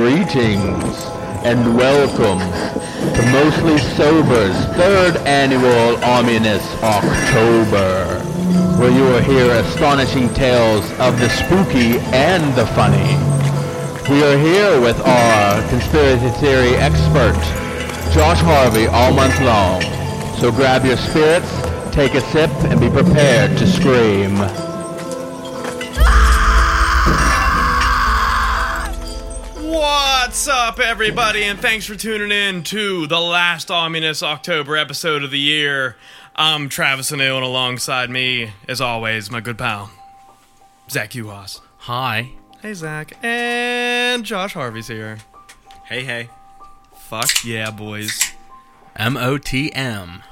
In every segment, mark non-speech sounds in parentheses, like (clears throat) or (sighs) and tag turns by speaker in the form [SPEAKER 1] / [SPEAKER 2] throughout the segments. [SPEAKER 1] Greetings and welcome to Mostly Sober's third annual Ominous October, where you will hear astonishing tales of the spooky and the funny. We are here with our conspiracy theory expert, Josh Harvey, all month long. So grab your spirits, take a sip, and be prepared to scream.
[SPEAKER 2] What's up, everybody, and thanks for tuning in to the last ominous October episode of the year. I'm Travis Anu, and alongside me, as always, my good pal, Zach Uhas.
[SPEAKER 3] Hi.
[SPEAKER 2] Hey, Zach. And Josh Harvey's here.
[SPEAKER 4] Hey, hey.
[SPEAKER 2] Fuck yeah, boys.
[SPEAKER 3] M O T M.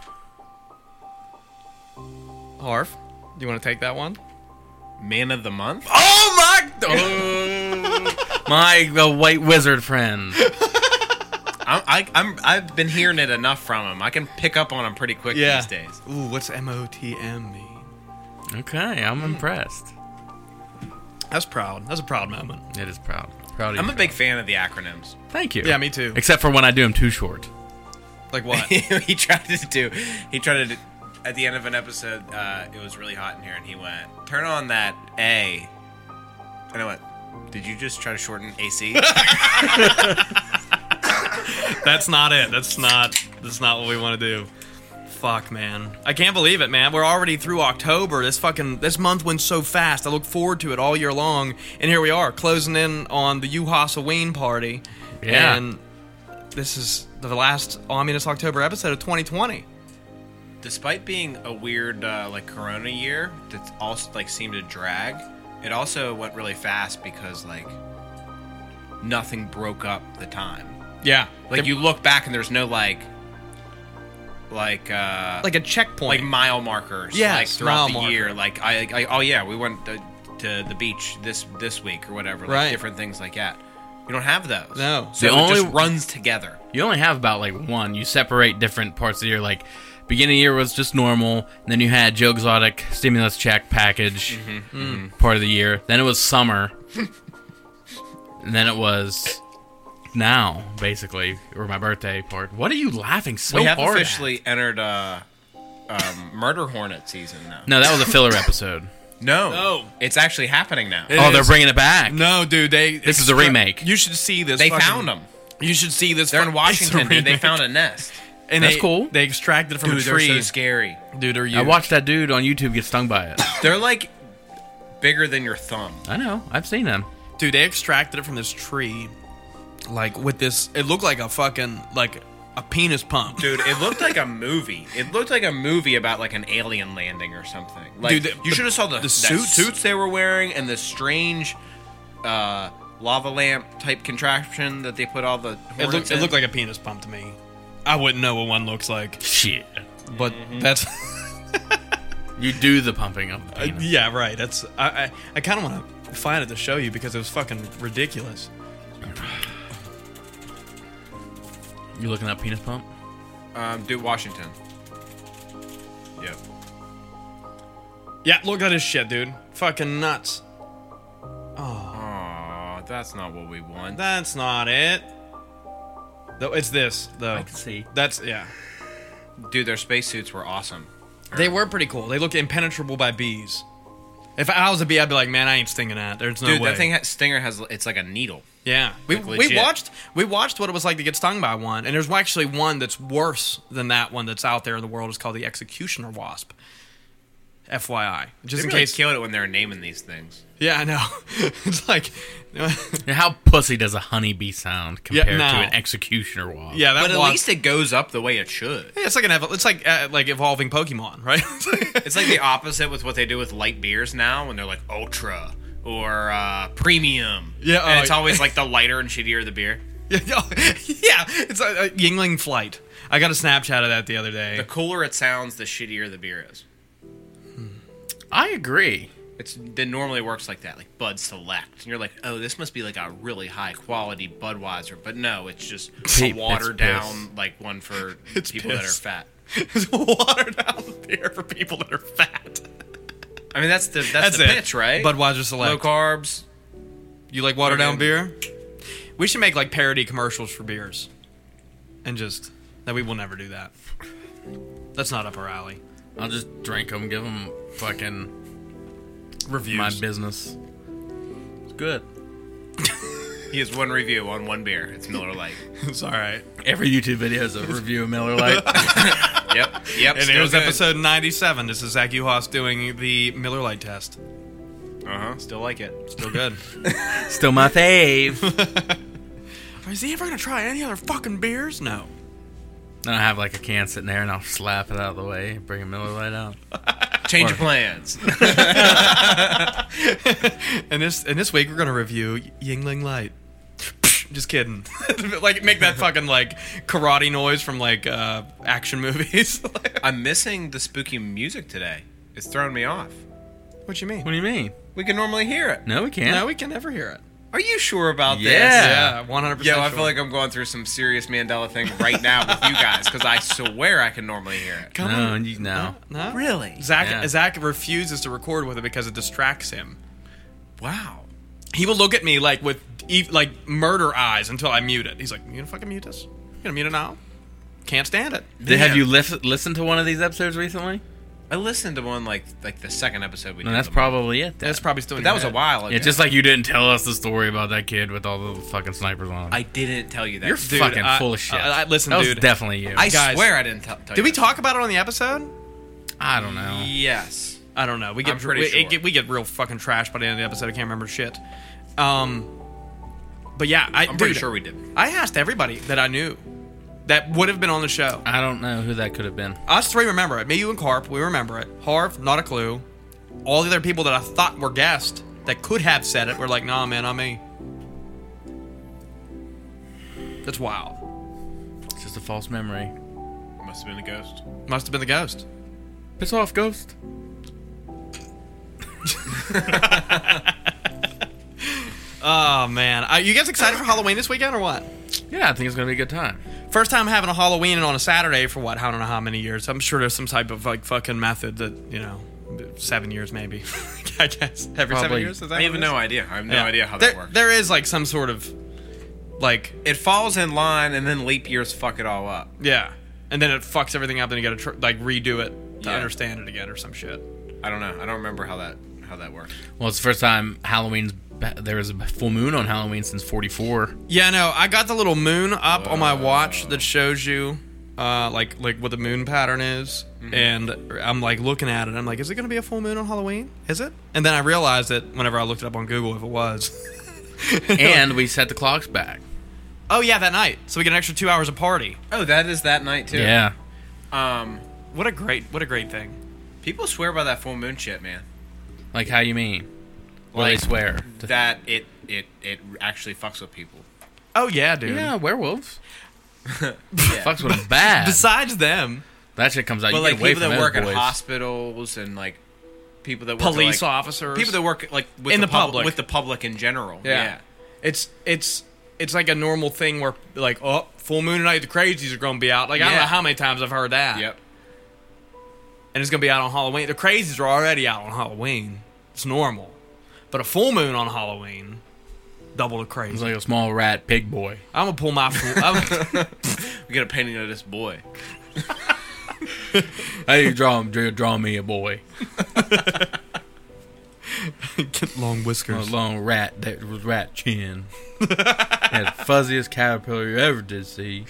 [SPEAKER 2] Harv, do you want to take that one?
[SPEAKER 4] Man of the month?
[SPEAKER 3] Oh (laughs) my! Oh, my the white wizard friend.
[SPEAKER 4] I'm, I, I'm, I've been hearing it enough from him. I can pick up on him pretty quick these days.
[SPEAKER 2] Ooh, what's M O T M mean?
[SPEAKER 3] Okay, I'm impressed.
[SPEAKER 2] That's proud. That's a proud moment.
[SPEAKER 3] It is proud. Proud of
[SPEAKER 4] I'm
[SPEAKER 3] you.
[SPEAKER 4] a big fan of the acronyms.
[SPEAKER 3] Thank you.
[SPEAKER 2] Yeah, me too.
[SPEAKER 3] Except for when I do them too short.
[SPEAKER 2] Like (laughs) what?
[SPEAKER 4] he tried to do, he tried to, do- at the end of an episode, uh, it was really hot in here, and he went, turn on that A. And I went, did you just try to shorten AC?
[SPEAKER 2] That's not it. That's not. That's not what we want to do. Fuck, man. I can't believe it, man. We're already through October. This fucking this month went so fast. I look forward to it all year long, and here we are, closing in on the U-Haas Halloween party.
[SPEAKER 3] Yeah.
[SPEAKER 2] And this is the last ominous October episode of 2020.
[SPEAKER 4] Despite being a weird, uh, like, corona year that's also, like, seemed to drag, it also went really fast because, like, nothing broke up the time.
[SPEAKER 2] Yeah.
[SPEAKER 4] Like you look back and there's no like, like uh, like
[SPEAKER 2] like a checkpoint.
[SPEAKER 4] mile markers.
[SPEAKER 2] Yes,
[SPEAKER 4] like throughout
[SPEAKER 2] mile
[SPEAKER 4] the
[SPEAKER 2] marker.
[SPEAKER 4] year. Like I, I, oh yeah, we went to, to the beach this this week or whatever. Like
[SPEAKER 2] Right.
[SPEAKER 4] Different things like that. You don't have those.
[SPEAKER 2] No.
[SPEAKER 4] So
[SPEAKER 3] The
[SPEAKER 4] it
[SPEAKER 3] only- Oh,
[SPEAKER 4] just runs together.
[SPEAKER 3] You only have about like one. You separate different parts of the year. Like beginning of the year was just normal. And then you had Joe Exotic stimulus check package Mm. part of the year. Then it was (laughs) summer. and then it was now, basically, or my birthday part. What are you laughing so
[SPEAKER 4] we have
[SPEAKER 3] hard? at?
[SPEAKER 4] officially entered uh, um, murder hornet season now.
[SPEAKER 3] No, that was a filler episode.
[SPEAKER 4] No.
[SPEAKER 2] No.
[SPEAKER 4] It's actually happening now.
[SPEAKER 2] It-
[SPEAKER 3] oh, they're
[SPEAKER 2] is.
[SPEAKER 3] bringing (laughs) it back.
[SPEAKER 2] no, dude. They
[SPEAKER 3] This is a remake.
[SPEAKER 2] You should see this.
[SPEAKER 4] they
[SPEAKER 2] fucking-
[SPEAKER 4] found them.
[SPEAKER 2] You should see this.
[SPEAKER 4] They're in
[SPEAKER 2] fucking-
[SPEAKER 4] Washington, dude. They
[SPEAKER 2] It's a
[SPEAKER 4] found a nest.
[SPEAKER 2] remake. (laughs) And
[SPEAKER 3] That's
[SPEAKER 2] they-
[SPEAKER 3] cool.
[SPEAKER 2] They extracted it from
[SPEAKER 4] Dude,
[SPEAKER 2] a
[SPEAKER 4] they're
[SPEAKER 2] tree.
[SPEAKER 4] so scary.
[SPEAKER 2] dude, are you?
[SPEAKER 3] I watched that dude on YouTube get stung by it.
[SPEAKER 4] They're like bigger than your thumb.
[SPEAKER 3] I know. I've seen him.
[SPEAKER 2] Dude, they extracted it from this tree, like with this. It looked like a fucking like a penis pump.
[SPEAKER 4] Dude, it looked like a movie. It looked like a movie about like an alien landing or something. Like
[SPEAKER 2] Dude, the-
[SPEAKER 4] you should have saw the, that
[SPEAKER 2] suits.
[SPEAKER 4] suits they were wearing and the strange uh, lava lamp type contraption that they put all the
[SPEAKER 2] it
[SPEAKER 4] hornets
[SPEAKER 2] looked it
[SPEAKER 4] in.
[SPEAKER 2] looked like a penis pump to me. I wouldn't know what one looks like,
[SPEAKER 3] Shit.
[SPEAKER 2] but
[SPEAKER 4] Mm-hmm.
[SPEAKER 2] that's
[SPEAKER 3] You do the pumping of the
[SPEAKER 2] (laughs)
[SPEAKER 3] penis.
[SPEAKER 2] yeah, right. That's I I, I kind of want to find it to show you because it was fucking ridiculous.
[SPEAKER 3] You looking up penis pump?
[SPEAKER 4] um, dude Washington. Yep.
[SPEAKER 2] Yeah, look at this shit, dude. Fucking nuts.
[SPEAKER 4] Aw, that's not what we want.
[SPEAKER 2] That's not it. Though it's this though.
[SPEAKER 3] see.
[SPEAKER 2] That's yeah.
[SPEAKER 4] Dude, their spacesuits were awesome.
[SPEAKER 2] They were pretty cool. They looked impenetrable by bees. If I was a bee, I'd be like, man, I ain't stinging that. There's no
[SPEAKER 4] Dude,
[SPEAKER 2] way.
[SPEAKER 4] that thing ha- stinger has it's like a needle.
[SPEAKER 2] Yeah, we,
[SPEAKER 4] Like,
[SPEAKER 2] we
[SPEAKER 4] legit.
[SPEAKER 2] watched we watched what it was like to get stung by one, and there's actually one that's worse than that one that's out there in the world. It's called the executioner wasp. FYI, just
[SPEAKER 4] They
[SPEAKER 2] in
[SPEAKER 4] really
[SPEAKER 2] case.
[SPEAKER 4] killed it when they were naming these things.
[SPEAKER 2] yeah, I know. (laughs) it's like, (laughs) yeah,
[SPEAKER 3] How pussy does a honeybee sound compared
[SPEAKER 2] no.
[SPEAKER 3] to an executioner wasp?
[SPEAKER 2] that.
[SPEAKER 4] But at
[SPEAKER 2] wasp-
[SPEAKER 4] least it goes up the way it should.
[SPEAKER 2] Yeah, it's like an ev- it's like uh, like evolving Pokemon, right? (laughs)
[SPEAKER 4] It's like the opposite with what they do with light beers now, when they're like ultra or uh, premium.
[SPEAKER 2] Yeah,
[SPEAKER 4] and
[SPEAKER 2] oh,
[SPEAKER 4] it's always
[SPEAKER 2] (laughs)
[SPEAKER 4] like the lighter and shittier the beer.
[SPEAKER 2] yeah, (laughs) it's a, a Yingling flight. I got a Snapchat of that the other day.
[SPEAKER 4] The cooler it sounds, the shittier the beer is.
[SPEAKER 3] I agree.
[SPEAKER 4] It's it normally works like that, like Bud Select, and you're like, oh, this must be like a really high quality Budweiser, but no, it's
[SPEAKER 2] (laughs)
[SPEAKER 4] just a
[SPEAKER 3] Pete,
[SPEAKER 4] watered
[SPEAKER 3] it's
[SPEAKER 4] down like one for
[SPEAKER 2] It's
[SPEAKER 4] people that are
[SPEAKER 2] piss.
[SPEAKER 4] fat.
[SPEAKER 2] (laughs) It's water down beer for people that are fat.
[SPEAKER 4] (laughs) I mean, that's the that's,
[SPEAKER 2] That's
[SPEAKER 4] the
[SPEAKER 2] it.
[SPEAKER 4] pitch, right?
[SPEAKER 2] Budweiser
[SPEAKER 4] low
[SPEAKER 2] Select.
[SPEAKER 4] carbs.
[SPEAKER 2] You like watered down
[SPEAKER 4] Okay.
[SPEAKER 2] beer? We should make like parody commercials for beers, and just that we will never do that. That's not up our alley.
[SPEAKER 3] I'll just drink them, give them fucking
[SPEAKER 2] Reviews.
[SPEAKER 3] my business. It's good.
[SPEAKER 4] He has one review on one beer. It's Miller Lite.
[SPEAKER 2] it's all right.
[SPEAKER 3] Every YouTube video is a review of Miller Lite.
[SPEAKER 4] yep. (laughs) Yep.
[SPEAKER 2] And here's episode 97. This is Zach Uhas doing the Miller Lite test.
[SPEAKER 4] Uh huh. Still like it.
[SPEAKER 2] (laughs) Still good.
[SPEAKER 3] (laughs) Still my fave.
[SPEAKER 2] is he ever gonna try any other fucking beers? No.
[SPEAKER 3] Then I have like a can sitting there, and I'll slap it out of the way, bring a Miller Lite out.
[SPEAKER 4] Change of (laughs) plans.
[SPEAKER 2] And this and this week we're gonna review Yingling Light. Just kidding. (laughs) like make that fucking like karate noise from like uh, action movies. (laughs)
[SPEAKER 4] I'm missing the spooky music today. It's throwing me off.
[SPEAKER 2] what you mean?
[SPEAKER 3] What do you mean?
[SPEAKER 4] We can normally hear it.
[SPEAKER 3] No, we can't.
[SPEAKER 2] No, we can never hear it.
[SPEAKER 4] Are you sure about
[SPEAKER 3] Yeah.
[SPEAKER 2] Yeah, one hundred
[SPEAKER 4] this? Yo,
[SPEAKER 2] percent.
[SPEAKER 4] I feel like I'm going through some serious Mandela thing right now with you guys because I swear I can normally hear it.
[SPEAKER 2] come
[SPEAKER 3] no,
[SPEAKER 2] on.
[SPEAKER 3] you no.
[SPEAKER 2] No?
[SPEAKER 4] Really?
[SPEAKER 2] Zach
[SPEAKER 3] Yeah.
[SPEAKER 2] Zach refuses to record with it because it distracts him.
[SPEAKER 4] Wow.
[SPEAKER 2] He will look at me like with e- like murder eyes until I mute it. He's like, "You gonna fucking mute this? You gonna mute it now? Can't stand it."
[SPEAKER 3] Did, have
[SPEAKER 4] Man.
[SPEAKER 3] you lis- listened to one of these episodes recently?
[SPEAKER 4] I listened to one like like the second episode we
[SPEAKER 3] No,
[SPEAKER 4] did.
[SPEAKER 3] that's
[SPEAKER 4] of them.
[SPEAKER 3] probably it. Then.
[SPEAKER 2] That's probably still. in
[SPEAKER 4] But that
[SPEAKER 2] your
[SPEAKER 4] was a
[SPEAKER 2] head.
[SPEAKER 4] while ago.
[SPEAKER 3] yeah, just like you didn't tell us the story about that kid with all the fucking snipers on. him.
[SPEAKER 4] I didn't tell you that.
[SPEAKER 3] You're
[SPEAKER 2] Dude,
[SPEAKER 3] fucking
[SPEAKER 2] I-
[SPEAKER 3] full of shit.
[SPEAKER 2] I- I- listen,
[SPEAKER 3] that
[SPEAKER 2] dude.
[SPEAKER 3] was definitely you.
[SPEAKER 4] I
[SPEAKER 2] guys-
[SPEAKER 4] swear I didn't tell. tell
[SPEAKER 2] Did
[SPEAKER 4] you
[SPEAKER 2] we
[SPEAKER 4] that.
[SPEAKER 2] talk about it on the episode?
[SPEAKER 3] I don't know.
[SPEAKER 4] Yes.
[SPEAKER 2] I don't know. We
[SPEAKER 4] I'm
[SPEAKER 2] get
[SPEAKER 4] pretty
[SPEAKER 2] we,
[SPEAKER 4] sure.
[SPEAKER 2] it get we get real fucking trash by the end of the episode. I can't remember shit. Um, but yeah, I,
[SPEAKER 4] I'm pretty
[SPEAKER 2] dude,
[SPEAKER 4] sure we did.
[SPEAKER 2] I asked everybody that I knew that would have been on the show.
[SPEAKER 3] I don't know who that could have been.
[SPEAKER 2] Us three remember it. Me, you, and Carp. We remember it. Harv, not a clue. All the other people that I thought were guests that could have said it were like, "Nah, man, I'm me." That's wild.
[SPEAKER 3] It's just a false memory.
[SPEAKER 4] Must have been a ghost.
[SPEAKER 2] Must have been the ghost.
[SPEAKER 3] Piss off, ghost.
[SPEAKER 2] Oh man, are you guys excited for Halloween this weekend or what?
[SPEAKER 3] Yeah, I think it's gonna be a good time.
[SPEAKER 2] First time having a Halloween on a Saturday for what? I don't know how many years. I'm sure there's some type of like fucking method that you know, seven years maybe. (laughs) I guess every seven
[SPEAKER 3] Probably.
[SPEAKER 2] years. Is that
[SPEAKER 4] I
[SPEAKER 2] what
[SPEAKER 4] have
[SPEAKER 2] it
[SPEAKER 4] no
[SPEAKER 2] is?
[SPEAKER 4] idea. I have no
[SPEAKER 2] Yeah.
[SPEAKER 4] idea how
[SPEAKER 2] there,
[SPEAKER 4] that works.
[SPEAKER 2] There is like some sort of like
[SPEAKER 4] it falls in line, and then leap years fuck it all up.
[SPEAKER 2] yeah, and then it fucks everything up, and you got to tr- like redo it to
[SPEAKER 4] Yeah.
[SPEAKER 2] understand it again or some shit.
[SPEAKER 4] I don't know. I don't remember how that how that works.
[SPEAKER 3] Well, it's the first time Halloween's ba- there was a full moon on Halloween since (laughs) '44.
[SPEAKER 2] Yeah, no, I got the little moon up on my watch that shows you uh, like like what the moon pattern is, and I'm like looking at it. I'm like, is it going to be a full moon on Halloween? Is it? And then I realized it whenever I looked it up on Google if it was. (laughs)
[SPEAKER 3] and we set the clocks back.
[SPEAKER 2] oh yeah, that night. So we get an extra two hours of party.
[SPEAKER 4] Oh, that is that night too.
[SPEAKER 3] Yeah,
[SPEAKER 4] Um,
[SPEAKER 2] What a great what a great thing.
[SPEAKER 4] people swear by that full moon shit, man.
[SPEAKER 3] like how you mean? Well,
[SPEAKER 4] Like
[SPEAKER 3] they swear. To-
[SPEAKER 4] That it it it actually fucks with people.
[SPEAKER 2] Oh yeah, dude.
[SPEAKER 3] yeah, (laughs) werewolves.
[SPEAKER 4] Yeah.
[SPEAKER 3] Fucks with them (laughs) bad.
[SPEAKER 2] Besides them,
[SPEAKER 3] that shit comes out.
[SPEAKER 4] but
[SPEAKER 3] you
[SPEAKER 4] like
[SPEAKER 3] get away
[SPEAKER 4] people
[SPEAKER 3] from
[SPEAKER 4] that
[SPEAKER 3] those
[SPEAKER 4] work
[SPEAKER 3] boys.
[SPEAKER 4] at hospitals and like people that work
[SPEAKER 2] police
[SPEAKER 4] like,
[SPEAKER 2] officers,
[SPEAKER 4] people that work like with
[SPEAKER 2] In the
[SPEAKER 4] pub-
[SPEAKER 2] public.
[SPEAKER 4] with the public in general.
[SPEAKER 2] Yeah. It's it's it's like a normal thing where like oh full moon tonight the crazies are gonna be out. Like I don't
[SPEAKER 4] Yeah.
[SPEAKER 2] know how many times I've heard that.
[SPEAKER 4] yeah. Yep.
[SPEAKER 2] And it's gonna be out on Halloween. The crazies are already out on Halloween. It's normal. But a full moon on Halloween, double the
[SPEAKER 3] It's
[SPEAKER 2] crazy.
[SPEAKER 3] like a small rat pig boy.
[SPEAKER 2] I'm gonna pull my full.
[SPEAKER 3] (laughs)
[SPEAKER 2] I'm,
[SPEAKER 4] We get a painting of this boy.
[SPEAKER 3] Hey, draw draw, draw me a boy,
[SPEAKER 2] get long
[SPEAKER 3] a
[SPEAKER 2] whiskers.
[SPEAKER 3] long rat that was rat chin, had fuzziest caterpillar you ever did see.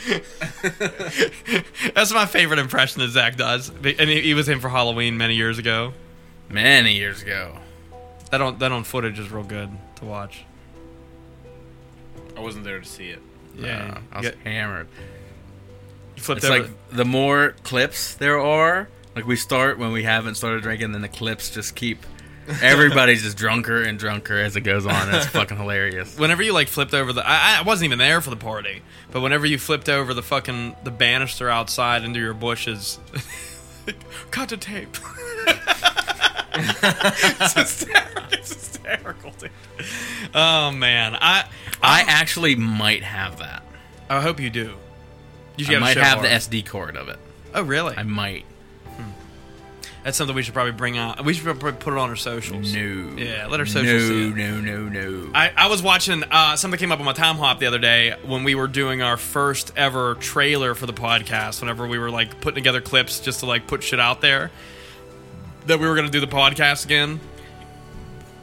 [SPEAKER 2] That's my favorite impression that Zach does. And he, he was in for Halloween many years ago.
[SPEAKER 3] Many years ago.
[SPEAKER 2] That on that on footage is real good to watch.
[SPEAKER 4] I wasn't there to see it.
[SPEAKER 3] Yeah,
[SPEAKER 2] Yeah,
[SPEAKER 3] I was
[SPEAKER 2] you,
[SPEAKER 3] hammered.
[SPEAKER 2] you flipped
[SPEAKER 3] It's
[SPEAKER 2] over.
[SPEAKER 3] like the more clips there are, like we start when we haven't started drinking, then the clips just keep. Everybody's just drunker and drunker as it goes on.
[SPEAKER 4] (laughs)
[SPEAKER 3] It's fucking hilarious.
[SPEAKER 2] whenever you like flipped over the I, I wasn't even there for the party but whenever you flipped over the fucking the banister outside into your bushes (laughs) cut to tape (laughs) it's, hysterical, it's hysterical dude oh man i
[SPEAKER 3] I actually might have that.
[SPEAKER 2] i hope you do you should get
[SPEAKER 3] I
[SPEAKER 2] a
[SPEAKER 3] might
[SPEAKER 2] show
[SPEAKER 3] have the
[SPEAKER 2] bar.
[SPEAKER 3] SD card of it.
[SPEAKER 2] oh really
[SPEAKER 3] I might.
[SPEAKER 2] That's something we should probably bring on. We should probably put it on our socials.
[SPEAKER 3] No.
[SPEAKER 2] Yeah, let our socials see it.
[SPEAKER 3] No, no, no, no.
[SPEAKER 2] I, I was watching uh, something came up on my time hop the other day when we were doing our first ever trailer for the podcast. Whenever we were like putting together clips just to like put shit out there, that we were gonna do the podcast again,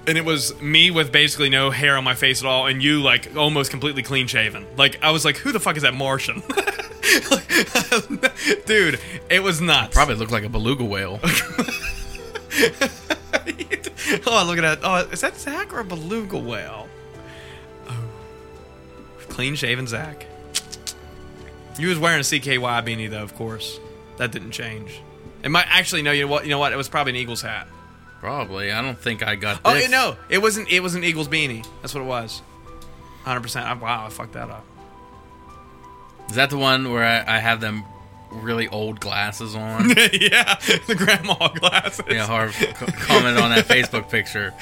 [SPEAKER 2] and it was me with basically no hair on my face at all, and you like almost completely clean shaven. Like I was like, who the fuck is that Martian? (laughs) Dude, it was nuts.
[SPEAKER 3] Probably looked like a beluga whale. (laughs)
[SPEAKER 2] (laughs) oh, look at that. Oh, is that Zach or a beluga whale? Oh. Clean shaven Zach. You was wearing a CKY beanie though, of course. That didn't change. It might actually no, you know what you know what? It was probably an Eagles hat.
[SPEAKER 3] Probably. I don't think I got
[SPEAKER 2] Oh
[SPEAKER 3] this.
[SPEAKER 2] no, it wasn't it was an Eagles beanie. That's what it was. Hundred percent. Wow, I fucked that up.
[SPEAKER 3] Is that the one where I, I have them really old glasses (laughs)
[SPEAKER 2] (laughs)
[SPEAKER 3] on?
[SPEAKER 2] yeah, the grandma glasses.
[SPEAKER 3] yeah, Harv c- commented on that Facebook picture.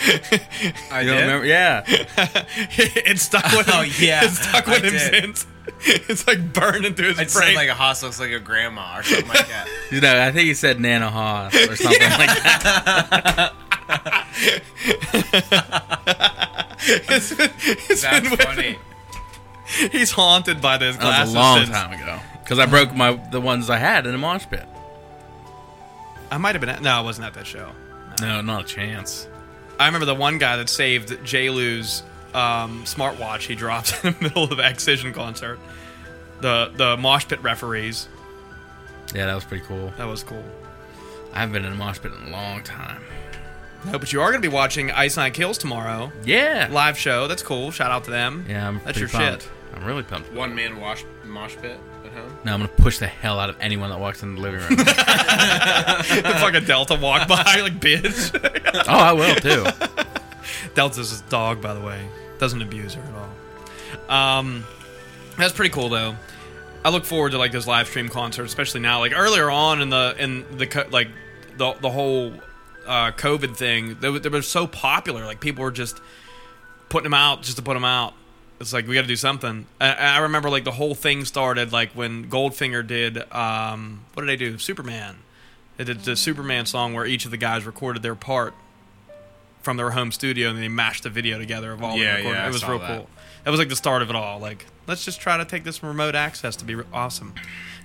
[SPEAKER 3] (laughs)
[SPEAKER 4] I
[SPEAKER 3] You don't remember? Yeah.
[SPEAKER 2] (laughs) it stuck with him.
[SPEAKER 4] Oh, yeah,
[SPEAKER 2] it stuck with
[SPEAKER 4] I
[SPEAKER 2] him
[SPEAKER 4] did.
[SPEAKER 2] since. (laughs) It's like burning through his
[SPEAKER 4] It
[SPEAKER 2] brain.
[SPEAKER 4] said like a hoss looks like a grandma or something like that. (laughs)
[SPEAKER 3] You know, I think he said Nana Haas or (laughs) something like that.
[SPEAKER 2] (laughs) It's been- it's
[SPEAKER 4] That's
[SPEAKER 2] been with
[SPEAKER 4] funny.
[SPEAKER 2] him. He's haunted by those
[SPEAKER 3] That
[SPEAKER 2] glasses.
[SPEAKER 3] was a long
[SPEAKER 2] since-
[SPEAKER 3] time ago. Because I broke my the ones I had in a mosh pit.
[SPEAKER 2] I might have been at. No, I wasn't at that show.
[SPEAKER 3] No, not a chance.
[SPEAKER 2] I remember the one guy that saved J. Lou's um, smartwatch he dropped (laughs) in the middle of the Excision concert. The the mosh pit referees.
[SPEAKER 3] Yeah, that was pretty cool.
[SPEAKER 2] That was cool.
[SPEAKER 3] I haven't been in a mosh pit in a long time.
[SPEAKER 2] No, but you are going to be watching Ice Nine Kills tomorrow.
[SPEAKER 3] Yeah.
[SPEAKER 2] Live show. That's cool. Shout out to them.
[SPEAKER 3] Yeah, I'm
[SPEAKER 2] That's
[SPEAKER 3] pretty
[SPEAKER 2] your
[SPEAKER 3] pumped.
[SPEAKER 2] shit.
[SPEAKER 3] I'm really pumped.
[SPEAKER 4] One man wash mosh pit at home.
[SPEAKER 3] No, I'm gonna push the hell out of anyone that walks in the living (laughs) room. oh,
[SPEAKER 2] the (laughs) fucking Delta walk by like bitch.
[SPEAKER 3] Oh, I will too.
[SPEAKER 2] Delta's his dog, by the way. Doesn't abuse her at all. Um, that's pretty cool though. I look forward to like those live stream concerts, especially now. Like earlier on in the in the co- like the the whole uh, COVID thing, they, were- they were so popular. Like people were just putting them out just to put them out. It's like we got to do something. I, I remember like the whole thing started like when Goldfinger did um, what did they do? Superman. They did the Superman song where each of the guys recorded their part from their home studio and they mashed the video together of all
[SPEAKER 4] Yeah,
[SPEAKER 2] the recording.
[SPEAKER 4] yeah, I
[SPEAKER 2] it was
[SPEAKER 4] saw
[SPEAKER 2] real
[SPEAKER 4] that.
[SPEAKER 2] cool. That was like the start of it all. Like let's just try to take this remote access to be re- awesome.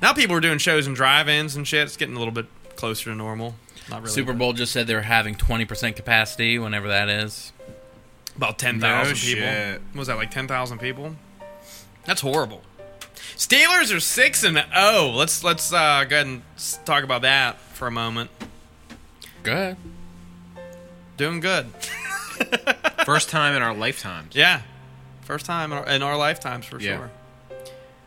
[SPEAKER 2] Now people are doing shows and drive-ins and shit. It's getting a little bit closer to normal. Not really.
[SPEAKER 3] Super Bowl just said they're having 20% capacity, whenever that is.
[SPEAKER 2] About 10,000
[SPEAKER 4] No
[SPEAKER 2] people.
[SPEAKER 4] shit.
[SPEAKER 2] What was that, like 10,000 people? That's horrible. Steelers are 6 and 0. Let's let's uh, go ahead and s- talk about that for a moment.
[SPEAKER 3] Good.
[SPEAKER 2] Doing good.
[SPEAKER 4] First time in our (laughs) lifetimes.
[SPEAKER 2] Yeah. First time in our, in our lifetimes for
[SPEAKER 4] Yeah.
[SPEAKER 2] sure. Uh,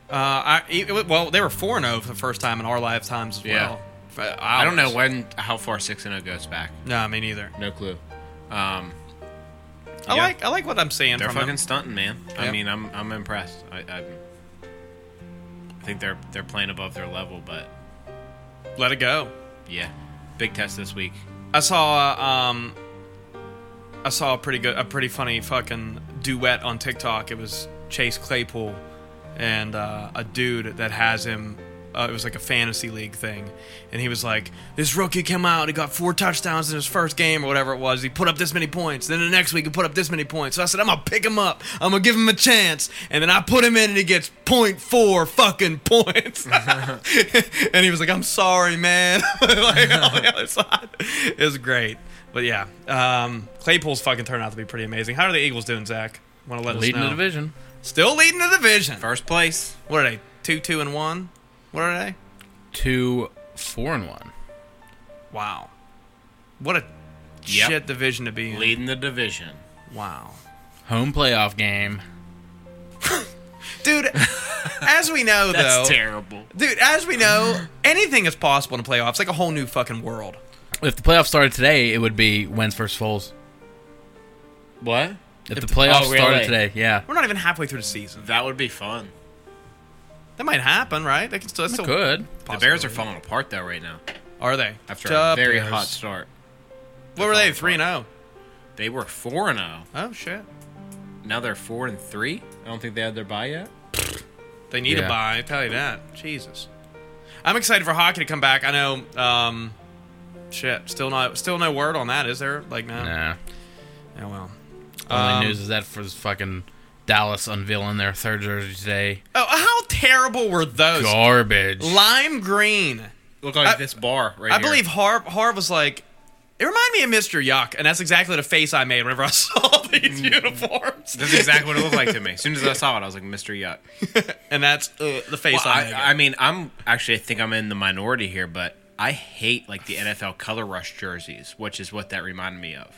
[SPEAKER 2] I, it, wa- well, they were 4 and 0 for the first time in our lifetimes as
[SPEAKER 4] Yeah.
[SPEAKER 2] well. For
[SPEAKER 4] I don't know
[SPEAKER 2] ours.
[SPEAKER 4] when, how far six and zero goes back.
[SPEAKER 2] No, me neither.
[SPEAKER 4] No clue. Um,
[SPEAKER 2] I
[SPEAKER 4] Yeah.
[SPEAKER 2] like I like what I'm seeing
[SPEAKER 4] they're
[SPEAKER 2] from
[SPEAKER 4] fucking
[SPEAKER 2] them.
[SPEAKER 4] stunting, man. I
[SPEAKER 2] Yeah.
[SPEAKER 4] mean, I'm I'm impressed. I, I'm, I think they're they're playing above their level, but
[SPEAKER 2] Let it go.
[SPEAKER 4] yeah, big test this week.
[SPEAKER 2] I saw uh, um, I saw a pretty good, a pretty funny fucking duet on TikTok. It was Chase Claypool and uh, a dude that has him. Uh, it was like a fantasy league thing, and he was like, "This rookie came out. He got four touchdowns in his first game, or whatever it was. He put up this many points. Then the next week he put up this many points. So I said, I'm gonna pick him up. I'm gonna give him a chance. And then I put him in, and he gets point four fucking (laughs) points. and he was like, "I'm sorry, man." (laughs) like on the other side, it was great. But yeah, um, Claypool's fucking turned out to be pretty amazing. How are the Eagles doing, Zach? Want to let
[SPEAKER 3] Leading
[SPEAKER 2] us know?
[SPEAKER 3] the division.
[SPEAKER 2] Still leading the division.
[SPEAKER 4] First place.
[SPEAKER 2] What are they? Two, two, and one. What are they?
[SPEAKER 3] Two, four, and one.
[SPEAKER 2] Wow. What a
[SPEAKER 4] Yep.
[SPEAKER 2] shit division to be in.
[SPEAKER 4] Leading the division.
[SPEAKER 2] Wow.
[SPEAKER 3] Home playoff game.
[SPEAKER 4] (laughs)
[SPEAKER 2] Dude, as we know though,
[SPEAKER 4] terrible.
[SPEAKER 2] dude, as we know, anything is possible in the playoffs. Like a whole new fucking world.
[SPEAKER 3] If the playoffs started today, it would be Wentz versus Foles.
[SPEAKER 4] What?
[SPEAKER 3] If, the playoffs
[SPEAKER 4] oh, really?
[SPEAKER 3] started today, yeah.
[SPEAKER 2] We're not even halfway through the season.
[SPEAKER 4] That would be fun.
[SPEAKER 2] That might happen, right? They can still. That's still
[SPEAKER 3] Good.
[SPEAKER 4] The Bears are falling apart though right now
[SPEAKER 2] Are they?
[SPEAKER 4] after
[SPEAKER 2] The
[SPEAKER 4] a very
[SPEAKER 2] Bears.
[SPEAKER 4] hot start.
[SPEAKER 2] What were they?
[SPEAKER 4] falling
[SPEAKER 2] Three and zero.
[SPEAKER 4] They were four and zero.
[SPEAKER 2] Oh shit.
[SPEAKER 4] Now they're four and three. I don't think they had their bye yet.
[SPEAKER 2] They need
[SPEAKER 3] Yeah.
[SPEAKER 2] a buy. I tell you that. Jesus. I'm excited for hockey to come back. I know um, Shit, still not, still no word on that, is there? Like no.
[SPEAKER 4] Uh,
[SPEAKER 3] Nah.
[SPEAKER 2] Oh well.
[SPEAKER 3] Only
[SPEAKER 2] Um,
[SPEAKER 3] news is that for this fucking Dallas unveiling their third jersey today.
[SPEAKER 2] Oh, how terrible were those?
[SPEAKER 3] Garbage.
[SPEAKER 2] Lime green.
[SPEAKER 4] Look like
[SPEAKER 2] I-
[SPEAKER 4] this bar right
[SPEAKER 2] I
[SPEAKER 4] here.
[SPEAKER 2] believe Harv, Harv was like, it reminded me of Mr. Yuck, and that's exactly the face I made whenever I (laughs) saw these
[SPEAKER 4] Mm.
[SPEAKER 2] uniforms.
[SPEAKER 4] That's exactly what it looked like to me. As soon as I saw it, I was like, Mr. Yuck.
[SPEAKER 2] And that's uh, the face
[SPEAKER 4] Well,
[SPEAKER 2] I,
[SPEAKER 4] I,
[SPEAKER 2] made.
[SPEAKER 4] I mean, I'm actually I think I'm in the minority here, but I hate like the NFL color rush jerseys, which is what that reminded me of.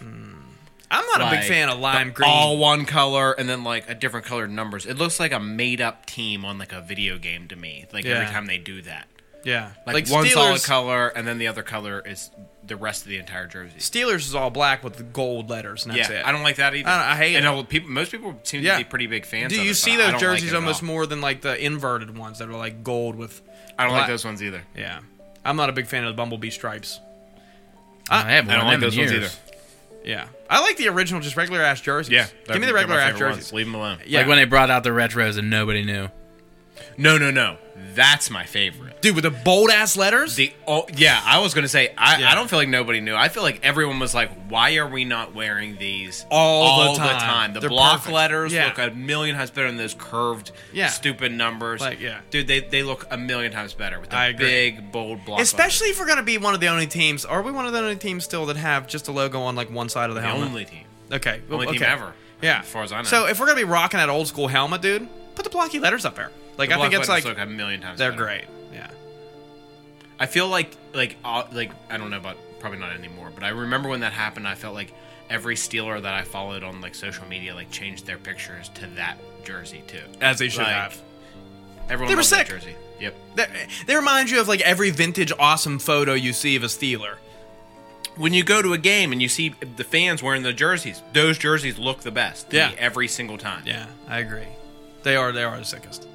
[SPEAKER 2] I'm not a
[SPEAKER 4] Like,
[SPEAKER 2] big fan of lime
[SPEAKER 4] the
[SPEAKER 2] green.
[SPEAKER 4] all one color, and then like a different colored numbers. It looks like a made up team on like a video game to me. Like
[SPEAKER 2] Yeah.
[SPEAKER 4] every time they do that,
[SPEAKER 2] yeah,
[SPEAKER 4] like, one solid
[SPEAKER 2] Steelers-
[SPEAKER 4] color, and then the other color is the rest of the entire jersey.
[SPEAKER 2] Steelers is all black with the gold letters, and that's
[SPEAKER 4] yeah,
[SPEAKER 2] it.
[SPEAKER 4] I don't like that either.
[SPEAKER 2] I don't- I hate
[SPEAKER 4] And
[SPEAKER 2] it.
[SPEAKER 4] all people, most people seem
[SPEAKER 2] Yeah.
[SPEAKER 4] to be pretty big fans.
[SPEAKER 2] Do
[SPEAKER 4] of
[SPEAKER 2] you
[SPEAKER 4] it,
[SPEAKER 2] see
[SPEAKER 4] but I
[SPEAKER 2] those
[SPEAKER 4] don't like it
[SPEAKER 2] jerseys
[SPEAKER 4] at
[SPEAKER 2] almost
[SPEAKER 4] all.
[SPEAKER 2] more than like the inverted ones that are like gold with?
[SPEAKER 4] I don't like
[SPEAKER 2] black-
[SPEAKER 4] those ones either.
[SPEAKER 2] Yeah, I'm not a big fan of the bumblebee stripes.
[SPEAKER 3] I haven't
[SPEAKER 4] I don't
[SPEAKER 3] worn
[SPEAKER 4] like
[SPEAKER 3] them in
[SPEAKER 4] those ones
[SPEAKER 3] years.
[SPEAKER 4] either.
[SPEAKER 2] Yeah, I like the original, just regular ass jerseys.
[SPEAKER 4] they're-
[SPEAKER 2] give me the
[SPEAKER 4] they're
[SPEAKER 2] regular
[SPEAKER 4] my
[SPEAKER 2] ass
[SPEAKER 4] favorite ones.
[SPEAKER 2] jerseys.
[SPEAKER 4] Leave them alone.
[SPEAKER 2] Yeah,
[SPEAKER 3] Like when they brought out the retros and nobody knew.
[SPEAKER 4] No, no, no. That's my favorite.
[SPEAKER 2] dude with the bold ass letters.
[SPEAKER 4] The oh yeah, I was gonna say I,
[SPEAKER 2] Yeah.
[SPEAKER 4] I don't feel like nobody knew. I feel like everyone was like, "Why are we not wearing these
[SPEAKER 2] All the time.
[SPEAKER 4] The
[SPEAKER 2] They're
[SPEAKER 4] block
[SPEAKER 2] perfect.
[SPEAKER 4] letters
[SPEAKER 2] Yeah.
[SPEAKER 4] look a million times better than those curved,
[SPEAKER 2] Yeah.
[SPEAKER 4] stupid numbers.
[SPEAKER 2] Like, yeah.
[SPEAKER 4] dude, they they look a million times better with the
[SPEAKER 2] I agree.
[SPEAKER 4] big bold block.
[SPEAKER 2] Especially if we're gonna be one of the only teams. Are we one of the only teams still that have just a logo on like one side of the
[SPEAKER 4] letters. the
[SPEAKER 2] helmet?
[SPEAKER 4] only team,
[SPEAKER 2] Okay, well,
[SPEAKER 4] only team
[SPEAKER 2] okay.
[SPEAKER 4] ever.
[SPEAKER 2] Yeah,
[SPEAKER 4] as far as I know.
[SPEAKER 2] So if we're gonna be rocking that old school helmet, dude, put the blocky letters up there. Like
[SPEAKER 4] The
[SPEAKER 2] I think
[SPEAKER 4] block
[SPEAKER 2] it's like
[SPEAKER 4] letters look a million times.
[SPEAKER 2] they're
[SPEAKER 4] better.
[SPEAKER 2] great. Yeah.
[SPEAKER 4] I feel like like uh, like I don't know about probably not anymore, but I remember when that happened. I felt like every Steeler that I followed on like social media like changed their pictures to that jersey too.
[SPEAKER 2] As they should
[SPEAKER 4] Like,
[SPEAKER 2] have.
[SPEAKER 4] Everyone
[SPEAKER 2] They were
[SPEAKER 4] loved that
[SPEAKER 2] sick.
[SPEAKER 4] jersey. Yep.
[SPEAKER 2] They, they remind you of like every vintage awesome photo you see of a Steeler.
[SPEAKER 4] When you go to a game and you see the fans wearing the jerseys, those jerseys look the best. to
[SPEAKER 2] Yeah.
[SPEAKER 4] me every single time.
[SPEAKER 2] Yeah, I agree. They are they are the sickest.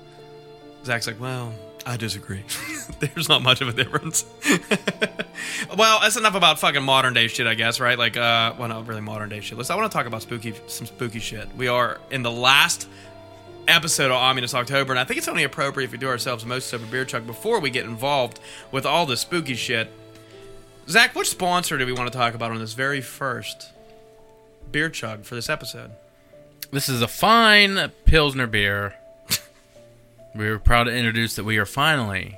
[SPEAKER 2] Zach's like, well, I disagree. (laughs) There's not much of a difference. (laughs) well, that's enough about fucking modern day shit, I guess, right? Like, uh, well, not really modern day shit. Let's. I want to talk about spooky, some spooky shit. We are in the last episode of Ominous October, and I think it's only appropriate if we do ourselves a most sober beer chug before we get involved with all the spooky shit. Zach, which sponsor do we want to talk about on this very first beer chug for this episode?
[SPEAKER 3] This is a fine Pilsner beer. (laughs) we were proud to introduce that we are finally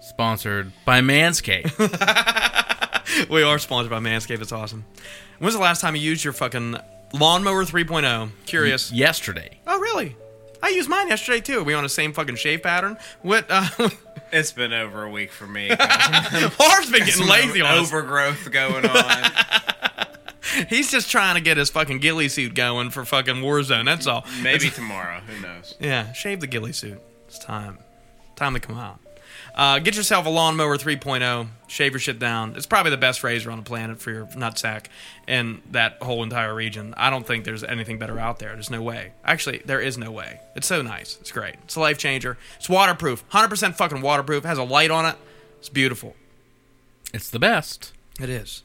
[SPEAKER 3] sponsored by (laughs) Manscaped.
[SPEAKER 2] We are sponsored by Manscaped. It's awesome. When's the last time you used your fucking lawnmower 3.0? Curious.
[SPEAKER 3] Yesterday.
[SPEAKER 2] Oh, really? I used mine yesterday too. Are we on the same fucking shave pattern? What? Uh, (laughs)
[SPEAKER 4] It's been over a week for (laughs) me.
[SPEAKER 2] Harv's been getting lazy on us.
[SPEAKER 4] overgrowth going on.
[SPEAKER 2] He's just trying to get his fucking ghillie suit going for fucking Warzone. That's all.
[SPEAKER 4] (laughs) Maybe tomorrow. Who knows?
[SPEAKER 2] Yeah, shave the ghillie suit. It's time. Time to come out. Uh, get yourself a lawnmower 3.0. Shave your shit down. It's probably the best razor on the planet for your nutsack and that whole entire region. I don't think there's anything better out there. There's no way. Actually, there is no way. It's so nice. It's great. It's a life changer. It's waterproof. 100% fucking waterproof. Has a light on it. It's beautiful.
[SPEAKER 3] It's the best.
[SPEAKER 2] It is.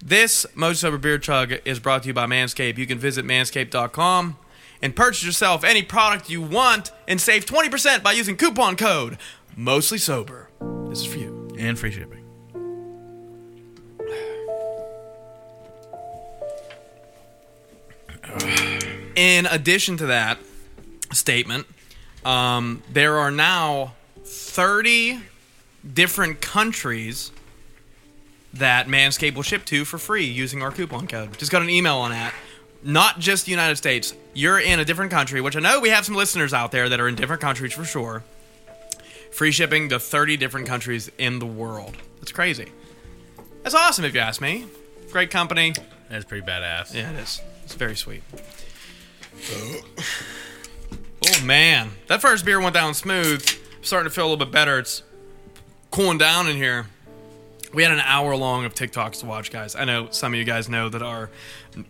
[SPEAKER 2] This Mojo Sober Beer Chug is brought to you by Manscaped. You can visit manscaped.com and purchase yourself any product you want and save 20% by using coupon code mostly sober. This is for you.
[SPEAKER 3] And free shipping.
[SPEAKER 2] In addition to that statement, um, there are now 30 different countries that Manscaped will ship to for free using our coupon code. Just got an email on that. Not just the United States. You're in a different country, which I know we have some listeners out there that are in different countries for sure. Free shipping to 30 different countries in the world. That's crazy. That's awesome if you ask me. Great company.
[SPEAKER 3] That's pretty badass.
[SPEAKER 2] Yeah, it is. It's very sweet. Oh man, that first beer went down smooth. I'm starting to feel a little bit better. It's cooling down in here. We had an hour long of TikToks to watch, guys. I know some of you guys know that our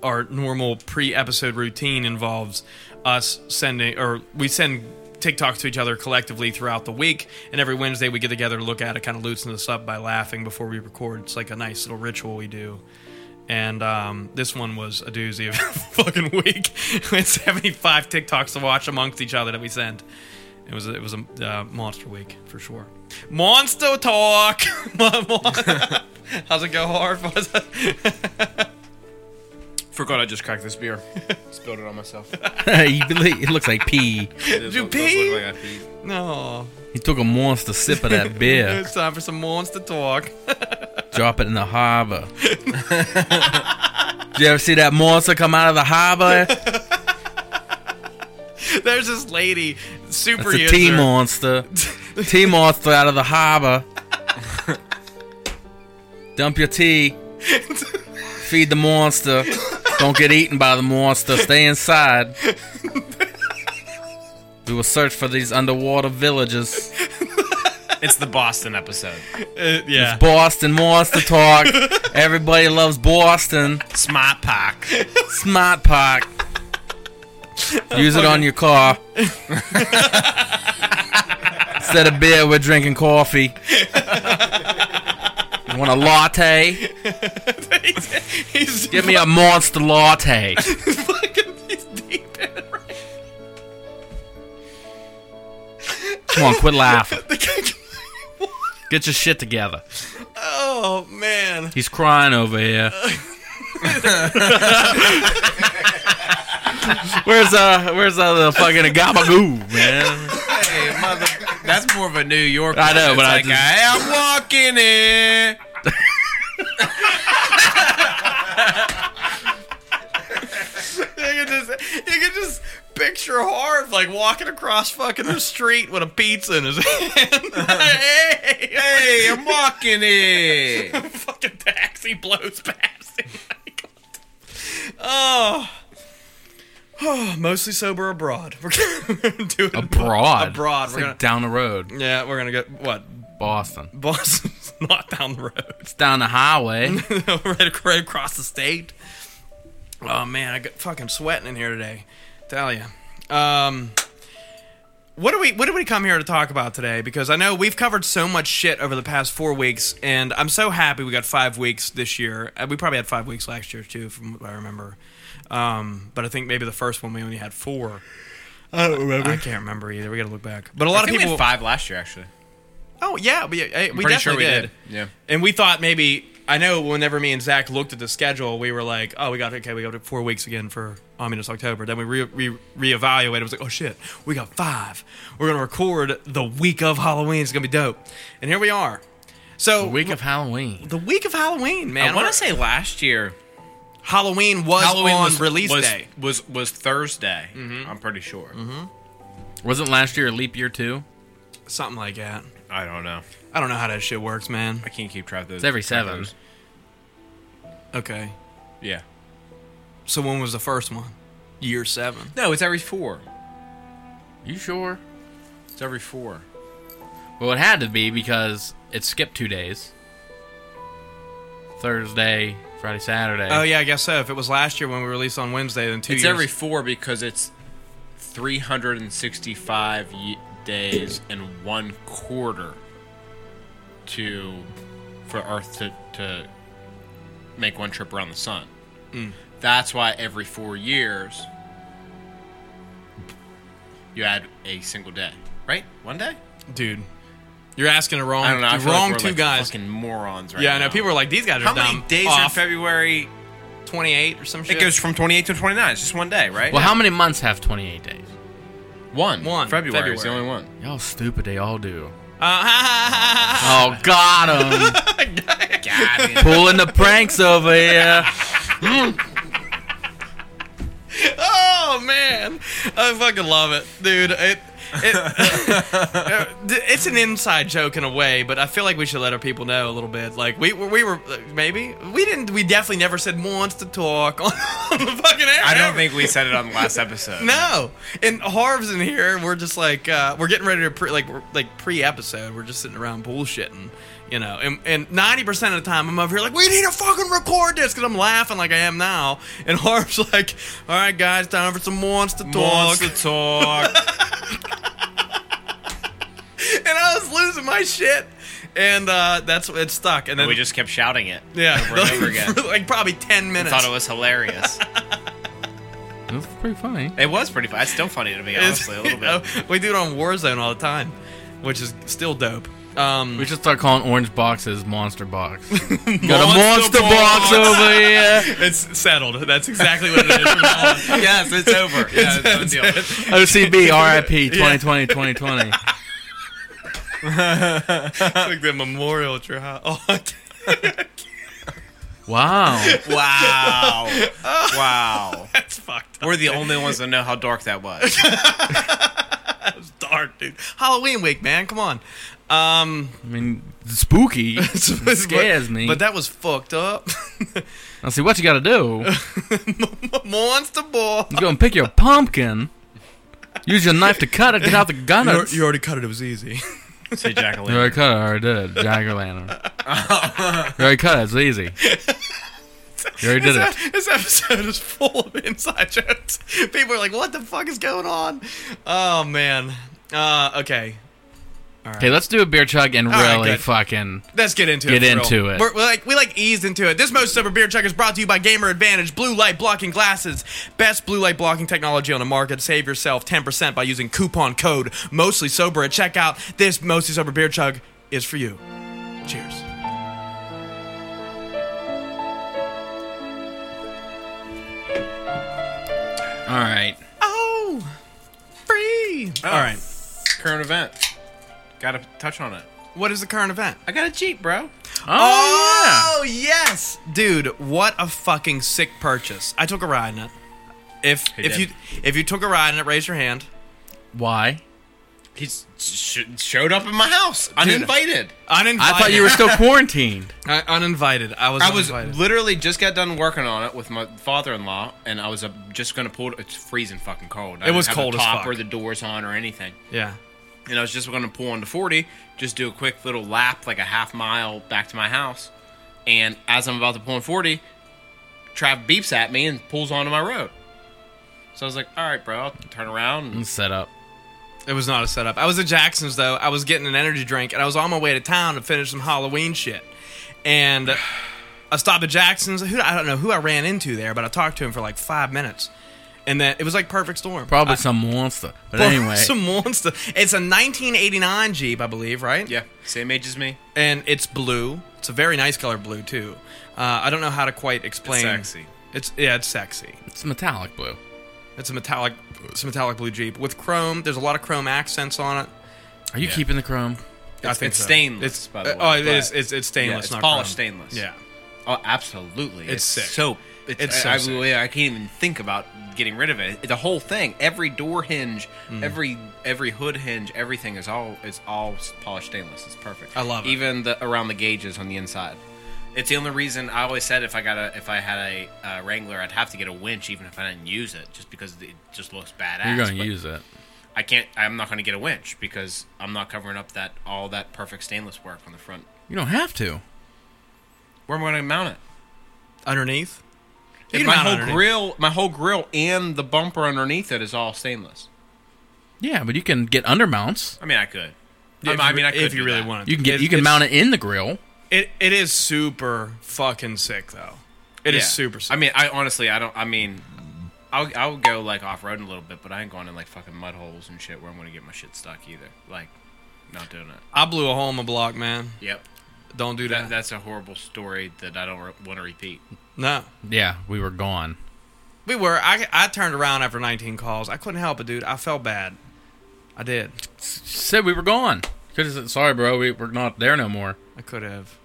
[SPEAKER 2] our normal pre-episode routine involves us sending or we send TikToks to each other collectively throughout the week, and every Wednesday we get together to look at it, kind of loosen us up by laughing before we record. It's like a nice little ritual we do and um, this one was a doozy of (laughs) a fucking week. (laughs) we had 75 TikToks to watch amongst each other that we sent. It was it was (laughs) a uh, monster week for sure. Monster talk. Mon- (laughs) mon- How's it go, Harv? (laughs) What's that?
[SPEAKER 4] Forgot I just cracked this beer. (laughs) Spilled it on (laughs) myself.
[SPEAKER 3] (laughs) He really- it looks like pee.
[SPEAKER 4] Did
[SPEAKER 2] you pee? (laughs) No,
[SPEAKER 3] He took a monster sip of that (laughs) beer.
[SPEAKER 2] it's time for some monster talk.
[SPEAKER 3] drop it in the harbor. (laughs) Did you ever see that monster come out of the (laughs) harbor?
[SPEAKER 2] There's this lady, super
[SPEAKER 3] It's a
[SPEAKER 2] user.
[SPEAKER 3] tea monster. tea monster out of the harbor. Dump your tea. Feed the monster. Don't get eaten by the monster. Stay inside. We will search for these underwater villages.
[SPEAKER 4] It's the Boston episode.
[SPEAKER 2] Uh, yeah.
[SPEAKER 3] Boston Monster Talk. Everybody loves Boston.
[SPEAKER 4] Smart Park.
[SPEAKER 3] Smart Park. Use it on your car. Instead of beer, we're drinking coffee. You want a latte?
[SPEAKER 2] (laughs) He's
[SPEAKER 3] Give me a monster latte.
[SPEAKER 2] fucking he's deep in it right
[SPEAKER 3] Come on, quit laughing.
[SPEAKER 2] The guy-
[SPEAKER 3] Get your shit together.
[SPEAKER 2] Oh man.
[SPEAKER 3] He's crying over here. where's uh where's uh, the fucking gabagoo, man?
[SPEAKER 4] Hey, mother. That's more of a New York.
[SPEAKER 3] I know,
[SPEAKER 4] one.
[SPEAKER 3] but
[SPEAKER 4] It's
[SPEAKER 3] I
[SPEAKER 4] like,
[SPEAKER 3] just-
[SPEAKER 4] "Hey, I'm walking in.
[SPEAKER 2] (laughs) You can just you can just picture Harv like walking across fucking the street with a pizza in his (laughs) hand. hey,
[SPEAKER 4] Hey, I'm walking in.
[SPEAKER 2] (laughs) fucking taxi blows past him. (laughs) oh. oh, mostly sober abroad. We're gonna (laughs) do it
[SPEAKER 3] Abroad.
[SPEAKER 2] Abroad.
[SPEAKER 3] It's
[SPEAKER 2] We're gonna
[SPEAKER 3] like down the road.
[SPEAKER 2] yeah, we're gonna go what?
[SPEAKER 3] Boston.
[SPEAKER 2] Boston's (laughs) not down the road.
[SPEAKER 3] It's down the highway.
[SPEAKER 2] (laughs) right, ac- right across the state. Oh man, I got fucking sweating in here today. Tell you. Um, what do we what do we come here to talk about today? Because I know we've covered so much shit over the past four weeks, and I'm so happy we got five weeks this year. Uh, We probably had five weeks last year too, from what I remember. Um, but I think maybe the first one we only had four.
[SPEAKER 4] I don't remember.
[SPEAKER 2] I can't remember either. We got to look back. But a
[SPEAKER 4] A
[SPEAKER 2] lot of people.
[SPEAKER 4] five last year, actually.
[SPEAKER 2] Oh yeah, we, I, we definitely
[SPEAKER 4] pretty sure we
[SPEAKER 2] did.
[SPEAKER 4] did. Yeah.
[SPEAKER 2] and we thought maybe I know whenever me and Zach looked at the schedule, we were like, oh, we got okay, we got four weeks again for Ominous October. Then we re- re- reevaluated. It was like, oh shit, we got five. We're gonna record the week of Halloween. It's gonna be dope. And here we are. So
[SPEAKER 3] Week of Halloween.
[SPEAKER 2] the week of Halloween, man.
[SPEAKER 4] I want
[SPEAKER 2] We're-
[SPEAKER 4] to say last year.
[SPEAKER 2] Halloween was on release
[SPEAKER 4] was,
[SPEAKER 2] day.
[SPEAKER 4] was was Thursday. I'm pretty sure.
[SPEAKER 3] Wasn't last year a leap year too?
[SPEAKER 2] Something like that.
[SPEAKER 4] I don't know.
[SPEAKER 2] I don't know how that shit works, man.
[SPEAKER 4] I can't keep track of those.
[SPEAKER 3] It's every
[SPEAKER 4] track of
[SPEAKER 3] seven.
[SPEAKER 4] those.
[SPEAKER 2] Okay.
[SPEAKER 4] Yeah.
[SPEAKER 2] So when was the first one? Year seven.
[SPEAKER 4] No, it's every four.
[SPEAKER 3] You sure?
[SPEAKER 4] It's every four.
[SPEAKER 3] Well, it had to be because it skipped two days. Thursday, Friday, Saturday.
[SPEAKER 2] Oh yeah, I guess so. If it was last year when we released on Wednesday, then two
[SPEAKER 4] It's
[SPEAKER 2] years.
[SPEAKER 4] every four because it's 365 ye- days and one quarter to for Earth to, to make one trip around the sun. Mm. That's why every four years you add a single day, right? One day?
[SPEAKER 2] dude. You're asking the wrong,
[SPEAKER 4] I don't know. I
[SPEAKER 2] the
[SPEAKER 4] feel like
[SPEAKER 2] wrong
[SPEAKER 4] we're,
[SPEAKER 2] two
[SPEAKER 4] like,
[SPEAKER 2] guys.
[SPEAKER 4] fucking morons, right?
[SPEAKER 2] yeah, I know.
[SPEAKER 4] now.
[SPEAKER 2] People are like, these guys are
[SPEAKER 4] How
[SPEAKER 2] dumb.
[SPEAKER 4] many days in
[SPEAKER 2] off.
[SPEAKER 4] February?
[SPEAKER 2] 28 or some shit.
[SPEAKER 4] It goes from 28 to 29. It's just one day, right?
[SPEAKER 3] Well, how many months have 28 days?
[SPEAKER 4] one.
[SPEAKER 2] One.
[SPEAKER 4] February, is the
[SPEAKER 2] February.
[SPEAKER 4] only one.
[SPEAKER 3] Y'all stupid. They all do.
[SPEAKER 2] Uh,
[SPEAKER 3] Oh, got (laughs) 'em.
[SPEAKER 4] (laughs) God, man.
[SPEAKER 3] Pulling the pranks over here.
[SPEAKER 2] (laughs) oh man, I fucking love it, dude. It, (laughs) it, it's an inside joke in a way, but I feel like we should let our people know a little bit. Like we were- we were maybe we didn't we definitely never said wants to talk (laughs) on, the fucking air.
[SPEAKER 4] I don't
[SPEAKER 2] ever.
[SPEAKER 4] think we said it on the last episode.
[SPEAKER 2] No, and Harv's in here. and We're just like uh, we're getting ready to pre, like we're- like pre episode. We're just sitting around bullshitting, you know. And and ninety percent of the time, I'm over here like we need to fucking record this because I'm laughing like I am now. And Harv's (laughs) like, all right, guys, time for some monster talk.
[SPEAKER 4] Monster talk.
[SPEAKER 2] (laughs) And I was losing my shit, and uh, that's it stuck. And then
[SPEAKER 4] and we just kept shouting it.
[SPEAKER 2] (laughs) yeah,
[SPEAKER 4] over and over (laughs) again.
[SPEAKER 2] for (laughs) like probably ten minutes.
[SPEAKER 4] Thought it was hilarious.
[SPEAKER 3] That's pretty funny.
[SPEAKER 4] It was pretty
[SPEAKER 2] (laughs)
[SPEAKER 4] funny. It's still funny to me,
[SPEAKER 2] It's-
[SPEAKER 4] honestly, a little
[SPEAKER 2] you know,
[SPEAKER 4] bit.
[SPEAKER 2] we do it on Warzone all the time, which is still dope. Um, Um,
[SPEAKER 3] We should start calling orange boxes monster (laughs) box.
[SPEAKER 2] got
[SPEAKER 3] a monster box over here. (laughs)
[SPEAKER 2] It's settled. That's exactly what it is. from now on.
[SPEAKER 4] yes, (laughs) it's over. Yeah, it's done deal.
[SPEAKER 3] OCB, RIP, 2020, 2020.
[SPEAKER 2] like the memorial trial. (laughs) Oh, I can't-
[SPEAKER 3] Wow.
[SPEAKER 4] (laughs) Wow. Wow.
[SPEAKER 2] that's fucked. Up.
[SPEAKER 4] We're the only ones that know how dark that was. (laughs)
[SPEAKER 2] It's dark, dude. Halloween week, man. Come on. Um,
[SPEAKER 3] I mean, spooky. (laughs)
[SPEAKER 2] it
[SPEAKER 3] scares
[SPEAKER 2] (laughs) but,
[SPEAKER 3] me.
[SPEAKER 2] But that was fucked up. (laughs)
[SPEAKER 3] Now see what you gotta do.
[SPEAKER 2] Monster ball.
[SPEAKER 3] You go and pick your pumpkin. Use your knife to cut it. Get out the gun.
[SPEAKER 2] already cut it. It was (laughs) easy.
[SPEAKER 4] Say
[SPEAKER 3] You
[SPEAKER 4] Jacqueline.
[SPEAKER 3] already cut it. I already did it. Jack o' (laughs) lantern. You already cut it. It's easy. You already did it.
[SPEAKER 2] This episode is full of inside jokes. People are like, "What the fuck is going on?" Oh man. Uh, okay.
[SPEAKER 3] Okay, let's do a beer chug and
[SPEAKER 2] right,
[SPEAKER 3] really
[SPEAKER 2] good.
[SPEAKER 3] fucking.
[SPEAKER 2] Let's get into it.
[SPEAKER 3] Get
[SPEAKER 2] for
[SPEAKER 3] into
[SPEAKER 2] real.
[SPEAKER 3] it.
[SPEAKER 2] We're, we're like we like eased into it. This most sober beer check is brought to you by Gamer Advantage Blue Light Blocking Glasses, best blue light blocking technology on the market. Save yourself ten percent by using coupon code Mostly Sober at checkout. This Mostly Sober beer chug is for you. Cheers.
[SPEAKER 3] All right.
[SPEAKER 2] Oh, free. Uh, All right.
[SPEAKER 4] Current event. Got to touch on it.
[SPEAKER 2] What is the current event?
[SPEAKER 4] I got a Jeep, bro.
[SPEAKER 3] Oh,
[SPEAKER 2] Oh yes, dude! What a fucking sick purchase. I took a ride in it. If if
[SPEAKER 4] did.
[SPEAKER 2] you if you took a ride in it, raise your hand.
[SPEAKER 3] yeah. Why?
[SPEAKER 4] He s- sh- showed up in my house uninvited.
[SPEAKER 2] Uninvited.
[SPEAKER 3] I thought you were still quarantined.
[SPEAKER 2] (laughs) I, uninvited. I was.
[SPEAKER 4] I was
[SPEAKER 2] uninvited.
[SPEAKER 4] literally just got done working on it with my father-in-law, and I was uh, just gonna pull. It's freezing fucking cold. I
[SPEAKER 2] It was
[SPEAKER 4] didn't have
[SPEAKER 2] cold
[SPEAKER 4] the
[SPEAKER 2] as
[SPEAKER 4] top
[SPEAKER 2] fuck.
[SPEAKER 4] Or the doors on or anything.
[SPEAKER 2] yeah.
[SPEAKER 4] and I was just going to pull into 40, just do a quick little lap, like a half mile back to my house. And as I'm about to pull in 40, Trav beeps at me and pulls onto my road. So I was like, all right, bro, I'll turn around.
[SPEAKER 2] Mm.
[SPEAKER 4] And
[SPEAKER 3] Set up.
[SPEAKER 2] It was not a setup. I was at Jackson's though. I was getting an energy drink, and I was on my way to town to finish some Halloween shit. And (sighs) I stopped at Jackson's. Who I don't know who I ran into there, but I talked to him for like five minutes, and then it was like perfect storm. (laughs)
[SPEAKER 3] Probably
[SPEAKER 2] I-
[SPEAKER 3] some monster. But
[SPEAKER 2] (laughs)
[SPEAKER 3] anyway.
[SPEAKER 2] some monster. It's a 1989 Jeep, I believe, right?
[SPEAKER 4] yeah, same age as me.
[SPEAKER 2] and it's blue. It's a very nice color blue too. Uh, I don't know how to quite explain.
[SPEAKER 4] sexy.
[SPEAKER 2] It's yeah, it's sexy.
[SPEAKER 3] It's metallic blue.
[SPEAKER 2] It's a metallic, it's a metallic blue Jeep with chrome. There's a lot of chrome accents on it.
[SPEAKER 3] Are you
[SPEAKER 4] Yeah.
[SPEAKER 3] keeping the chrome?
[SPEAKER 2] I
[SPEAKER 4] It's-
[SPEAKER 2] think
[SPEAKER 4] it's
[SPEAKER 2] so.
[SPEAKER 4] stainless,
[SPEAKER 2] It's
[SPEAKER 4] by the
[SPEAKER 2] uh,
[SPEAKER 4] way,
[SPEAKER 2] oh, it
[SPEAKER 4] but-
[SPEAKER 2] is. It's it's stainless,
[SPEAKER 4] Yeah,
[SPEAKER 2] not
[SPEAKER 4] it's polished
[SPEAKER 2] chrome.
[SPEAKER 4] stainless.
[SPEAKER 2] Yeah.
[SPEAKER 4] Oh, absolutely.
[SPEAKER 2] It's sick.
[SPEAKER 4] So it's,
[SPEAKER 2] It's
[SPEAKER 4] I,
[SPEAKER 2] so
[SPEAKER 4] I- I can't even think about getting rid of it. The whole thing, every door hinge,
[SPEAKER 2] Mm.
[SPEAKER 4] every every hood hinge, everything is all is all polished stainless. It's perfect.
[SPEAKER 2] I love it.
[SPEAKER 4] Even the around the gauges on the inside. It's the only reason I always said if I got a if I had a uh, Wrangler, I'd have to get a winch even if I didn't use it, just because it just looks badass.
[SPEAKER 3] You're going to
[SPEAKER 4] But
[SPEAKER 3] use it.
[SPEAKER 4] I can't. I'm not going to get a winch because I'm not covering up that all that perfect stainless work on the front.
[SPEAKER 3] You don't have to.
[SPEAKER 4] Where am I going to mount it?
[SPEAKER 2] Underneath. You can
[SPEAKER 4] If my
[SPEAKER 2] mount
[SPEAKER 4] whole
[SPEAKER 2] underneath.
[SPEAKER 4] grill, my whole grill, and the bumper underneath it is all stainless.
[SPEAKER 3] Yeah, but you can get undermounts.
[SPEAKER 4] I mean, I could.
[SPEAKER 2] Yeah,
[SPEAKER 4] I, mean, I mean, I could
[SPEAKER 2] if you
[SPEAKER 4] do
[SPEAKER 2] really
[SPEAKER 4] that.
[SPEAKER 2] wanted,
[SPEAKER 3] You can get
[SPEAKER 2] It's-
[SPEAKER 3] you can
[SPEAKER 2] it's-
[SPEAKER 3] mount it in the grill.
[SPEAKER 2] It it is super fucking sick though. It is
[SPEAKER 4] Yeah.
[SPEAKER 2] super sick.
[SPEAKER 4] I mean, I honestly, I don't. I mean, I'll I'll go like off roading a little bit, but I ain't going in like fucking mud holes and shit where I'm going to get my shit stuck either. Like, not doing it.
[SPEAKER 2] I blew a hole in my block, man.
[SPEAKER 4] Yep.
[SPEAKER 2] Don't do
[SPEAKER 4] That,
[SPEAKER 2] that.
[SPEAKER 4] that's a horrible story that I don't re- want to repeat.
[SPEAKER 2] no.
[SPEAKER 3] Yeah, we were gone.
[SPEAKER 2] We were. I, I turned around after 19 calls. I couldn't help it, dude. I felt bad. I did.
[SPEAKER 3] Said we were gone. Could have said, sorry, bro, we, we're not there no more.
[SPEAKER 2] I could have.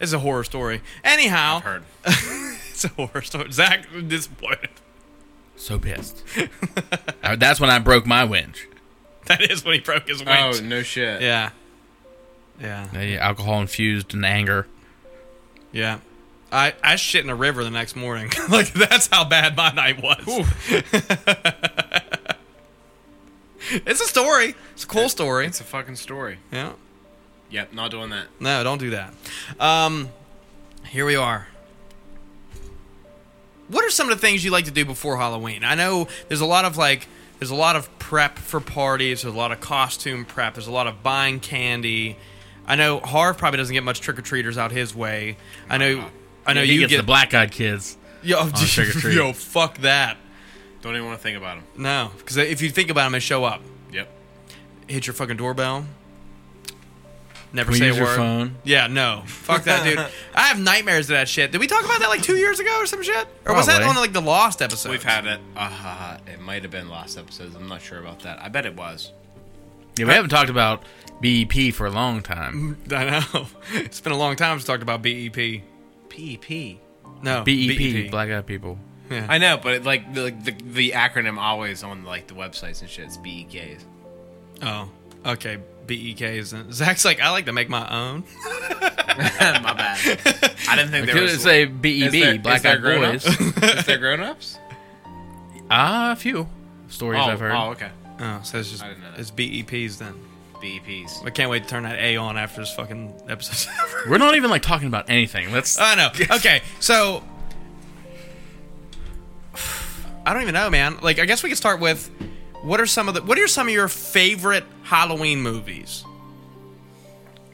[SPEAKER 2] It's a horror story. Anyhow,
[SPEAKER 4] (laughs) Heard.
[SPEAKER 2] it's a horror story. Zach was disappointed.
[SPEAKER 3] So pissed. Uh, That's when I broke my winch.
[SPEAKER 2] (laughs) That is when he broke his
[SPEAKER 4] Oh
[SPEAKER 2] wings.
[SPEAKER 4] no shit.
[SPEAKER 2] Yeah. Yeah.
[SPEAKER 3] The alcohol infused and anger.
[SPEAKER 2] Yeah. I, I shit in a river the next morning. (laughs) like, that's how bad my night was. (laughs) it's a story. It's a cool story.
[SPEAKER 4] It's a fucking story.
[SPEAKER 2] yeah.
[SPEAKER 4] Yep. Not doing that.
[SPEAKER 2] No, don't do that. Um, here we are. What are some of the things you like to do before Halloween? I know there's a lot of like, there's a lot of prep for parties. There's a lot of costume prep. There's a lot of buying candy. I know Harv probably doesn't get much trick or treaters out his way. I know, I know
[SPEAKER 3] he
[SPEAKER 2] you
[SPEAKER 3] gets
[SPEAKER 2] get
[SPEAKER 3] the black eyed kids.
[SPEAKER 2] yo,
[SPEAKER 3] trick
[SPEAKER 2] (laughs)
[SPEAKER 3] or
[SPEAKER 2] yo, fuck that.
[SPEAKER 4] Don't even want to think about them.
[SPEAKER 2] No, because if you think about them, they show up.
[SPEAKER 4] Yep.
[SPEAKER 2] Hit your fucking doorbell. Never
[SPEAKER 3] We
[SPEAKER 2] say
[SPEAKER 3] use
[SPEAKER 2] a
[SPEAKER 3] your
[SPEAKER 2] word.
[SPEAKER 3] phone.
[SPEAKER 2] Yeah, no. Fuck that,
[SPEAKER 3] (laughs)
[SPEAKER 2] dude. I have nightmares of that shit. Did we talk about that like two years ago or some shit? Or was that
[SPEAKER 3] Probably.
[SPEAKER 2] on like the Lost episode?
[SPEAKER 4] We've had it. Uh, ha, ha. it might have been last episodes. I'm not sure about that. I bet it was.
[SPEAKER 3] Yeah, we haven't talked about BEP for a long time.
[SPEAKER 2] (laughs) I know. It's been a long time since we talked about BEP.
[SPEAKER 3] E
[SPEAKER 4] PEP.
[SPEAKER 2] No. E
[SPEAKER 3] BEP, E black eyed people.
[SPEAKER 4] I know, but it, like the, like, the the acronym always on like the websites and shit. E It's BEKs.
[SPEAKER 3] (laughs)
[SPEAKER 2] Oh, okay. E BEK isn't. Zach's like, I like to make my own.
[SPEAKER 4] My bad. I didn't think
[SPEAKER 3] I
[SPEAKER 4] there
[SPEAKER 3] could
[SPEAKER 4] was.
[SPEAKER 3] say
[SPEAKER 4] Is there-
[SPEAKER 3] BEB,
[SPEAKER 4] is
[SPEAKER 3] E black
[SPEAKER 4] there
[SPEAKER 3] eyed
[SPEAKER 4] grown-ups?
[SPEAKER 3] boys.
[SPEAKER 2] (laughs)
[SPEAKER 3] (laughs)
[SPEAKER 4] is there grown-ups?
[SPEAKER 3] Ah, a few stories
[SPEAKER 4] oh,
[SPEAKER 3] I've heard.
[SPEAKER 4] oh, okay.
[SPEAKER 2] Oh, so it's just
[SPEAKER 4] I didn't know that.
[SPEAKER 2] it's BEPs then.
[SPEAKER 4] BEPs.
[SPEAKER 2] I can't wait to turn that A on after this fucking episode's (laughs) over.
[SPEAKER 3] We're not even like talking about anything. Let's.
[SPEAKER 2] I
[SPEAKER 4] (laughs)
[SPEAKER 2] know. Okay, so I don't even know, man. Like, I guess we could start with what are some of the what are some of your favorite Halloween movies?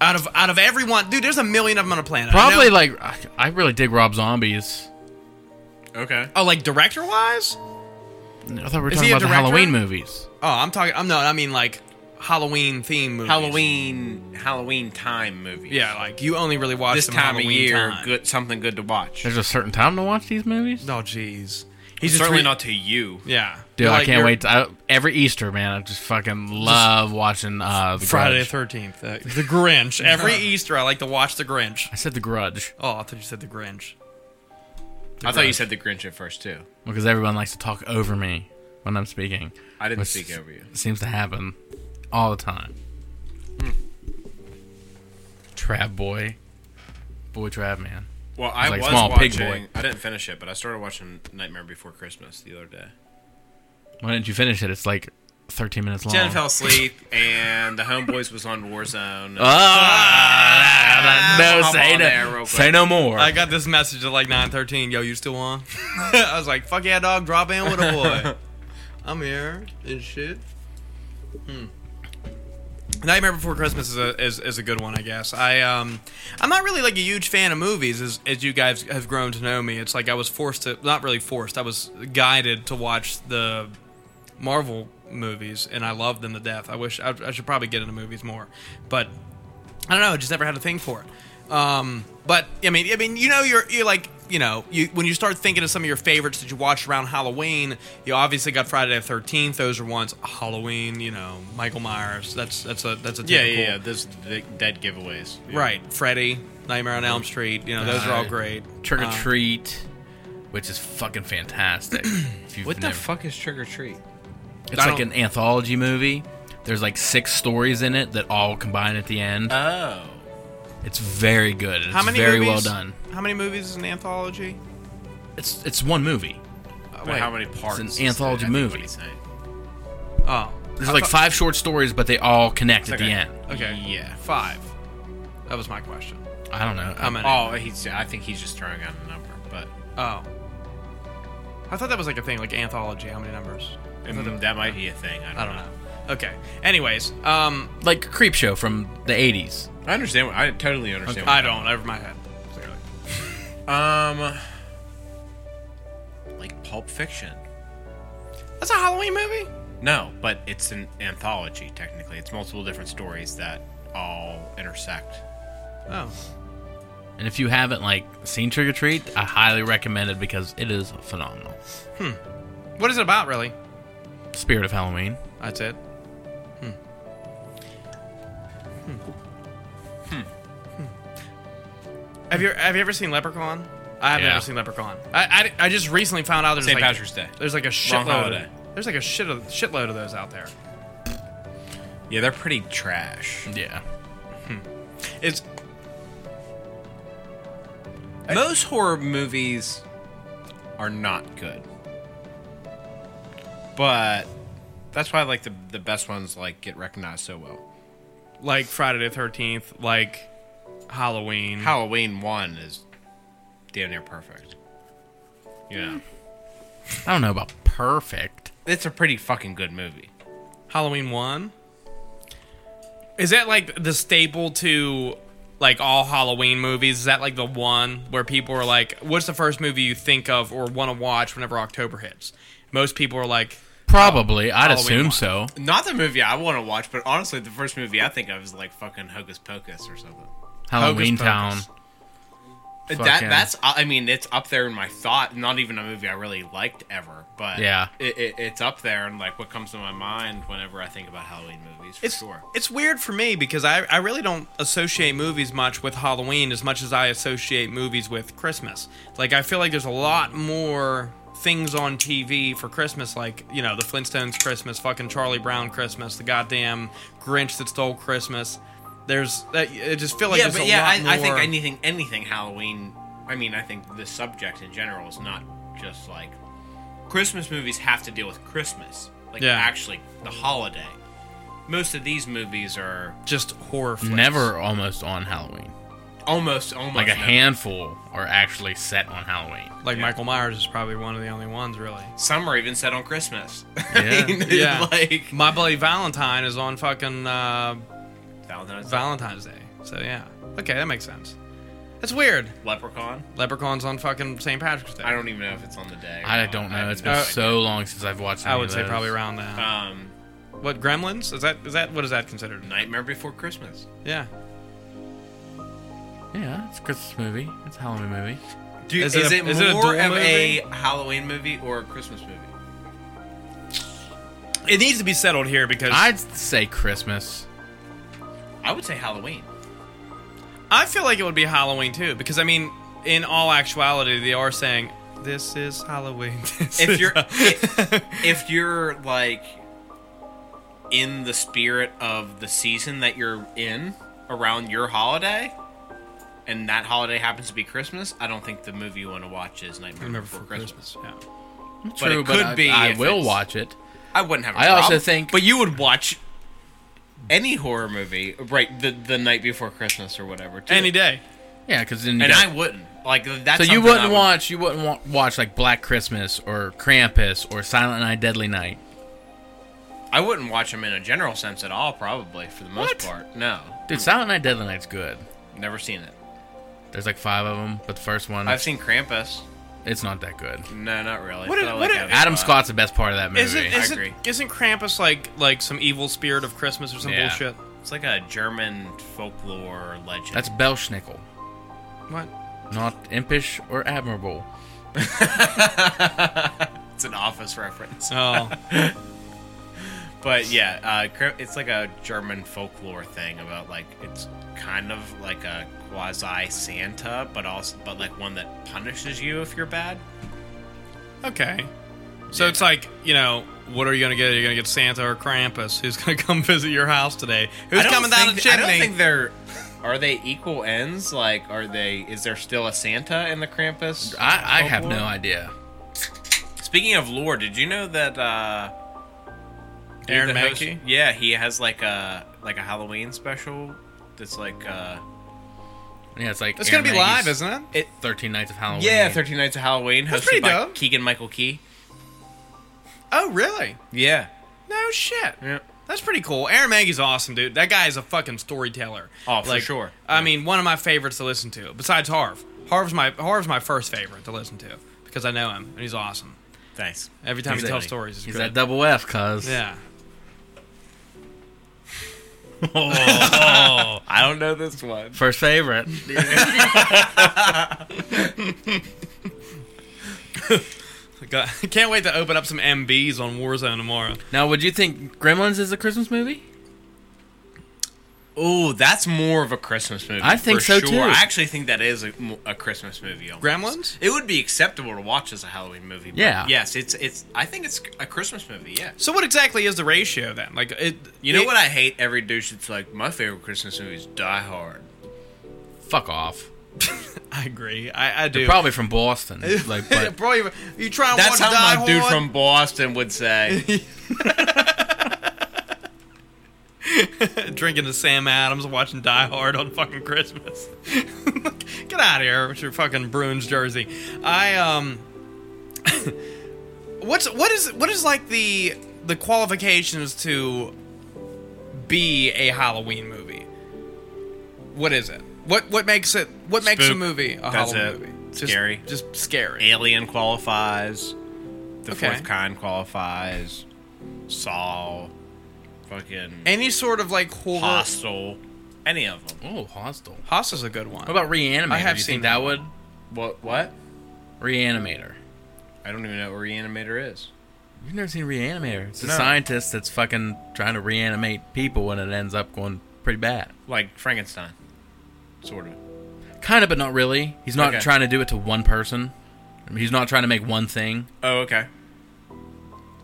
[SPEAKER 2] Out of out of everyone, dude, there's a million of them on the planet. I
[SPEAKER 3] probably
[SPEAKER 2] know-
[SPEAKER 3] like I- I really dig Rob Zombies.
[SPEAKER 4] Okay.
[SPEAKER 2] oh, like director wise.
[SPEAKER 3] I thought we were
[SPEAKER 2] Is
[SPEAKER 3] talking
[SPEAKER 2] he a
[SPEAKER 3] about
[SPEAKER 2] director?
[SPEAKER 3] the Halloween movies.
[SPEAKER 2] Oh, I'm talking. I'm no, I mean like Halloween theme movies.
[SPEAKER 4] Halloween Halloween time movies.
[SPEAKER 2] Yeah, like you only really watch
[SPEAKER 4] This
[SPEAKER 2] them
[SPEAKER 4] time
[SPEAKER 2] Halloween
[SPEAKER 4] of year,
[SPEAKER 2] time.
[SPEAKER 4] good something good to watch.
[SPEAKER 3] There's a certain time to watch these movies.
[SPEAKER 2] Oh, jeez. He's just
[SPEAKER 4] Certainly
[SPEAKER 2] re-
[SPEAKER 4] not to you.
[SPEAKER 2] Yeah,
[SPEAKER 3] Dude,
[SPEAKER 2] You're
[SPEAKER 3] I
[SPEAKER 2] like-
[SPEAKER 3] can't
[SPEAKER 2] you're-
[SPEAKER 3] wait. To, I, every Easter, man, I just fucking love watching uh, the
[SPEAKER 2] Friday the
[SPEAKER 3] Grudge.
[SPEAKER 2] Thirteenth, uh, The
[SPEAKER 4] (laughs)
[SPEAKER 2] Grinch. Every Easter, I like to watch The Grinch.
[SPEAKER 3] I said the Grudge
[SPEAKER 2] Oh, I thought you said The Grinch.
[SPEAKER 4] I thought you said the Grinch at first too.
[SPEAKER 3] because everyone likes to talk over me when I'm speaking.
[SPEAKER 4] I didn't
[SPEAKER 3] which
[SPEAKER 4] speak over you.
[SPEAKER 3] Seems to happen all the time. Trav boy, boy Trav man.
[SPEAKER 4] Well, I
[SPEAKER 3] like
[SPEAKER 4] was
[SPEAKER 3] small
[SPEAKER 4] watching.
[SPEAKER 3] pig boy.
[SPEAKER 4] I didn't finish it, but I started watching Nightmare Before Christmas the other day.
[SPEAKER 3] Why didn't you finish it? It's like 13 minutes long.
[SPEAKER 4] (laughs) Jen fell asleep, and the Homeboys was on Warzone.
[SPEAKER 3] Oh, Ah,
[SPEAKER 4] Hop
[SPEAKER 3] no,
[SPEAKER 4] on
[SPEAKER 3] say
[SPEAKER 4] there
[SPEAKER 3] no,
[SPEAKER 4] real
[SPEAKER 3] say
[SPEAKER 4] quick.
[SPEAKER 3] no more.
[SPEAKER 2] I got this message at like nine thirteen. Yo, you still on? (laughs) I was like, fuck yeah, dog. Drop in with (laughs) a boy. I'm here and shit. Hmm. Nightmare Before Christmas is a is, is a good one, I guess. I um, I'm not really like a huge fan of movies, as as you guys have grown to know me. It's like I was forced to, not really forced. I was guided to watch the Marvel movies, and I love them to death. I wish I, I should probably get into movies more, but I don't know. I just never had a thing for it. Um, but I mean, I mean, you know, you're you're like you know, you when you start thinking of some of your favorites that you watched around Halloween, you obviously got Friday the Thirteenth. Those are ones Halloween. You know, Michael Myers. That's that's a that's a
[SPEAKER 4] yeah,
[SPEAKER 2] typical-
[SPEAKER 4] yeah, yeah. Those the dead giveaways.
[SPEAKER 2] right. Freddy, Nightmare on Elm Street. You know, those are all great.
[SPEAKER 3] Trick or
[SPEAKER 2] Uh,
[SPEAKER 3] treat, which is fucking fantastic. if you've
[SPEAKER 4] What the
[SPEAKER 3] never-
[SPEAKER 4] fuck is Trick or Treat?
[SPEAKER 3] It's
[SPEAKER 2] I
[SPEAKER 3] like
[SPEAKER 2] don't-
[SPEAKER 3] an anthology movie. There's like six stories in it that all combine at the end.
[SPEAKER 4] Oh,
[SPEAKER 3] It's very good. and
[SPEAKER 2] How
[SPEAKER 3] it's
[SPEAKER 2] many
[SPEAKER 3] very
[SPEAKER 2] movies-
[SPEAKER 3] well done.
[SPEAKER 2] How many movies is an anthology?
[SPEAKER 3] It's it's one movie.
[SPEAKER 4] but
[SPEAKER 2] wait.
[SPEAKER 4] how many parts?
[SPEAKER 3] an
[SPEAKER 4] is it?
[SPEAKER 3] anthology
[SPEAKER 4] I think
[SPEAKER 3] movie.
[SPEAKER 4] what he's saying.
[SPEAKER 2] Oh,
[SPEAKER 3] There's like five short stories, but they all connect at
[SPEAKER 4] Okay.
[SPEAKER 3] the end.
[SPEAKER 2] okay,
[SPEAKER 4] Yeah.
[SPEAKER 2] five. That was my question.
[SPEAKER 3] I don't know.
[SPEAKER 2] How many?
[SPEAKER 4] Oh, he's. I think he's just throwing out a number, but
[SPEAKER 2] Oh. I thought that was like a thing, like anthology. How many numbers?
[SPEAKER 4] that might be a thing. I don't,
[SPEAKER 2] I don't know. Okay. Anyways, um,
[SPEAKER 3] Like Creep Show from the 80s.
[SPEAKER 4] I understand. What, I totally understand.
[SPEAKER 2] I don't over my head. Clearly.
[SPEAKER 4] Um, like Pulp Fiction.
[SPEAKER 2] That's a Halloween movie.
[SPEAKER 4] No, but it's an anthology. Technically, it's multiple different stories that all intersect.
[SPEAKER 2] Oh.
[SPEAKER 3] And if you haven't like seen Trick or Treat, I highly recommend it because it is phenomenal.
[SPEAKER 2] What is it about, really?
[SPEAKER 3] Spirit of Halloween.
[SPEAKER 2] That's it. Hmm. Hmm. Hmm. Have you have you ever seen Leprechaun? I have
[SPEAKER 3] Yeah.
[SPEAKER 2] never seen Leprechaun. I, I, I just recently found out there's
[SPEAKER 4] St.
[SPEAKER 2] like
[SPEAKER 4] Patrick's Day.
[SPEAKER 2] there's like a shitload.
[SPEAKER 4] holiday.
[SPEAKER 2] Of, there's like a shit of, shitload of those out there.
[SPEAKER 4] Yeah, they're pretty trash.
[SPEAKER 3] Yeah.
[SPEAKER 2] It's
[SPEAKER 4] Most horror movies are not good, but that's why like the the best ones like get recognized so well.
[SPEAKER 2] like Friday the Thirteenth, like Halloween.
[SPEAKER 4] Halloween one is damn near perfect. Yeah,
[SPEAKER 3] I don't know about perfect.
[SPEAKER 4] it's a pretty fucking good movie.
[SPEAKER 2] Halloween one. Is that like the staple to like all Halloween movies? Is that like the one where people are like, "What's the first movie you think of or want to watch whenever October hits?" Most people are like,
[SPEAKER 3] Probably, I'd
[SPEAKER 2] Halloween
[SPEAKER 3] assume
[SPEAKER 2] one.
[SPEAKER 3] so.
[SPEAKER 4] Not the movie I want to watch, but honestly, the first movie I think of is like fucking Hocus Pocus or something.
[SPEAKER 3] Halloween
[SPEAKER 2] Pocus.
[SPEAKER 3] Town.
[SPEAKER 4] That
[SPEAKER 3] Fucking-
[SPEAKER 4] that's I mean it's up there in my thought. Not even a movie I really liked ever, but
[SPEAKER 3] Yeah.
[SPEAKER 4] it, it, it's up there and like what comes to my mind whenever I think about Halloween movies. For
[SPEAKER 2] It's
[SPEAKER 4] sure.
[SPEAKER 2] it's weird for me because I, I really don't associate movies much with Halloween as much as I associate movies with Christmas. Like I feel like there's a lot more things on TV for Christmas, like you know the Flintstones Christmas, fucking Charlie Brown Christmas, the goddamn Grinch that stole Christmas. There's that I just feel like
[SPEAKER 4] yeah,
[SPEAKER 2] there's
[SPEAKER 4] but
[SPEAKER 2] a
[SPEAKER 4] yeah,
[SPEAKER 2] lot
[SPEAKER 4] I, I think
[SPEAKER 2] more-
[SPEAKER 4] anything anything Halloween. I mean, I think the subject in general is not just like Christmas movies have to deal with Christmas, like
[SPEAKER 2] Yeah.
[SPEAKER 4] actually the holiday. Most of these movies are
[SPEAKER 2] just horror. Flicks.
[SPEAKER 3] Never almost on Halloween.
[SPEAKER 4] almost almost
[SPEAKER 3] Like a
[SPEAKER 4] never-
[SPEAKER 3] handful are actually set on Halloween.
[SPEAKER 2] like
[SPEAKER 4] Yeah.
[SPEAKER 2] Michael Myers is probably one of the only ones
[SPEAKER 4] (laughs)
[SPEAKER 2] really.
[SPEAKER 4] Some are even set on Christmas. (laughs)
[SPEAKER 3] Yeah.
[SPEAKER 2] Yeah.
[SPEAKER 4] like
[SPEAKER 2] My Bloody Valentine is on fucking uh,
[SPEAKER 4] Valentine's
[SPEAKER 2] Valentine's Day. So yeah, okay, that makes sense. That's weird.
[SPEAKER 4] Leprechaun.
[SPEAKER 2] Leprechauns on fucking St. Patrick's Day.
[SPEAKER 4] I don't even know if it's on the day. or
[SPEAKER 3] I
[SPEAKER 4] not.
[SPEAKER 3] don't know.
[SPEAKER 4] have
[SPEAKER 3] It's
[SPEAKER 4] no
[SPEAKER 3] been
[SPEAKER 4] idea.
[SPEAKER 3] so long since I've watched.
[SPEAKER 2] Uh, I
[SPEAKER 3] any
[SPEAKER 2] would
[SPEAKER 3] of
[SPEAKER 2] say
[SPEAKER 3] those.
[SPEAKER 2] probably around that.
[SPEAKER 4] Um,
[SPEAKER 2] what Gremlins? Is that is that what is that considered?
[SPEAKER 4] Nightmare Before Christmas.
[SPEAKER 2] Yeah.
[SPEAKER 3] Yeah, it's a Christmas movie. It's a Halloween movie.
[SPEAKER 4] Do you,
[SPEAKER 2] Is
[SPEAKER 4] is,
[SPEAKER 2] it
[SPEAKER 4] it,
[SPEAKER 2] a- is it a
[SPEAKER 4] more
[SPEAKER 2] dual
[SPEAKER 4] of a Halloween movie or a Christmas movie?
[SPEAKER 2] It needs to be settled here because I
[SPEAKER 3] I'd say Christmas.
[SPEAKER 4] I would say Halloween.
[SPEAKER 2] I feel like it would be Halloween too because I mean in all actuality they are saying this is (laughs) Halloween. This
[SPEAKER 4] If
[SPEAKER 2] is
[SPEAKER 4] you're
[SPEAKER 2] Ha-"
[SPEAKER 4] if, if you're like in the spirit of the season that you're in around your holiday, and that holiday happens to be Christmas, I don't think the movie you want to watch is Nightmare
[SPEAKER 2] remember
[SPEAKER 4] Before
[SPEAKER 2] for
[SPEAKER 4] Christmas.
[SPEAKER 2] Christmas. Yeah.
[SPEAKER 4] But it could
[SPEAKER 3] I,
[SPEAKER 4] be
[SPEAKER 3] I
[SPEAKER 4] if
[SPEAKER 3] will
[SPEAKER 4] it's-
[SPEAKER 3] watch it.
[SPEAKER 4] I wouldn't have. I
[SPEAKER 3] I also think-
[SPEAKER 4] but you would watch any horror movie, right? The the night before Christmas or whatever. Too.
[SPEAKER 2] Any day.
[SPEAKER 3] Yeah, because then you
[SPEAKER 4] and
[SPEAKER 3] got-
[SPEAKER 4] I wouldn't. Like that's
[SPEAKER 3] so you
[SPEAKER 4] something I
[SPEAKER 3] wouldn't
[SPEAKER 4] would-
[SPEAKER 3] watch you wouldn't wa- watch like Black Christmas or Krampus or Silent Night Deadly Night.
[SPEAKER 4] I wouldn't watch them in a general sense at all. Probably for the
[SPEAKER 3] What?
[SPEAKER 4] most part. No,
[SPEAKER 3] Dude, Silent Night Deadly Night's good.
[SPEAKER 4] never seen it.
[SPEAKER 3] There's like five of them, but the first one,
[SPEAKER 4] I've seen Krampus.
[SPEAKER 3] it's not that good.
[SPEAKER 4] No, not really.
[SPEAKER 2] What
[SPEAKER 4] but
[SPEAKER 2] if-
[SPEAKER 4] I
[SPEAKER 2] what if-
[SPEAKER 4] that
[SPEAKER 3] Adam
[SPEAKER 4] thought.
[SPEAKER 3] Scott's the best part of that movie.
[SPEAKER 2] Isn't isn't,
[SPEAKER 4] agree.
[SPEAKER 2] isn't Krampus like like some evil spirit of Christmas or some
[SPEAKER 3] Yeah.
[SPEAKER 2] bullshit?
[SPEAKER 4] It's like a German folklore legend.
[SPEAKER 3] That's Belschnickel,
[SPEAKER 2] What?
[SPEAKER 3] not impish or admirable.
[SPEAKER 4] it's an office reference.
[SPEAKER 2] (laughs) Oh.
[SPEAKER 4] But yeah, uh, Kra- it's like a German folklore thing about like it's kind of like a quasi Santa, but also but like one that punishes you if you're bad.
[SPEAKER 2] Okay. So it's like, you know, what are you going to get? Are you going to get Santa or Krampus? Who's going to (laughs) come visit your house today? Who's
[SPEAKER 4] I don't
[SPEAKER 2] coming down the
[SPEAKER 4] think-
[SPEAKER 2] chimney?
[SPEAKER 4] I don't think they're. Are they equal ends? Like, are they? Is there still a Santa in the Krampus?
[SPEAKER 3] I, I have
[SPEAKER 4] folklore?
[SPEAKER 3] no idea.
[SPEAKER 4] Speaking of lore, did you know that uh, dude,
[SPEAKER 2] Aaron
[SPEAKER 4] the host-
[SPEAKER 2] Mankey?
[SPEAKER 4] Yeah, he has like a like a Halloween special. That's like uh,
[SPEAKER 3] Yeah, it's like
[SPEAKER 2] it's going to be live, isn't it?
[SPEAKER 4] it.
[SPEAKER 3] Thirteen Nights of Halloween.
[SPEAKER 4] Yeah, Thirteen Nights of Halloween,
[SPEAKER 2] That's
[SPEAKER 4] hosted
[SPEAKER 2] pretty
[SPEAKER 4] by
[SPEAKER 2] dope.
[SPEAKER 4] Keegan Michael Key.
[SPEAKER 2] Oh, really?
[SPEAKER 4] Yeah.
[SPEAKER 2] No shit.
[SPEAKER 4] Yeah.
[SPEAKER 2] That's pretty cool. Aaron Maggie's awesome, dude. That guy is a fucking storyteller.
[SPEAKER 4] Oh, for sure.
[SPEAKER 2] I mean, one of my favorites to listen to, besides Harv. Harv's my Harv's my first favorite to listen to because I know him and he's awesome.
[SPEAKER 4] Thanks.
[SPEAKER 2] Every time
[SPEAKER 3] He's
[SPEAKER 2] he tells
[SPEAKER 3] that-
[SPEAKER 2] stories, it's
[SPEAKER 3] He's
[SPEAKER 2] good.
[SPEAKER 3] that double F, cuz.
[SPEAKER 2] yeah.
[SPEAKER 4] I don't know this one.
[SPEAKER 3] First favorite.
[SPEAKER 2] God, uh, (laughs) Can't wait to open up some MBs on Warzone tomorrow.
[SPEAKER 3] now, would you think Gremlins is a Christmas movie?
[SPEAKER 4] Oh, that's more of a Christmas movie.
[SPEAKER 3] I think
[SPEAKER 4] for
[SPEAKER 3] so,
[SPEAKER 4] sure.
[SPEAKER 3] too.
[SPEAKER 4] I actually think that is a, mo- a Christmas movie. Almost.
[SPEAKER 2] Gremlins?
[SPEAKER 4] It would be acceptable to watch as a Halloween movie. but
[SPEAKER 3] Yeah.
[SPEAKER 4] Yes, it's it's. I think it's a Christmas movie. Yeah.
[SPEAKER 2] So what exactly is the ratio then? Like it
[SPEAKER 4] You know
[SPEAKER 2] it-
[SPEAKER 4] what I hate? Every douche. It's like my favorite Christmas movie is Die Hard.
[SPEAKER 3] Fuck off.
[SPEAKER 2] I agree. I, I do. (laughs)
[SPEAKER 3] They're probably from Boston. Like, but
[SPEAKER 2] Probably- you try and
[SPEAKER 4] That's
[SPEAKER 2] watch
[SPEAKER 4] how
[SPEAKER 2] Die
[SPEAKER 4] my dude
[SPEAKER 2] Hard?
[SPEAKER 4] from Boston would say.
[SPEAKER 2] drinking to Sam Adams, watching Die Hard on fucking Christmas. (laughs) Get out of here with your fucking Bruins jersey. I um, (laughs) what's what is what is like the the qualifications to be a Halloween movie? What is it? What what makes it? What makes a
[SPEAKER 4] Spook.
[SPEAKER 2] movie a
[SPEAKER 4] That's
[SPEAKER 2] Halloween
[SPEAKER 4] it.
[SPEAKER 2] movie?
[SPEAKER 4] Scary.
[SPEAKER 2] just scary.
[SPEAKER 4] Alien qualifies. The
[SPEAKER 2] Okay.
[SPEAKER 4] fourth kind qualifies. Saw, fucking
[SPEAKER 2] Any sort of like horror.
[SPEAKER 4] Hostel, any of them.
[SPEAKER 3] Oh, hostile.
[SPEAKER 2] Hostel's a good one.
[SPEAKER 3] What about Reanimator?
[SPEAKER 2] I have
[SPEAKER 3] Do you
[SPEAKER 2] seen
[SPEAKER 3] think that would
[SPEAKER 4] What? What?
[SPEAKER 3] Reanimator.
[SPEAKER 4] I don't even know what Reanimator is.
[SPEAKER 3] You've never seen Reanimator. It's a
[SPEAKER 4] No.
[SPEAKER 3] scientist that's fucking trying to reanimate people and it ends up going pretty bad.
[SPEAKER 4] Like Frankenstein, sort of.
[SPEAKER 3] Kind of, but not really. He's not
[SPEAKER 4] Okay.
[SPEAKER 3] trying to do it to one person. I mean, he's not trying to make one thing.
[SPEAKER 4] Oh, okay.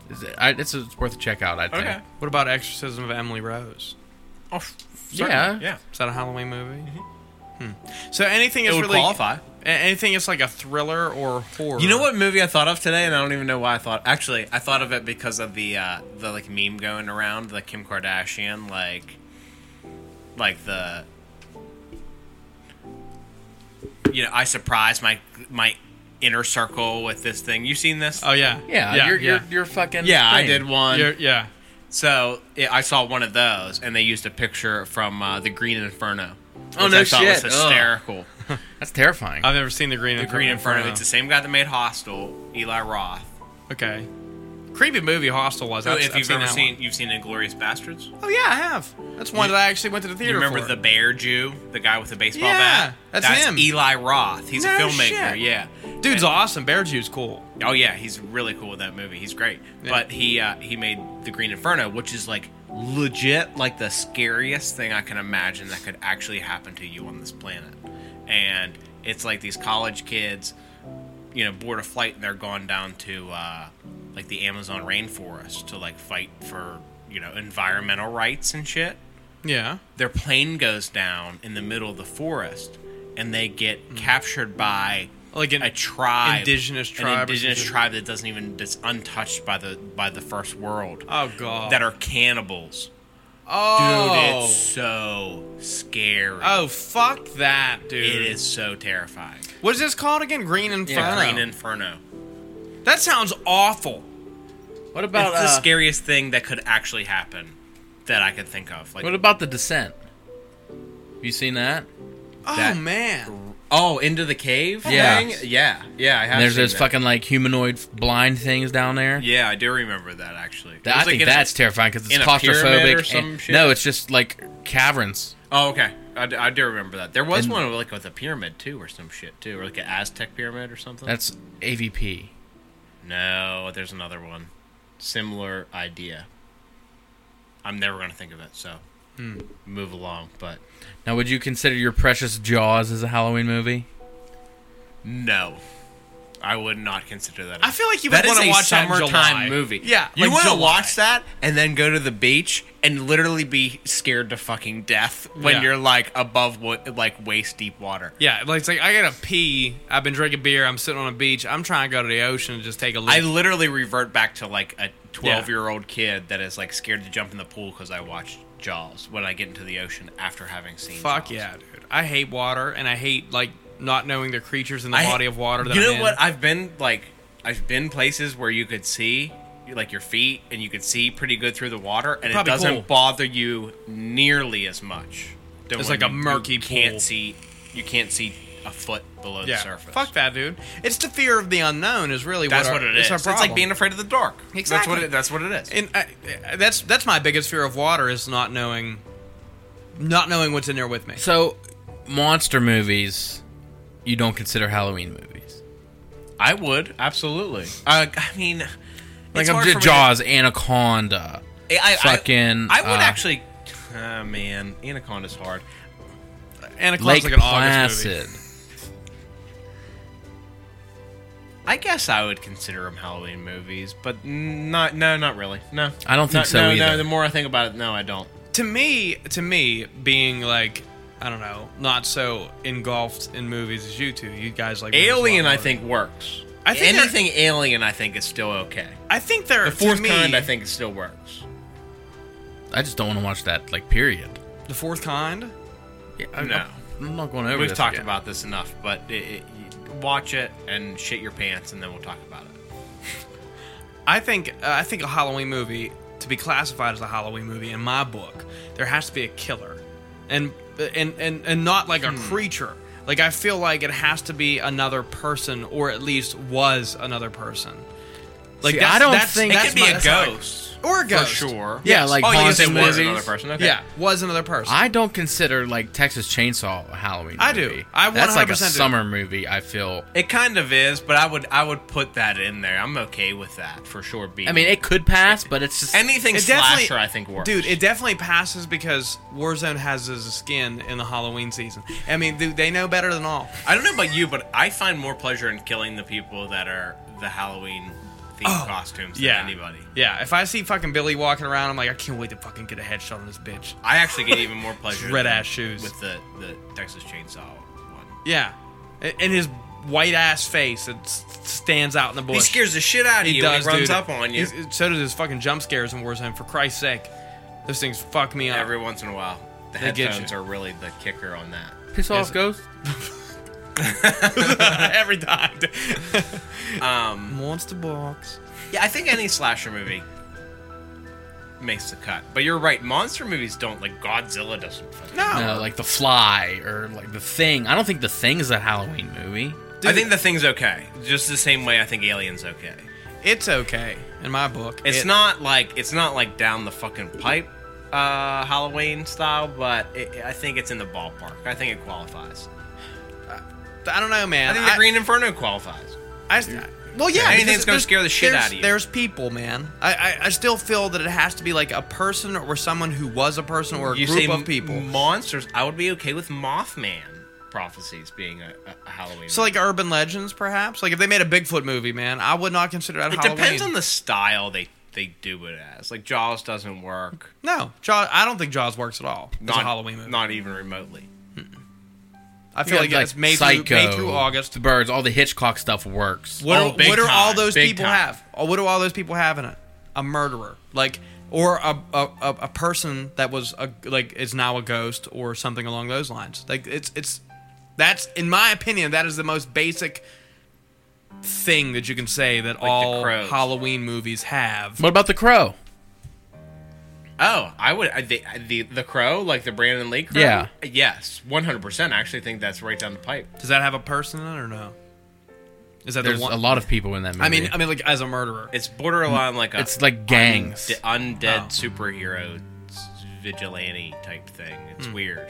[SPEAKER 3] Is it- I- It's, it's worth a check out, I think.
[SPEAKER 4] Okay.
[SPEAKER 2] What about Exorcism of Emily Rose?
[SPEAKER 4] Oh, f-
[SPEAKER 3] Yeah.
[SPEAKER 4] certainly, Yeah. Mm-hmm.
[SPEAKER 2] Is that a Halloween movie? Hmm. So anything
[SPEAKER 4] It
[SPEAKER 2] is
[SPEAKER 4] would
[SPEAKER 2] really
[SPEAKER 4] qualify.
[SPEAKER 2] a- anything is like a thriller or horror.
[SPEAKER 4] You know what movie I thought of today, and I don't even know why I thought. Actually, I thought of it because of the uh, the like meme going around, the Kim Kardashian, like, like the, you know, I surprised my my inner circle with this thing. You seen this?
[SPEAKER 2] Oh yeah.
[SPEAKER 3] Yeah,
[SPEAKER 2] Yeah.
[SPEAKER 3] you're,
[SPEAKER 2] yeah.
[SPEAKER 3] You're, you're fucking.
[SPEAKER 4] yeah, I
[SPEAKER 3] thing.
[SPEAKER 4] did one.
[SPEAKER 2] You're- yeah.
[SPEAKER 4] So yeah, I saw one of those, and they used a picture from uh, the Green Inferno.
[SPEAKER 3] Oh,
[SPEAKER 4] which
[SPEAKER 3] no
[SPEAKER 4] I thought
[SPEAKER 3] shit. Ugh.
[SPEAKER 4] Was hysterical.
[SPEAKER 3] That's terrifying.
[SPEAKER 4] Uh,
[SPEAKER 2] I've never seen the Green uh,
[SPEAKER 4] The
[SPEAKER 2] Inferno.
[SPEAKER 4] Green Inferno. It's the same guy that made Hostel, Eli Roth.
[SPEAKER 2] okay. Creepy movie Hostel was.
[SPEAKER 4] So
[SPEAKER 2] I've,
[SPEAKER 4] if
[SPEAKER 2] I've
[SPEAKER 4] you've
[SPEAKER 2] seen
[SPEAKER 4] ever
[SPEAKER 2] that
[SPEAKER 4] seen,
[SPEAKER 2] one.
[SPEAKER 4] you've seen Inglorious Bastards.
[SPEAKER 2] Oh yeah, I have. That's one that I actually went to the theater.
[SPEAKER 4] You remember
[SPEAKER 2] for.
[SPEAKER 4] the Bear Jew, the guy with the baseball
[SPEAKER 2] Yeah,
[SPEAKER 4] bat?
[SPEAKER 2] that's him.
[SPEAKER 4] Eli Roth. He's a
[SPEAKER 2] No
[SPEAKER 4] filmmaker.
[SPEAKER 2] shit.
[SPEAKER 4] Yeah.
[SPEAKER 2] dude's awesome. Bear Jew's cool.
[SPEAKER 4] Oh yeah, he's really cool with that movie. He's great.
[SPEAKER 2] Yeah.
[SPEAKER 4] But he uh, he made The Green Inferno, which is like legit like the scariest thing I can imagine that could actually happen to you on this planet. And it's like these college kids, you know, board a flight and they're gone down to uh, like the Amazon rainforest to like fight for you know environmental rights and shit
[SPEAKER 2] Yeah.
[SPEAKER 4] their plane goes down in the middle of the forest and they get captured by
[SPEAKER 2] Like an
[SPEAKER 4] a tribe
[SPEAKER 2] indigenous
[SPEAKER 4] an
[SPEAKER 2] tribe or
[SPEAKER 4] indigenous
[SPEAKER 2] something.
[SPEAKER 4] tribe that doesn't even that's untouched by the by the first world
[SPEAKER 2] Oh god.
[SPEAKER 4] that are cannibals dude
[SPEAKER 2] oh.
[SPEAKER 4] it's so scary
[SPEAKER 2] Oh fuck that, dude.
[SPEAKER 4] it is so terrifying
[SPEAKER 2] What is this called again? Green Inferno.
[SPEAKER 4] green inferno
[SPEAKER 2] that sounds awful.
[SPEAKER 3] what about
[SPEAKER 4] it's the
[SPEAKER 3] uh,
[SPEAKER 4] scariest thing that could actually happen that i could think of like
[SPEAKER 3] What about the Descent? Have you seen that?
[SPEAKER 2] Oh
[SPEAKER 4] That-
[SPEAKER 2] man.
[SPEAKER 4] oh into the cave
[SPEAKER 3] Yeah.
[SPEAKER 4] thing? yeah yeah i have
[SPEAKER 3] And there's
[SPEAKER 4] seen
[SPEAKER 3] those
[SPEAKER 4] that.
[SPEAKER 3] fucking like humanoid blind things down there.
[SPEAKER 4] yeah i do remember that actually It
[SPEAKER 3] That- I
[SPEAKER 4] was, like,
[SPEAKER 3] think
[SPEAKER 4] in a-
[SPEAKER 3] that's terrifying because it's
[SPEAKER 4] in a pyramid
[SPEAKER 3] claustrophobic.
[SPEAKER 4] or some
[SPEAKER 3] and-
[SPEAKER 4] shit?
[SPEAKER 3] No, it's just like caverns.
[SPEAKER 4] Oh, okay. I, d- I do remember that. There was
[SPEAKER 3] And-
[SPEAKER 4] one like with a pyramid too, or some shit too, or like an Aztec pyramid or something.
[SPEAKER 3] That's AVP.
[SPEAKER 4] no. There's another one, similar idea. I'm never gonna think of it, so
[SPEAKER 2] Hmm.
[SPEAKER 4] move along. But
[SPEAKER 3] Now, would you consider your precious Jaws as a Halloween movie?
[SPEAKER 4] no, I would not consider that.
[SPEAKER 2] I feel like you would want to watch that in July.
[SPEAKER 4] movie.
[SPEAKER 2] Yeah,
[SPEAKER 4] you
[SPEAKER 2] like
[SPEAKER 4] want to
[SPEAKER 2] July.
[SPEAKER 4] watch that and then go to the beach and literally be scared to fucking death when
[SPEAKER 2] Yeah.
[SPEAKER 4] you're like above wa- like waist deep water.
[SPEAKER 2] Yeah, like it's like I gotta pee. I've been drinking beer. I'm sitting on a beach. I'm trying to go to the ocean and just take a look.
[SPEAKER 4] I literally revert back to like a 12 year old kid that is like scared to jump in the pool because I watched Jaws when I get into the ocean after having seen.
[SPEAKER 2] Fuck
[SPEAKER 4] Jaws.
[SPEAKER 2] yeah, dude. I hate water and I hate like not knowing the creatures in the
[SPEAKER 4] I-
[SPEAKER 2] body of water. That
[SPEAKER 4] you know
[SPEAKER 2] I'm in.
[SPEAKER 4] what? I've been like, I've been places where you could see like your feet and you could see pretty good through the water, and it
[SPEAKER 2] Probably
[SPEAKER 4] doesn't
[SPEAKER 2] cool.
[SPEAKER 4] bother you nearly as much. than
[SPEAKER 2] It's
[SPEAKER 4] when
[SPEAKER 2] like a
[SPEAKER 4] you-
[SPEAKER 2] murky
[SPEAKER 4] you can't
[SPEAKER 2] pool.
[SPEAKER 4] see. You can't see a foot below
[SPEAKER 2] yeah.
[SPEAKER 4] the surface.
[SPEAKER 2] Fuck that, dude. It's the fear of the unknown. Is really
[SPEAKER 4] That's
[SPEAKER 2] what,
[SPEAKER 4] what
[SPEAKER 2] our,
[SPEAKER 4] it
[SPEAKER 2] it's
[SPEAKER 4] is.
[SPEAKER 2] Our
[SPEAKER 4] It's like
[SPEAKER 2] problem.
[SPEAKER 4] being afraid of the dark. That's
[SPEAKER 2] Exactly.
[SPEAKER 4] what it, that's what it is.
[SPEAKER 2] And I, I- that's that's my biggest fear of water is not knowing, not knowing what's in there with me.
[SPEAKER 3] So, monster movies, you don't consider Halloween movies.
[SPEAKER 4] I would absolutely. Uh, I mean,
[SPEAKER 3] Like
[SPEAKER 4] it's hard
[SPEAKER 3] I'm
[SPEAKER 4] for me
[SPEAKER 3] just
[SPEAKER 4] to-
[SPEAKER 3] Jaws, Anaconda.
[SPEAKER 4] I, I-
[SPEAKER 3] Fucking,
[SPEAKER 4] I, would
[SPEAKER 3] uh,
[SPEAKER 4] actually. Ah man, Anaconda's hard.
[SPEAKER 2] Anaconda's
[SPEAKER 3] Lake
[SPEAKER 2] like an August movie.
[SPEAKER 3] Placid.
[SPEAKER 4] I guess I would consider them Halloween movies, but n- not. No, not really. No,
[SPEAKER 3] I don't think
[SPEAKER 4] No,
[SPEAKER 3] so
[SPEAKER 4] no,
[SPEAKER 3] either.
[SPEAKER 4] No, the more I think about it, no, I don't.
[SPEAKER 2] to me to me being like i don't know not so engulfed in movies as you two you guys like movies a lot
[SPEAKER 4] Alien, I
[SPEAKER 2] more.
[SPEAKER 4] think works.
[SPEAKER 2] I think they're-
[SPEAKER 4] anything Alien, I think is still okay.
[SPEAKER 2] i think they're
[SPEAKER 4] The fourth
[SPEAKER 2] to me,
[SPEAKER 4] kind, I think, it still works.
[SPEAKER 3] I just don't want to watch that. Like, period.
[SPEAKER 2] the fourth kind
[SPEAKER 3] Yeah,
[SPEAKER 4] No.
[SPEAKER 3] I'm not going over.
[SPEAKER 4] We've
[SPEAKER 3] this
[SPEAKER 4] talked
[SPEAKER 3] again.
[SPEAKER 4] about this enough, but it, it, you- watch it and shit your pants, and then we'll talk about it.
[SPEAKER 2] i think uh, i think a halloween movie to be classified as a halloween movie in my book there has to be a killer and and and, and not
[SPEAKER 4] Hmm.
[SPEAKER 2] like a creature like i feel like it has to be another person or at least was another person Like
[SPEAKER 3] See,
[SPEAKER 2] that's,
[SPEAKER 3] I don't
[SPEAKER 2] that's,
[SPEAKER 3] think-
[SPEAKER 2] it
[SPEAKER 4] It
[SPEAKER 2] could
[SPEAKER 4] could be a
[SPEAKER 2] that's how I-
[SPEAKER 4] ghost.
[SPEAKER 2] or a ghost
[SPEAKER 4] For sure.
[SPEAKER 3] Yeah, like
[SPEAKER 4] oh, you can say
[SPEAKER 3] haunting
[SPEAKER 4] was
[SPEAKER 3] movies.
[SPEAKER 4] another person. Okay.
[SPEAKER 3] Yeah.
[SPEAKER 2] was another person.
[SPEAKER 3] I don't consider like Texas Chainsaw a Halloween.
[SPEAKER 2] I do.
[SPEAKER 3] movie.
[SPEAKER 2] I
[SPEAKER 3] That's like a
[SPEAKER 2] 100% do.
[SPEAKER 3] summer movie. I feel.
[SPEAKER 4] It kind of is, but I would I would put that in there. I'm okay with that for sure. Being
[SPEAKER 3] I mean, it could pass, but it's just
[SPEAKER 4] anything
[SPEAKER 2] It definitely-
[SPEAKER 4] slasher, I think works.
[SPEAKER 2] Dude, it definitely passes because Warzone has his skin in the Halloween season. I mean, dude, they know better than all.
[SPEAKER 4] I don't know about you, but I find more pleasure in killing the people that are the Halloween themed costumes
[SPEAKER 2] Oh, yeah.
[SPEAKER 4] than anybody.
[SPEAKER 2] Yeah, if I see fucking Billy walking around, I'm like, I can't wait to fucking get a headshot on this bitch.
[SPEAKER 4] I actually get even more pleasure
[SPEAKER 2] Red
[SPEAKER 4] than-
[SPEAKER 2] ass shoes.
[SPEAKER 4] with the the Texas Chainsaw one.
[SPEAKER 2] Yeah, A- and his white ass face it s- stands out in the bush.
[SPEAKER 4] He scares the shit out of you. when he runs
[SPEAKER 2] dude.
[SPEAKER 4] up on you
[SPEAKER 2] He's- so does his fucking jump scares in Warzone. For Christ's sake, those things fuck me up.
[SPEAKER 4] every once in a while. The
[SPEAKER 2] They get you.
[SPEAKER 4] headphones are really the kicker on that. (laughs)
[SPEAKER 2] Yes.
[SPEAKER 3] piss off ghost.
[SPEAKER 2] (laughs) every time.
[SPEAKER 4] Um,
[SPEAKER 2] Monster box.
[SPEAKER 4] yeah, I think any slasher movie makes the cut. But you're right, monster movies don't like Godzilla doesn't. fucking-
[SPEAKER 3] No, like The Fly or like The Thing. I don't think The Thing is a Halloween movie.
[SPEAKER 4] I think the thing's okay. Just the same way I think Alien's okay.
[SPEAKER 2] It's okay in my book.
[SPEAKER 4] It's
[SPEAKER 2] It-
[SPEAKER 4] not like it's not like down the fucking pipe uh Halloween style, but it, I think it's in the ballpark. I think it qualifies.
[SPEAKER 2] I don't know, man.
[SPEAKER 4] I think the Green Inferno qualifies.
[SPEAKER 2] I s- well, yeah.
[SPEAKER 4] Anything
[SPEAKER 2] because
[SPEAKER 4] that's gonna
[SPEAKER 2] there's-
[SPEAKER 4] scare the shit
[SPEAKER 2] there's-
[SPEAKER 4] out of you.
[SPEAKER 2] There's people, man. I, I I still feel that it has to be like a person or someone who was a person or a group of people.
[SPEAKER 4] monsters. I would be okay with Mothman prophecies being a, a Halloween.
[SPEAKER 2] So like urban legends, perhaps. Like if they made a Bigfoot movie, man, I would not consider that
[SPEAKER 4] it
[SPEAKER 2] Halloween.
[SPEAKER 4] depends on the style they they do it as. Like Jaws doesn't work.
[SPEAKER 2] No, Jaws. I don't think Jaws works at all. It's a Halloween movie.
[SPEAKER 4] Not even remotely.
[SPEAKER 2] I feel like, it's May through, May through August.
[SPEAKER 3] The Birds, all the Hitchcock stuff works.
[SPEAKER 2] What,
[SPEAKER 4] Oh,
[SPEAKER 2] are,
[SPEAKER 4] big
[SPEAKER 2] what are all
[SPEAKER 4] time,
[SPEAKER 2] those
[SPEAKER 4] big
[SPEAKER 2] people
[SPEAKER 4] time.
[SPEAKER 2] have? Or what do all those people have in it? A murderer, like, or a a, a, a person that was a, like is now a ghost or something along those lines. Like it's it's that's in my opinion that is the most basic thing that you can say that all
[SPEAKER 4] Crows.
[SPEAKER 2] Halloween movies have.
[SPEAKER 3] What about The Crow?
[SPEAKER 4] Oh, I would I, the, the the Crow, like the Brandon Lee Crow.
[SPEAKER 3] Yeah.
[SPEAKER 4] Yes, one hundred percent. I actually think that's right down the pipe.
[SPEAKER 2] Does that have a person in it or no? Is that
[SPEAKER 3] There's
[SPEAKER 2] the one?
[SPEAKER 3] a lot of people in that movie.
[SPEAKER 2] I mean, I mean, like as a murderer.
[SPEAKER 4] It's borderline like a
[SPEAKER 3] it's like gangs.
[SPEAKER 4] d-
[SPEAKER 2] Oh.
[SPEAKER 4] undead superhero s- vigilante type thing. It's weird.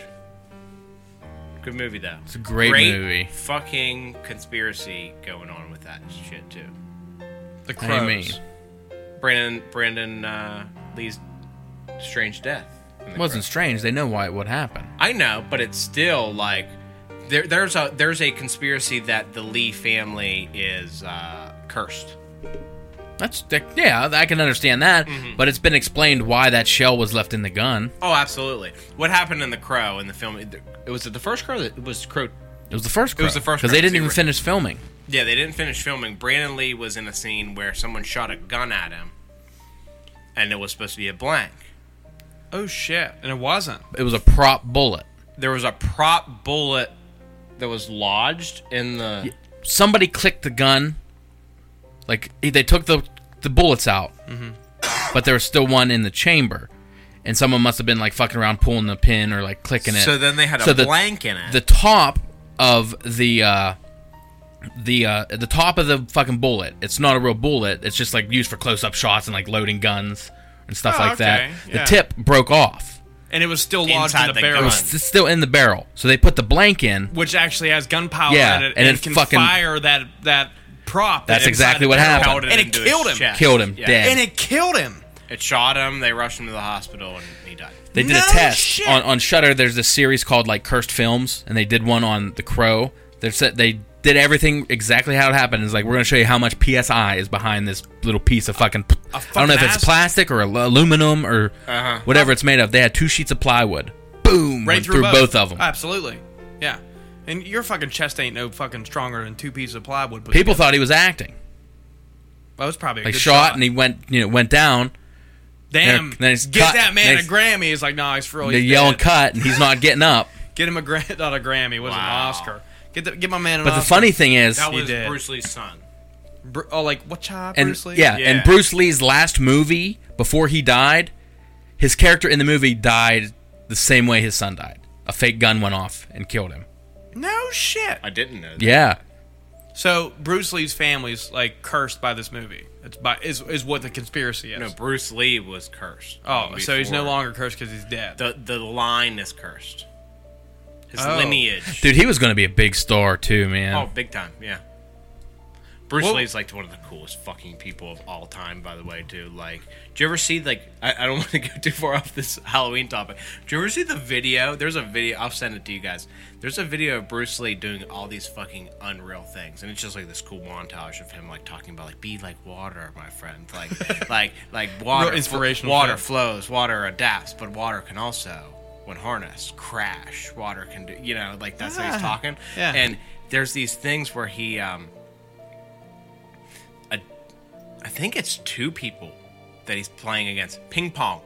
[SPEAKER 4] Good movie though. It's
[SPEAKER 3] Hmm. a great movie.
[SPEAKER 4] Fucking conspiracy going on with that shit too.
[SPEAKER 2] the
[SPEAKER 3] What do you
[SPEAKER 2] crows.
[SPEAKER 3] mean?
[SPEAKER 4] Brandon Brandon uh, Lee's strange death. in
[SPEAKER 3] It
[SPEAKER 4] the
[SPEAKER 3] wasn't
[SPEAKER 4] Crow.
[SPEAKER 3] strange. They know why it would happen.
[SPEAKER 4] I know, but it's still like there, there's a there's a conspiracy that the Lee family is uh, cursed.
[SPEAKER 3] That's that, yeah, I can understand that,
[SPEAKER 4] Mm-hmm.
[SPEAKER 3] but it's been explained why that shell was left in the gun.
[SPEAKER 4] Oh, absolutely. What happened in the Crow in the film? It it was the first Crow. That, it was Crow
[SPEAKER 3] It was the first. Crow,
[SPEAKER 4] was the first
[SPEAKER 3] because they
[SPEAKER 4] Crow,
[SPEAKER 3] didn't
[SPEAKER 4] so
[SPEAKER 3] even
[SPEAKER 4] you're right.
[SPEAKER 3] finish filming.
[SPEAKER 4] Yeah, they didn't finish filming. Brandon Lee was in a scene where someone shot a gun at him, and it was supposed to be a blank.
[SPEAKER 2] Oh shit! And it wasn't.
[SPEAKER 3] It was a prop bullet.
[SPEAKER 4] There was a prop bullet that was lodged in the.
[SPEAKER 3] Somebody clicked the gun. Like they took the the bullets out,
[SPEAKER 4] Mm-hmm.
[SPEAKER 3] but there was still one in the chamber, and someone must have been like fucking around pulling the pin or like clicking it.
[SPEAKER 4] So then they had a
[SPEAKER 3] So the-
[SPEAKER 4] blank in it.
[SPEAKER 3] the top of the uh the uh the top of the fucking bullet it's not a real bullet it's just like used for close-up shots and like loading guns and stuff
[SPEAKER 2] Oh,
[SPEAKER 3] like
[SPEAKER 2] okay,
[SPEAKER 3] that
[SPEAKER 2] yeah.
[SPEAKER 3] the tip broke off
[SPEAKER 2] And it was still lodged
[SPEAKER 4] Inside
[SPEAKER 2] in
[SPEAKER 4] the
[SPEAKER 2] a barrel,
[SPEAKER 4] gun.
[SPEAKER 3] it's s- still in the barrel so they put the blank in
[SPEAKER 2] which actually has gunpowder
[SPEAKER 3] Yeah,
[SPEAKER 2] in it,
[SPEAKER 3] and
[SPEAKER 2] and,
[SPEAKER 3] it
[SPEAKER 2] can
[SPEAKER 3] fucking-
[SPEAKER 2] fire that that prop.
[SPEAKER 3] That's
[SPEAKER 2] that's inside
[SPEAKER 3] exactly
[SPEAKER 2] the
[SPEAKER 3] what
[SPEAKER 2] barrel.
[SPEAKER 3] happened.
[SPEAKER 2] and it
[SPEAKER 4] into
[SPEAKER 2] killed
[SPEAKER 4] his
[SPEAKER 2] him.
[SPEAKER 4] chest.
[SPEAKER 3] Killed him, dead.
[SPEAKER 2] And it killed him.
[SPEAKER 4] It shot him. They rushed him to the hospital, and he died.
[SPEAKER 3] they did
[SPEAKER 2] No
[SPEAKER 3] a test
[SPEAKER 2] shit.
[SPEAKER 3] on on shutter there's this series called like cursed films and they did one on the crow they said they did everything exactly how it happened it's like we're gonna show you how much psi is behind this little piece of fucking, i don't know if
[SPEAKER 2] fucking
[SPEAKER 3] it's
[SPEAKER 2] ass-
[SPEAKER 3] plastic or al- aluminum or
[SPEAKER 4] Uh-huh.
[SPEAKER 3] whatever it's made of they had two sheets of plywood boom
[SPEAKER 2] Right
[SPEAKER 3] went through, both. of them
[SPEAKER 2] Absolutely. Yeah. And your fucking chest ain't no fucking stronger than two pieces of plywood. But
[SPEAKER 3] people thought he was acting
[SPEAKER 2] that was probably a
[SPEAKER 3] like
[SPEAKER 2] good
[SPEAKER 3] shot, and he went you know went down
[SPEAKER 2] Damn,
[SPEAKER 3] Then it's
[SPEAKER 2] get
[SPEAKER 3] cut.
[SPEAKER 2] that man
[SPEAKER 3] Then
[SPEAKER 2] a
[SPEAKER 3] it's-
[SPEAKER 2] Grammy. He's like, nah, he's for real.
[SPEAKER 3] they
[SPEAKER 2] Oh, he's
[SPEAKER 3] yell and
[SPEAKER 2] dead.
[SPEAKER 3] cut and he's not getting up
[SPEAKER 2] Get him a gra- (laughs) not a Grammy. Was an
[SPEAKER 4] Wow.
[SPEAKER 2] Oscar. Get the, get my man an
[SPEAKER 3] but the
[SPEAKER 2] (laughs) Oscar.
[SPEAKER 3] funny thing is
[SPEAKER 4] That
[SPEAKER 2] He
[SPEAKER 4] was
[SPEAKER 2] did.
[SPEAKER 4] Bruce Lee's son.
[SPEAKER 2] Br- oh, like what child?
[SPEAKER 3] and
[SPEAKER 2] Bruce Lee?
[SPEAKER 3] Yeah,
[SPEAKER 4] Yeah.
[SPEAKER 3] and Bruce Lee's last movie before he died, his character in the movie died the same way his son died. A fake gun went off and killed him.
[SPEAKER 2] No shit.
[SPEAKER 4] I didn't know. That.
[SPEAKER 3] Yeah.
[SPEAKER 2] So Bruce Lee's family's like cursed by this movie. It's by is is what the conspiracy is.
[SPEAKER 4] No, Bruce Lee was cursed.
[SPEAKER 2] oh, so he's no
[SPEAKER 4] before.
[SPEAKER 2] longer cursed because he's dead.
[SPEAKER 4] the the line is cursed. His
[SPEAKER 2] Oh.
[SPEAKER 4] lineage.
[SPEAKER 3] Dude, he was going to be a big star too, man.
[SPEAKER 4] Oh, big time, yeah. Bruce
[SPEAKER 2] Well-
[SPEAKER 4] Lee's like one of the coolest fucking people of all time, by the way, too. Like, do you ever see like I, I don't (laughs) want to go too far off this (laughs) Halloween topic. Do you ever see the video? There's a video. I'll send it to you guys. There's a video of Bruce Lee doing all these fucking unreal things, and it's just like this cool montage of him like talking about like be like water, my friend. Like, (laughs) like, like water.
[SPEAKER 2] inspirational
[SPEAKER 4] Water
[SPEAKER 2] film.
[SPEAKER 4] flows, water adapts, but water can also, when harnessed, crash. Water can do, you know, like that's how he's talking.
[SPEAKER 2] yeah.
[SPEAKER 4] And there's these things where he, um, a, I think it's two people that he's playing against. Ping pong.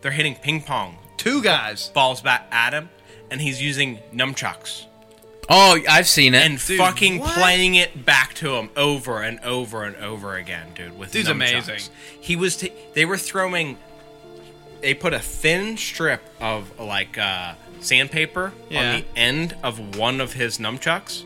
[SPEAKER 4] They're hitting ping pong
[SPEAKER 2] Two guys.
[SPEAKER 4] balls back at him, and he's using nunchucks
[SPEAKER 3] Oh, I've seen it.
[SPEAKER 4] and fucking
[SPEAKER 2] what?
[SPEAKER 4] playing it back to him over and over and over again, dude. With
[SPEAKER 2] Dude's
[SPEAKER 4] nunchucks.
[SPEAKER 2] amazing.
[SPEAKER 4] He was. T- they were throwing. They put a thin strip of like uh, sandpaper
[SPEAKER 2] Yeah.
[SPEAKER 4] on the end of one of his nunchucks,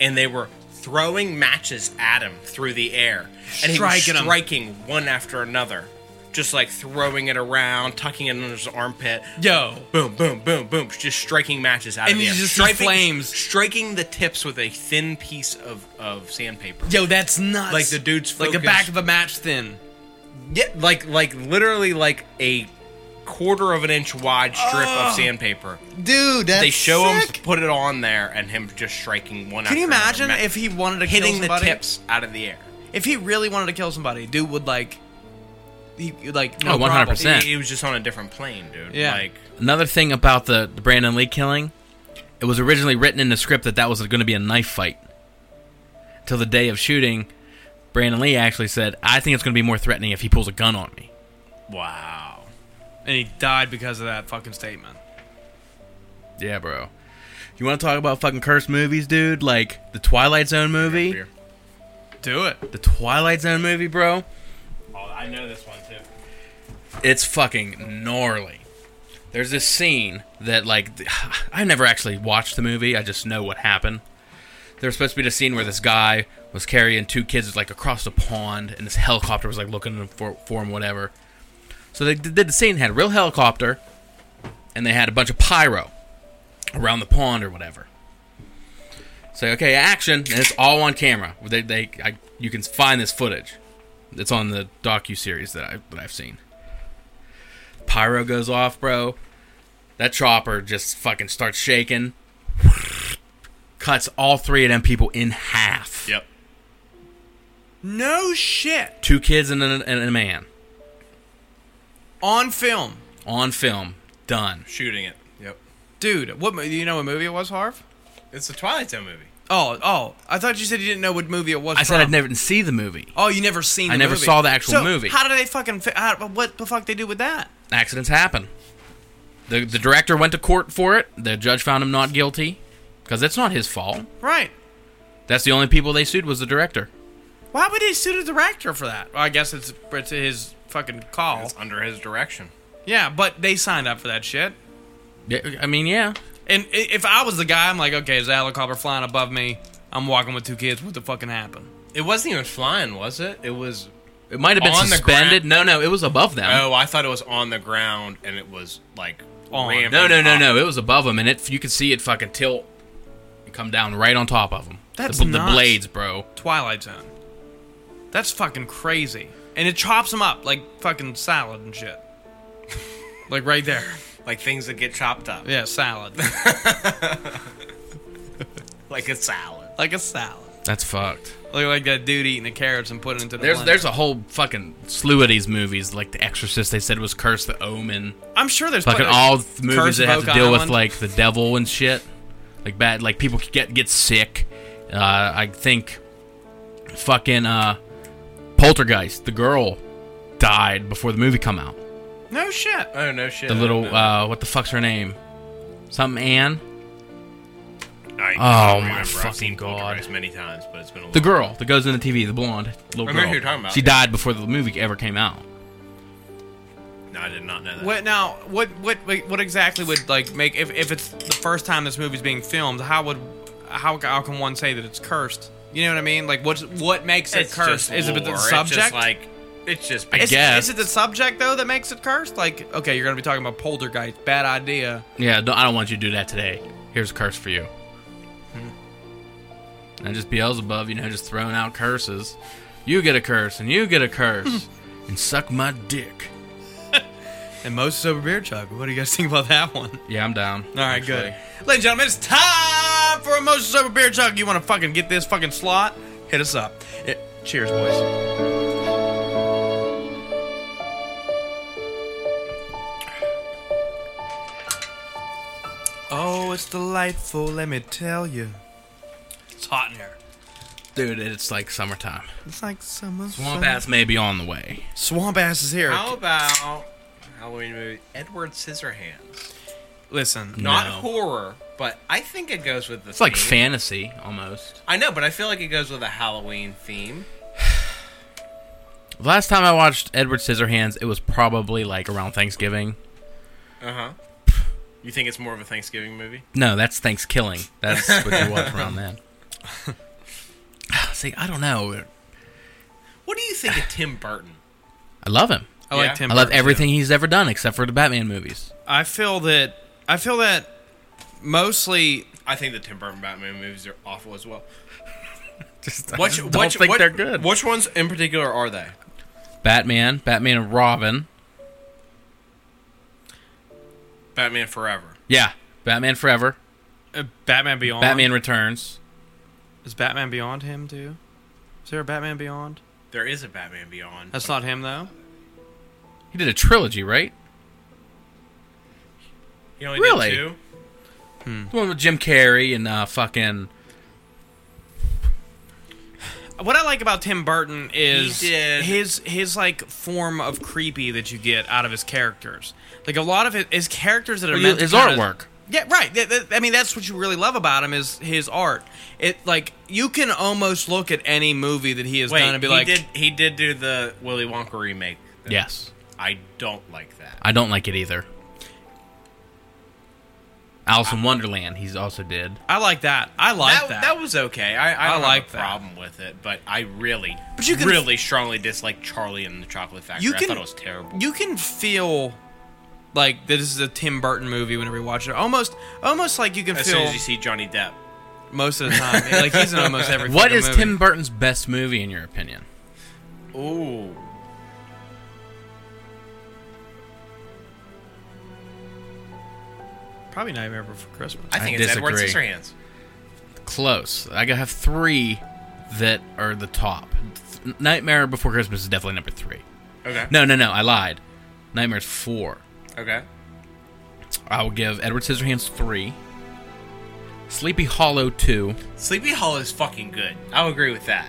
[SPEAKER 4] and they were throwing matches at him through the air, and he
[SPEAKER 2] Striking
[SPEAKER 4] was
[SPEAKER 2] 'em.
[SPEAKER 4] striking one after another. Just like throwing it around, tucking it under his armpit,
[SPEAKER 2] Yo.
[SPEAKER 4] boom, boom, boom, boom, just striking matches out
[SPEAKER 2] And
[SPEAKER 4] of the
[SPEAKER 2] you
[SPEAKER 4] air.
[SPEAKER 2] just see
[SPEAKER 4] striking,
[SPEAKER 2] flames.
[SPEAKER 4] striking the tips with a thin piece of, of sandpaper.
[SPEAKER 2] Yo, that's nuts.
[SPEAKER 4] Like the dude's
[SPEAKER 2] like the
[SPEAKER 4] focus-
[SPEAKER 2] back of a match thin.
[SPEAKER 4] Yeah, like like literally like a quarter of an inch wide strip of sandpaper.
[SPEAKER 2] Dude, that's
[SPEAKER 4] They show him put it on there, and him just striking one.
[SPEAKER 2] Can you
[SPEAKER 4] after another
[SPEAKER 2] imagine
[SPEAKER 4] ma-
[SPEAKER 2] if he wanted to
[SPEAKER 4] hitting
[SPEAKER 2] kill
[SPEAKER 4] the
[SPEAKER 2] somebody?
[SPEAKER 4] tips out of the air?
[SPEAKER 2] If he really wanted to kill somebody, dude would like, he like no
[SPEAKER 3] Oh, 100%.
[SPEAKER 4] He, he was just on a different plane, dude.
[SPEAKER 2] Yeah.
[SPEAKER 4] Like
[SPEAKER 3] Another thing about the, the Brandon Lee killing, it was originally written in the script that that was going to be a knife fight. Till the day of shooting, Brandon Lee actually said, "I think it's going to be more threatening if he pulls a gun on me."
[SPEAKER 4] wow.
[SPEAKER 2] problem. And he died because of that fucking statement.
[SPEAKER 3] Yeah, bro. You want to talk about fucking cursed movies, dude? Like the Twilight Zone movie,
[SPEAKER 4] Beer.
[SPEAKER 2] Do it.
[SPEAKER 3] the Twilight Zone movie, bro.
[SPEAKER 4] Oh, I know this one too.
[SPEAKER 3] It's fucking gnarly. There's this scene that, like, th- (sighs) I never actually watched the movie. I just know what happened. There's supposed to be the scene where this guy was carrying two kids, like, across the pond, and this helicopter was, like, looking for, for him, whatever. So they did the scene, had a real helicopter, and they had a bunch of pyro around the pond or whatever. So, okay, action, and it's all on camera. They, they, I, you can find this footage. It's on the docu series that I that I've seen pyro goes off, bro. That chopper just fucking starts shaking. Cuts all three of them people in half.
[SPEAKER 4] Yep.
[SPEAKER 2] No shit.
[SPEAKER 3] Two kids and a, and a man
[SPEAKER 2] On film.
[SPEAKER 3] on film. Done.
[SPEAKER 4] Shooting it. Yep.
[SPEAKER 2] Dude, what mo- you know what movie it was, Harv?
[SPEAKER 4] It's a Twilight Zone movie.
[SPEAKER 2] Oh, oh, I thought you said you didn't know what movie it was.
[SPEAKER 3] I said
[SPEAKER 2] from.
[SPEAKER 3] I'd never even see the movie.
[SPEAKER 2] Oh, you never seen?
[SPEAKER 3] I
[SPEAKER 2] the
[SPEAKER 3] never
[SPEAKER 2] movie.
[SPEAKER 3] saw the actual
[SPEAKER 2] So,
[SPEAKER 3] movie.
[SPEAKER 2] How did they fucking? Fi- how, what the fuck they do with that?
[SPEAKER 3] Accidents happen. The the director went to court for it. The judge found him not guilty because that's not his fault.
[SPEAKER 2] Right.
[SPEAKER 3] That's the only people they sued was the director.
[SPEAKER 2] Why would he sue the director for that? Well, I guess it's it's his fucking call.
[SPEAKER 4] It's under his direction.
[SPEAKER 2] Yeah, but they signed up for that shit.
[SPEAKER 3] Yeah, I mean, yeah.
[SPEAKER 2] And i- if I was the guy, I'm like, okay, is a helicopter flying above me? I'm walking with two kids. What the fucking happened?
[SPEAKER 4] It wasn't even flying, was it? It was
[SPEAKER 3] It might have been
[SPEAKER 4] On the
[SPEAKER 3] suspended. No, no, it was above them.
[SPEAKER 4] Oh, I thought it was on the ground and it was like
[SPEAKER 2] On.
[SPEAKER 4] ramping
[SPEAKER 3] No, no, no,
[SPEAKER 4] up.
[SPEAKER 3] no. It was above him, and it you could see it fucking tilt and come down right on top of him.
[SPEAKER 2] That's
[SPEAKER 3] the, bl-
[SPEAKER 2] nuts.
[SPEAKER 3] the blades, bro.
[SPEAKER 2] Twilight Zone. That's fucking crazy. And it chops them up like fucking salad and
[SPEAKER 3] (laughs)
[SPEAKER 2] shit. like right there.
[SPEAKER 4] Like things that get chopped up,
[SPEAKER 2] Yeah, salad. (laughs)
[SPEAKER 4] like a salad.
[SPEAKER 2] like a salad.
[SPEAKER 3] That's fucked.
[SPEAKER 2] Like like that dude eating the carrots and putting it into the
[SPEAKER 3] There's
[SPEAKER 2] blender.
[SPEAKER 3] there's a whole fucking slew of these movies, like The Exorcist. They said was cursed, The Omen,
[SPEAKER 2] I'm sure there's
[SPEAKER 3] fucking
[SPEAKER 2] plenty-
[SPEAKER 3] all th- movies
[SPEAKER 2] Curse
[SPEAKER 3] that
[SPEAKER 2] of
[SPEAKER 3] have to
[SPEAKER 2] Oak
[SPEAKER 3] deal with
[SPEAKER 2] Island.
[SPEAKER 3] like the devil and shit, like bad, like people get get sick. Uh, I think fucking uh, Poltergeist, the girl died before the movie come out.
[SPEAKER 2] No shit.
[SPEAKER 4] Oh no shit.
[SPEAKER 3] The little
[SPEAKER 4] No.
[SPEAKER 3] uh, what the fuck's her name? Something Anne.
[SPEAKER 4] I
[SPEAKER 3] oh,
[SPEAKER 4] don't
[SPEAKER 3] my
[SPEAKER 4] remember.
[SPEAKER 3] fucking
[SPEAKER 4] I've seen
[SPEAKER 3] God.
[SPEAKER 4] Poltergeist many times, but it's been a
[SPEAKER 3] The
[SPEAKER 4] little.
[SPEAKER 3] girl that goes in the TV, the blonde little girl.
[SPEAKER 4] remember who you're talking about,
[SPEAKER 3] She
[SPEAKER 4] yeah.
[SPEAKER 3] died before the movie ever came out.
[SPEAKER 4] no, I did not know that.
[SPEAKER 2] What now? What what what exactly would like make if, if it's the first time this movie's being filmed? How would how how can one say that it's cursed? You know what I mean? Like what's what makes it cursed? Is
[SPEAKER 4] just
[SPEAKER 2] it the
[SPEAKER 4] lore.
[SPEAKER 2] subject?
[SPEAKER 4] It's just like it's just
[SPEAKER 3] I
[SPEAKER 2] is,
[SPEAKER 3] guess.
[SPEAKER 2] is it the subject though that makes it cursed? Like okay, you're gonna be talking about poltergeist. Bad idea.
[SPEAKER 3] Yeah, don't, I don't want you to do that today. Here's a curse for you. And just Beelzebub, you know, just throwing out curses. You get a curse, and you get a curse, and suck my dick.
[SPEAKER 2] And most sober beer chug. What do you guys think about that one?
[SPEAKER 3] Yeah, I'm down.
[SPEAKER 2] All right, good. Ladies and gentlemen, it's time for a Moses Sober Beer Chug. You want to fucking get this fucking slot? Hit us up. Eh, cheers, boys. Oh, it's delightful, let me tell you. It's hot in here.
[SPEAKER 3] Dude, it's like summertime.
[SPEAKER 2] It's like summer.
[SPEAKER 3] Swamp
[SPEAKER 2] sun.
[SPEAKER 3] ass may be on the way.
[SPEAKER 2] Swamp ass is here.
[SPEAKER 4] How about Halloween movie Edward Scissorhands?
[SPEAKER 2] Listen,
[SPEAKER 4] Not
[SPEAKER 3] No.
[SPEAKER 4] horror, but I think it goes with the.
[SPEAKER 3] It's like
[SPEAKER 4] theme.
[SPEAKER 3] fantasy, almost.
[SPEAKER 4] I know, but I feel like it goes with a Halloween theme.
[SPEAKER 3] The last time I watched Edward Scissorhands, it was probably like around Thanksgiving.
[SPEAKER 4] Uh huh. You think it's more of a Thanksgiving movie?
[SPEAKER 3] No, that's Thanksgiving. That's what you watch around (laughs) then. (sighs) See, I don't know.
[SPEAKER 4] What do you think of Tim Burton?
[SPEAKER 3] I love him.
[SPEAKER 2] I like
[SPEAKER 4] Yeah.
[SPEAKER 2] Tim.
[SPEAKER 3] I love
[SPEAKER 2] Burton, too.
[SPEAKER 3] everything he's ever done except for the Batman movies.
[SPEAKER 2] I feel that. I feel that mostly
[SPEAKER 4] I think the Tim Burton Batman movies are awful as well.
[SPEAKER 3] Just, (laughs)
[SPEAKER 4] Which,
[SPEAKER 3] don't
[SPEAKER 4] which,
[SPEAKER 3] think
[SPEAKER 4] which-
[SPEAKER 3] they're good.
[SPEAKER 4] Which ones in particular are they?
[SPEAKER 3] Batman, Batman and Robin.
[SPEAKER 4] Batman Forever.
[SPEAKER 3] Yeah, Batman Forever,
[SPEAKER 2] uh, Batman Beyond.
[SPEAKER 3] Batman Returns.
[SPEAKER 2] Is Batman Beyond him too? Is there a Batman Beyond?
[SPEAKER 4] There is a Batman Beyond.
[SPEAKER 2] That's not him though.
[SPEAKER 3] He did a trilogy, right?
[SPEAKER 4] You only
[SPEAKER 3] Really?
[SPEAKER 4] did two.
[SPEAKER 3] The one with Jim Carrey and uh, fucking
[SPEAKER 2] What I like about Tim Burton is
[SPEAKER 4] He did.
[SPEAKER 2] his his like form of creepy that you get out of his characters. Like a lot of his, his characters that are meant to
[SPEAKER 3] his
[SPEAKER 2] kinda-
[SPEAKER 3] artwork.
[SPEAKER 2] Yeah, right. Th- th- I mean, that's what you really love about him is his art. It like you can almost look at any movie that he has
[SPEAKER 4] Wait,
[SPEAKER 2] done and be
[SPEAKER 4] he
[SPEAKER 2] like,
[SPEAKER 4] did he did do the Willy Wonka remake?
[SPEAKER 3] Yes,
[SPEAKER 4] I don't like that.
[SPEAKER 3] I don't like it either. Alice in Wonderland. He's also did.
[SPEAKER 2] "I like that. I like
[SPEAKER 4] that,
[SPEAKER 2] that."
[SPEAKER 4] that was okay. I, I, don't
[SPEAKER 2] like
[SPEAKER 4] have a
[SPEAKER 2] that.
[SPEAKER 4] problem with it, but I really,
[SPEAKER 2] But you can-
[SPEAKER 4] really strongly dislike Charlie and the Chocolate Factory.
[SPEAKER 2] You
[SPEAKER 4] I
[SPEAKER 2] can-
[SPEAKER 4] thought it was terrible.
[SPEAKER 2] you can feel like that this is a Tim Burton movie whenever you watch it. Almost, almost like you can
[SPEAKER 4] as
[SPEAKER 2] feel
[SPEAKER 4] soon as you see Johnny Depp,
[SPEAKER 2] most of the time. like he's in almost every.
[SPEAKER 3] What
[SPEAKER 2] fucking
[SPEAKER 3] is
[SPEAKER 2] movie.
[SPEAKER 3] Tim Burton's best movie in your opinion?
[SPEAKER 4] ooh,
[SPEAKER 2] Probably Nightmare Before Christmas.
[SPEAKER 4] I think it's Edward
[SPEAKER 3] disagree.
[SPEAKER 4] Scissorhands.
[SPEAKER 3] Close. I gotta have three that are the top. Th- Nightmare Before Christmas is definitely number three.
[SPEAKER 4] Okay.
[SPEAKER 3] No, no, no. I lied. Nightmare's four.
[SPEAKER 4] Okay.
[SPEAKER 3] I will give Edward Scissorhands three. Sleepy Hollow two,
[SPEAKER 4] Sleepy Hollow is fucking good. I'll agree with that.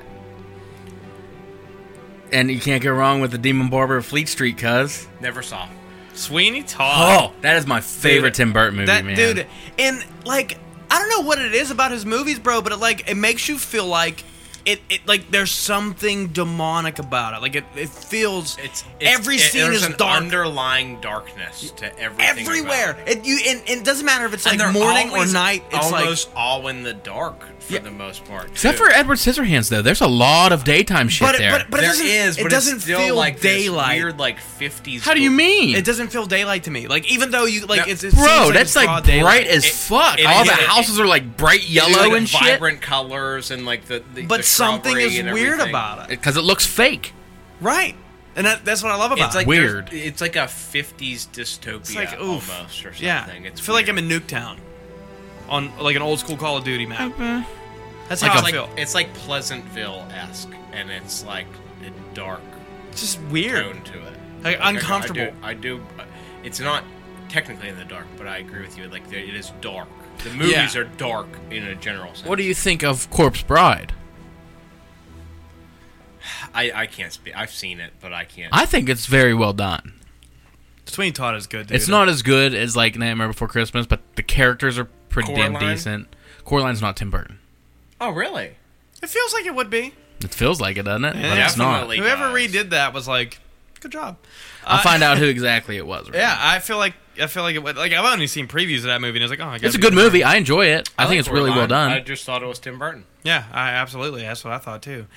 [SPEAKER 3] and you can't go wrong with the Demon Barber of Fleet Street, cuz.
[SPEAKER 4] Never saw.
[SPEAKER 2] Sweeney Todd.
[SPEAKER 3] Oh, that is my favorite
[SPEAKER 2] Dude,
[SPEAKER 3] Tim Burton movie,
[SPEAKER 2] that
[SPEAKER 3] man.
[SPEAKER 2] dude, and like I don't know what it is about his movies, bro, but it like it makes you feel like. It, it like there's something demonic about it. Like it, it feels
[SPEAKER 4] It's, it's
[SPEAKER 2] every
[SPEAKER 4] it-
[SPEAKER 2] scene
[SPEAKER 4] there's
[SPEAKER 2] is
[SPEAKER 4] an
[SPEAKER 2] dark
[SPEAKER 4] underlying darkness to everything. about
[SPEAKER 2] everywhere.
[SPEAKER 4] it.
[SPEAKER 2] It you and, and it doesn't matter if it's like
[SPEAKER 4] And they're
[SPEAKER 2] morning
[SPEAKER 4] always-
[SPEAKER 2] or night. It's like
[SPEAKER 4] almost all in the dark for
[SPEAKER 2] Yeah.
[SPEAKER 4] the most part.
[SPEAKER 3] Except
[SPEAKER 4] too.
[SPEAKER 3] for Edward Scissorhands, though, there's a lot of daytime shit
[SPEAKER 2] but, it-
[SPEAKER 3] there.
[SPEAKER 2] but but it
[SPEAKER 4] There
[SPEAKER 2] doesn't
[SPEAKER 4] is,
[SPEAKER 2] it
[SPEAKER 4] but
[SPEAKER 2] doesn't
[SPEAKER 4] it's still
[SPEAKER 2] feel
[SPEAKER 4] like this
[SPEAKER 2] daylight.
[SPEAKER 4] Weird, like fifties.
[SPEAKER 3] How do you mean?
[SPEAKER 2] It doesn't feel daylight to me. Like even though you like
[SPEAKER 4] No.
[SPEAKER 2] it's, it seems
[SPEAKER 3] Bro,
[SPEAKER 2] like
[SPEAKER 3] that's
[SPEAKER 2] it's
[SPEAKER 3] like
[SPEAKER 2] broad
[SPEAKER 3] bright
[SPEAKER 2] daylight.
[SPEAKER 3] as
[SPEAKER 4] It-
[SPEAKER 3] fuck.
[SPEAKER 4] it-
[SPEAKER 3] All
[SPEAKER 4] it-
[SPEAKER 3] the
[SPEAKER 4] it-
[SPEAKER 3] houses are like bright yellow
[SPEAKER 4] like
[SPEAKER 3] and shit
[SPEAKER 4] vibrant colors and like the. the
[SPEAKER 2] but
[SPEAKER 4] the
[SPEAKER 2] something
[SPEAKER 4] shrubbery
[SPEAKER 2] is
[SPEAKER 4] and
[SPEAKER 2] weird
[SPEAKER 4] everything.
[SPEAKER 2] about it,
[SPEAKER 3] because it looks fake.
[SPEAKER 2] right? And that, that's what I love about
[SPEAKER 4] It's
[SPEAKER 2] it.
[SPEAKER 4] like
[SPEAKER 3] Weird.
[SPEAKER 4] there's- It's like a fifties dystopia
[SPEAKER 2] it's like oof,
[SPEAKER 4] almost or something.
[SPEAKER 2] yeah.
[SPEAKER 4] It's
[SPEAKER 2] I feel like I'm in Nuketown on like an old school Call of Duty map. That's
[SPEAKER 4] Like
[SPEAKER 2] how
[SPEAKER 4] it's,
[SPEAKER 2] I feel.
[SPEAKER 4] like, it's like Pleasantville esque, and it's like a dark
[SPEAKER 2] it's just weird,
[SPEAKER 4] tone to it.
[SPEAKER 2] like
[SPEAKER 4] Like, I-
[SPEAKER 2] uncomfortable.
[SPEAKER 4] I do, I do. It's not technically in the dark, but I agree with you. Like there- it is dark. The movies
[SPEAKER 2] Yeah.
[SPEAKER 4] are dark in a general sense.
[SPEAKER 3] What do you think of Corpse Bride?
[SPEAKER 4] I, I can't speak. I've seen it, but I can't.
[SPEAKER 3] I think it's very well done.
[SPEAKER 2] Sweeney Todd is good. Dude.
[SPEAKER 3] It's not as good as like Nightmare Before Christmas, but the characters are pretty damn
[SPEAKER 4] Coraline?
[SPEAKER 3] decent. Coraline's not Tim Burton.
[SPEAKER 4] oh really?
[SPEAKER 2] It feels like it would be.
[SPEAKER 3] It feels like it, doesn't it? But it's not.
[SPEAKER 4] Definitely.
[SPEAKER 2] Whoever
[SPEAKER 4] does.
[SPEAKER 2] redid that was like, good job. Uh,
[SPEAKER 3] I'll find out who exactly it was. right
[SPEAKER 2] Yeah, I feel like I feel like it, would- like I've only seen previews of that movie, and I was like, oh, I gotta
[SPEAKER 3] It's a
[SPEAKER 2] be
[SPEAKER 3] good
[SPEAKER 2] there.
[SPEAKER 3] movie. I enjoy it. I, think it's really well
[SPEAKER 4] I
[SPEAKER 3] done.
[SPEAKER 4] just thought it was Tim Burton.
[SPEAKER 2] Yeah, I absolutely. That's what I thought too.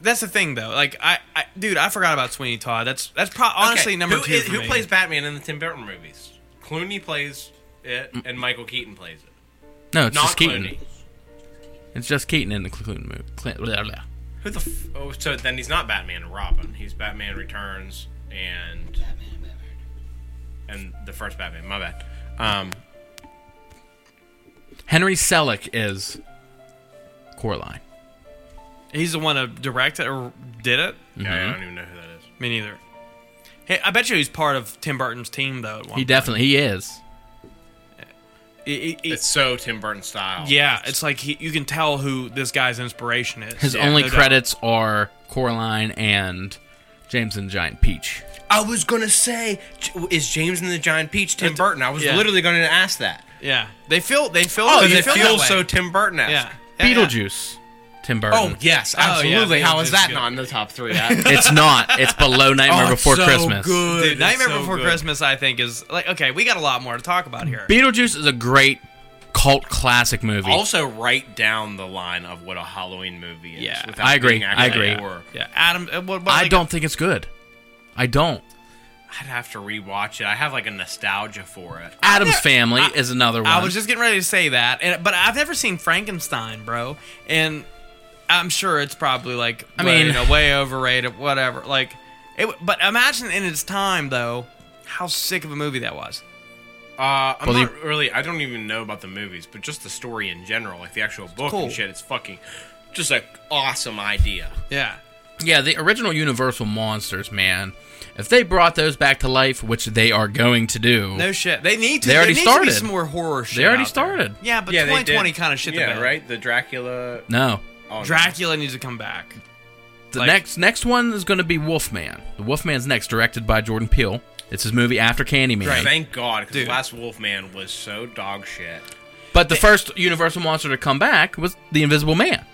[SPEAKER 2] That's the thing, though. Like, I, I dude, I forgot about Sweeney Todd. That's that's pro- honestly
[SPEAKER 4] Okay,
[SPEAKER 2] number
[SPEAKER 4] who
[SPEAKER 2] two.
[SPEAKER 4] is-
[SPEAKER 2] for
[SPEAKER 4] who
[SPEAKER 2] me.
[SPEAKER 4] plays Batman in the Tim Burton movies? Clooney plays it, and Michael Keaton plays it.
[SPEAKER 3] No, Mm. it's
[SPEAKER 4] Not
[SPEAKER 3] just Keaton.
[SPEAKER 4] Clooney.
[SPEAKER 3] It's just Keaton in the Clooney movie. Clint- blah, blah.
[SPEAKER 4] Who the? F- oh, so then he's not Batman and Robin. He's Batman Returns and and the first Batman. My bad. Um,
[SPEAKER 3] Henry Selick is Coraline.
[SPEAKER 2] He's the one who directed or did it.
[SPEAKER 4] yeah, I don't even know who that is.
[SPEAKER 2] Me neither. Hey, I bet you he's part of Tim Burton's team though. At one
[SPEAKER 3] He definitely he is.
[SPEAKER 2] He- he- he-
[SPEAKER 4] It's so Tim Burton style.
[SPEAKER 2] yeah, it's like he, you can tell who this guy's inspiration is.
[SPEAKER 3] His
[SPEAKER 2] Yeah,
[SPEAKER 3] only
[SPEAKER 2] no doubt.
[SPEAKER 3] credits are Coraline and James and the Giant Peach.
[SPEAKER 4] I was gonna say, J- is James and the Giant Peach Tim
[SPEAKER 2] That's-
[SPEAKER 4] Burton? I was
[SPEAKER 2] yeah.
[SPEAKER 4] literally gonna ask that.
[SPEAKER 2] Yeah, they feel they feel.
[SPEAKER 4] Oh,
[SPEAKER 2] they
[SPEAKER 4] it
[SPEAKER 2] feel
[SPEAKER 4] feels
[SPEAKER 2] that
[SPEAKER 4] so
[SPEAKER 2] way.
[SPEAKER 4] Tim Burton esque.
[SPEAKER 2] yeah.
[SPEAKER 3] Beetlejuice. Tim Burton.
[SPEAKER 4] Oh yes,
[SPEAKER 2] Oh, yeah,
[SPEAKER 4] absolutely. How is
[SPEAKER 2] Beetlejuice
[SPEAKER 4] that
[SPEAKER 2] is
[SPEAKER 4] not in the
[SPEAKER 2] (laughs)
[SPEAKER 4] top three? That-
[SPEAKER 3] It's not. It's below Nightmare
[SPEAKER 4] Oh,
[SPEAKER 3] Before Christmas.
[SPEAKER 2] Dude, Nightmare Before
[SPEAKER 4] Christmas.
[SPEAKER 2] Christmas, I think is like okay. We got a lot more to talk about here.
[SPEAKER 3] Beetlejuice is a great cult classic movie.
[SPEAKER 4] also right down the line of what a Halloween movie is.
[SPEAKER 2] Yeah,
[SPEAKER 4] without
[SPEAKER 3] I agree,
[SPEAKER 4] being
[SPEAKER 3] I
[SPEAKER 4] actually
[SPEAKER 3] agree.
[SPEAKER 4] horror.
[SPEAKER 2] yeah, Adam. uh, What, what,
[SPEAKER 3] I
[SPEAKER 2] like-
[SPEAKER 3] don't think it's good. I don't.
[SPEAKER 4] I'd have to rewatch it. I have like a nostalgia for it.
[SPEAKER 3] Adam's Family is another one.
[SPEAKER 2] I was just getting ready to say that, and but I've never seen Frankenstein, bro, and I'm sure it's probably like I
[SPEAKER 3] mean-
[SPEAKER 2] you know, way overrated, whatever. Like, it, w- but imagine in its time though, how sick of a movie that was.
[SPEAKER 4] Uh, I'm
[SPEAKER 3] Well,
[SPEAKER 4] not really. I don't even know about the movies, but just the story in general, like the actual book
[SPEAKER 2] cool.
[SPEAKER 4] and shit. It's fucking just an awesome idea.
[SPEAKER 2] Yeah,
[SPEAKER 3] yeah, the original Universal monsters, man. If they brought those back to life, which they are going to do,
[SPEAKER 2] no shit. They need to.
[SPEAKER 3] They already
[SPEAKER 2] there needs To
[SPEAKER 3] started.
[SPEAKER 2] be some more horror shit.
[SPEAKER 3] already
[SPEAKER 2] out there.
[SPEAKER 3] started.
[SPEAKER 2] Yeah, but
[SPEAKER 4] Yeah, they
[SPEAKER 2] 2020
[SPEAKER 4] did.
[SPEAKER 2] kind of shit. the
[SPEAKER 4] Yeah,
[SPEAKER 2] bed.
[SPEAKER 4] right. The Dracula.
[SPEAKER 3] no.
[SPEAKER 4] oh, no.
[SPEAKER 2] Dracula needs to come back.
[SPEAKER 3] The
[SPEAKER 2] Like-
[SPEAKER 3] next next one is going to be Wolfman. The Wolfman's next, directed by Jordan Peele. It's his movie after Candyman.
[SPEAKER 2] Right.
[SPEAKER 4] Thank God, because
[SPEAKER 2] Dude.
[SPEAKER 4] last Wolfman was so dog shit.
[SPEAKER 3] But the first Universal monster to come back was the Invisible Man,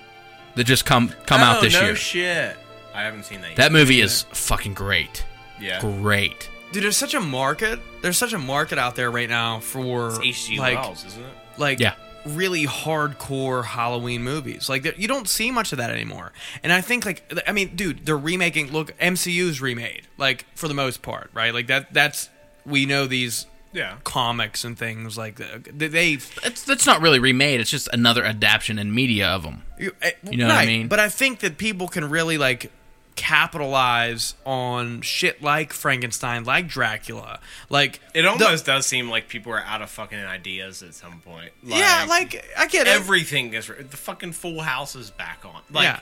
[SPEAKER 3] that just come come out
[SPEAKER 4] Oh,
[SPEAKER 3] this
[SPEAKER 4] no
[SPEAKER 3] year.
[SPEAKER 4] shit. I haven't seen that.
[SPEAKER 3] that movie is fucking great.
[SPEAKER 4] yet. yeah.
[SPEAKER 3] Great.
[SPEAKER 2] Dude, there's such a market. There's such a market out there right now for
[SPEAKER 4] It's H.G.
[SPEAKER 2] like
[SPEAKER 4] Wells, isn't it?
[SPEAKER 2] like
[SPEAKER 3] Yeah.
[SPEAKER 2] really hardcore Halloween movies. Like there- you don't see much of that anymore. And I think like th- I mean, dude, they're remaking. Look, MCU's remade like for the most part, right? Like that. That's we know these
[SPEAKER 4] Yeah.
[SPEAKER 2] comics and things like that. They, they
[SPEAKER 3] It's that's not really remade. It's just another adaptation in media of them.
[SPEAKER 2] you eh,
[SPEAKER 3] You know what I
[SPEAKER 2] right,
[SPEAKER 3] mean?
[SPEAKER 2] But I think that people can really like capitalize on shit like Frankenstein, like Dracula, like
[SPEAKER 4] It
[SPEAKER 2] the-
[SPEAKER 4] almost does seem like people are out of fucking ideas at some point.
[SPEAKER 2] yeah, like I get it.
[SPEAKER 4] everything is the fucking Full House is back on. Like,
[SPEAKER 2] Yeah.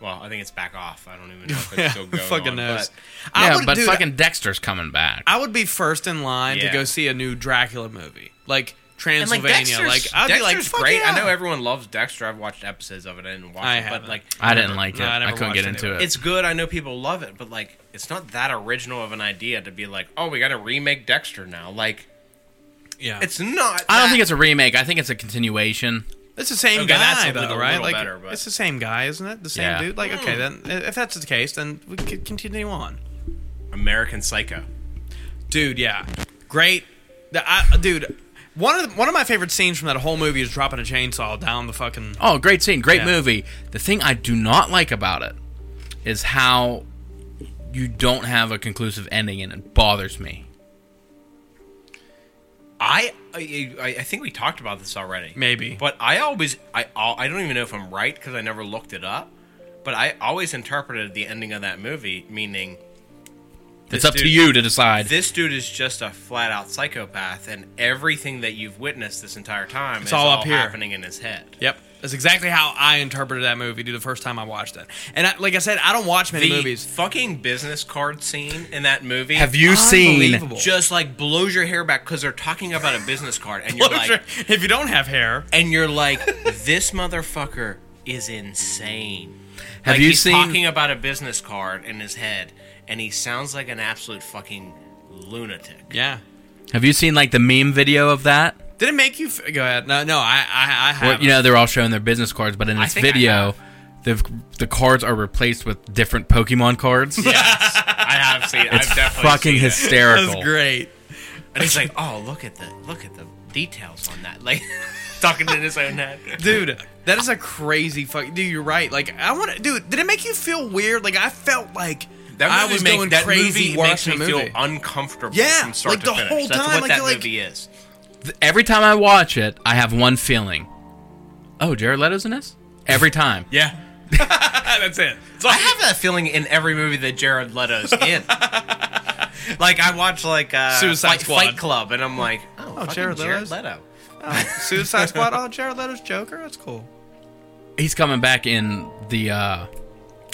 [SPEAKER 4] well, I think it's back off. I don't even know if
[SPEAKER 2] (laughs)
[SPEAKER 4] it's (laughs)
[SPEAKER 2] yeah,
[SPEAKER 4] still going.
[SPEAKER 2] fucking
[SPEAKER 4] on,
[SPEAKER 2] knows. I
[SPEAKER 3] Yeah,
[SPEAKER 2] would-
[SPEAKER 3] but
[SPEAKER 2] dude,
[SPEAKER 3] fucking Dexter's coming back.
[SPEAKER 2] I would be first in line to
[SPEAKER 4] Yeah.
[SPEAKER 2] go see a new Dracula movie, like
[SPEAKER 4] And like
[SPEAKER 2] Transylvania.
[SPEAKER 4] Dexter's,
[SPEAKER 2] Like, I'd be like,
[SPEAKER 4] Dexter's
[SPEAKER 2] "Fuck
[SPEAKER 4] great.
[SPEAKER 2] yeah."
[SPEAKER 4] I know everyone loves Dexter. I've watched episodes of it. I didn't watch
[SPEAKER 2] I
[SPEAKER 4] it, but
[SPEAKER 2] haven't.
[SPEAKER 4] like,
[SPEAKER 3] I didn't like it.
[SPEAKER 2] No, I
[SPEAKER 3] I,
[SPEAKER 2] never
[SPEAKER 3] couldn't
[SPEAKER 2] watched
[SPEAKER 3] get
[SPEAKER 2] it
[SPEAKER 3] into
[SPEAKER 2] anyway.
[SPEAKER 3] it.
[SPEAKER 4] it's good. I know people love it, but like, it's not that original of an idea to be like, oh, we got to remake Dexter now. Like,
[SPEAKER 2] yeah, it's
[SPEAKER 4] it's not.
[SPEAKER 3] I don't think
[SPEAKER 4] that-
[SPEAKER 3] it's a remake. I think it's a continuation.
[SPEAKER 2] it's the same
[SPEAKER 4] Okay,
[SPEAKER 2] guy
[SPEAKER 4] that's a
[SPEAKER 2] though,
[SPEAKER 4] little-
[SPEAKER 2] right?
[SPEAKER 4] little
[SPEAKER 2] Like
[SPEAKER 4] better, but-
[SPEAKER 2] it's the same guy, isn't it? The same
[SPEAKER 3] Yeah.
[SPEAKER 2] dude. Like okay,
[SPEAKER 4] Hmm.
[SPEAKER 2] then if that's the case, then we could continue on,
[SPEAKER 4] American Psycho.
[SPEAKER 2] dude. Yeah, great. The, I, dude, one of the, one of my favorite scenes from that whole movie is dropping a chainsaw down the fucking.
[SPEAKER 3] Oh, great scene, great
[SPEAKER 2] Yeah.
[SPEAKER 3] movie. The thing I do not like about it is how you don't have a conclusive ending, and it bothers me.
[SPEAKER 4] I, I I I think we talked about this already.
[SPEAKER 2] Maybe.
[SPEAKER 4] But I always I al- I don't even know if I'm right because I never looked it up. But I always interpreted the ending of that movie meaning
[SPEAKER 3] It's
[SPEAKER 4] this
[SPEAKER 3] up to
[SPEAKER 4] dude-
[SPEAKER 3] you to decide.
[SPEAKER 4] This dude is just a flat out psychopath, and everything that you've witnessed this entire time is
[SPEAKER 2] all
[SPEAKER 4] all,
[SPEAKER 2] up here.
[SPEAKER 4] happening in his head.
[SPEAKER 2] Yep, that's exactly how I interpreted that movie, dude. The first time I watched it, and I, like I said, I don't watch many
[SPEAKER 4] The
[SPEAKER 2] movies.
[SPEAKER 4] fucking business card scene in that movie. Ah,
[SPEAKER 3] have you seen?
[SPEAKER 2] Unbelievable.
[SPEAKER 4] Just like blows your hair back because they're talking about a business card,
[SPEAKER 3] (laughs)
[SPEAKER 4] and you're like,
[SPEAKER 2] (laughs) if you don't have hair,
[SPEAKER 4] and you're like, this motherfucker is insane.
[SPEAKER 3] Have
[SPEAKER 4] Like,
[SPEAKER 3] you
[SPEAKER 4] he's
[SPEAKER 3] seen?
[SPEAKER 4] talking about a business card in his head, and he sounds like an absolute fucking lunatic.
[SPEAKER 2] yeah.
[SPEAKER 3] Have you seen like the meme video of that?
[SPEAKER 2] Did it make you f- go ahead? No, no, I, I, I
[SPEAKER 3] Well,
[SPEAKER 2] have.
[SPEAKER 3] you know, they're all showing their business cards, but in this
[SPEAKER 4] think I
[SPEAKER 3] video, the the cards are replaced with different Pokemon cards.
[SPEAKER 4] Yes, I have seen.
[SPEAKER 3] It's
[SPEAKER 4] I've definitely
[SPEAKER 2] Oh,
[SPEAKER 3] fucking
[SPEAKER 2] (laughs)
[SPEAKER 4] seen it.
[SPEAKER 3] hysterical.
[SPEAKER 2] that's great.
[SPEAKER 4] And he's like, "Oh, look at the look at the details on that." Like (laughs) talking in his own head.
[SPEAKER 2] dude that is a crazy fuck dude you're right like i want to dude did it make you feel weird like i felt like
[SPEAKER 4] That
[SPEAKER 2] i
[SPEAKER 4] movie
[SPEAKER 2] was
[SPEAKER 4] make-
[SPEAKER 2] going
[SPEAKER 4] that
[SPEAKER 2] crazy
[SPEAKER 4] movie makes
[SPEAKER 2] watching
[SPEAKER 4] me
[SPEAKER 2] the movie
[SPEAKER 4] feel uncomfortable.
[SPEAKER 2] Yeah,
[SPEAKER 4] from start
[SPEAKER 2] like
[SPEAKER 4] to
[SPEAKER 2] the
[SPEAKER 4] finish.
[SPEAKER 2] whole
[SPEAKER 4] That's
[SPEAKER 2] time,
[SPEAKER 4] what
[SPEAKER 2] like,
[SPEAKER 4] that
[SPEAKER 2] you're like-
[SPEAKER 4] movie is.
[SPEAKER 3] Every time I watch it, I have one feeling. Oh, Jared Leto's in this?
[SPEAKER 2] (laughs)
[SPEAKER 3] Every time.
[SPEAKER 4] Yeah,
[SPEAKER 2] (laughs) that's it It's all-
[SPEAKER 4] I have that feeling in every movie that Jared
[SPEAKER 2] (laughs)
[SPEAKER 4] Leto's in. like I watch like uh,
[SPEAKER 2] Suicide
[SPEAKER 4] Fight,
[SPEAKER 2] Squad.
[SPEAKER 4] Fight Club, and I'm like, "Oh, fucking
[SPEAKER 2] Jared Leto's?
[SPEAKER 4] Jared, Leto."
[SPEAKER 2] suicide squad oh jared leto's joker that's cool
[SPEAKER 3] He's coming back in the uh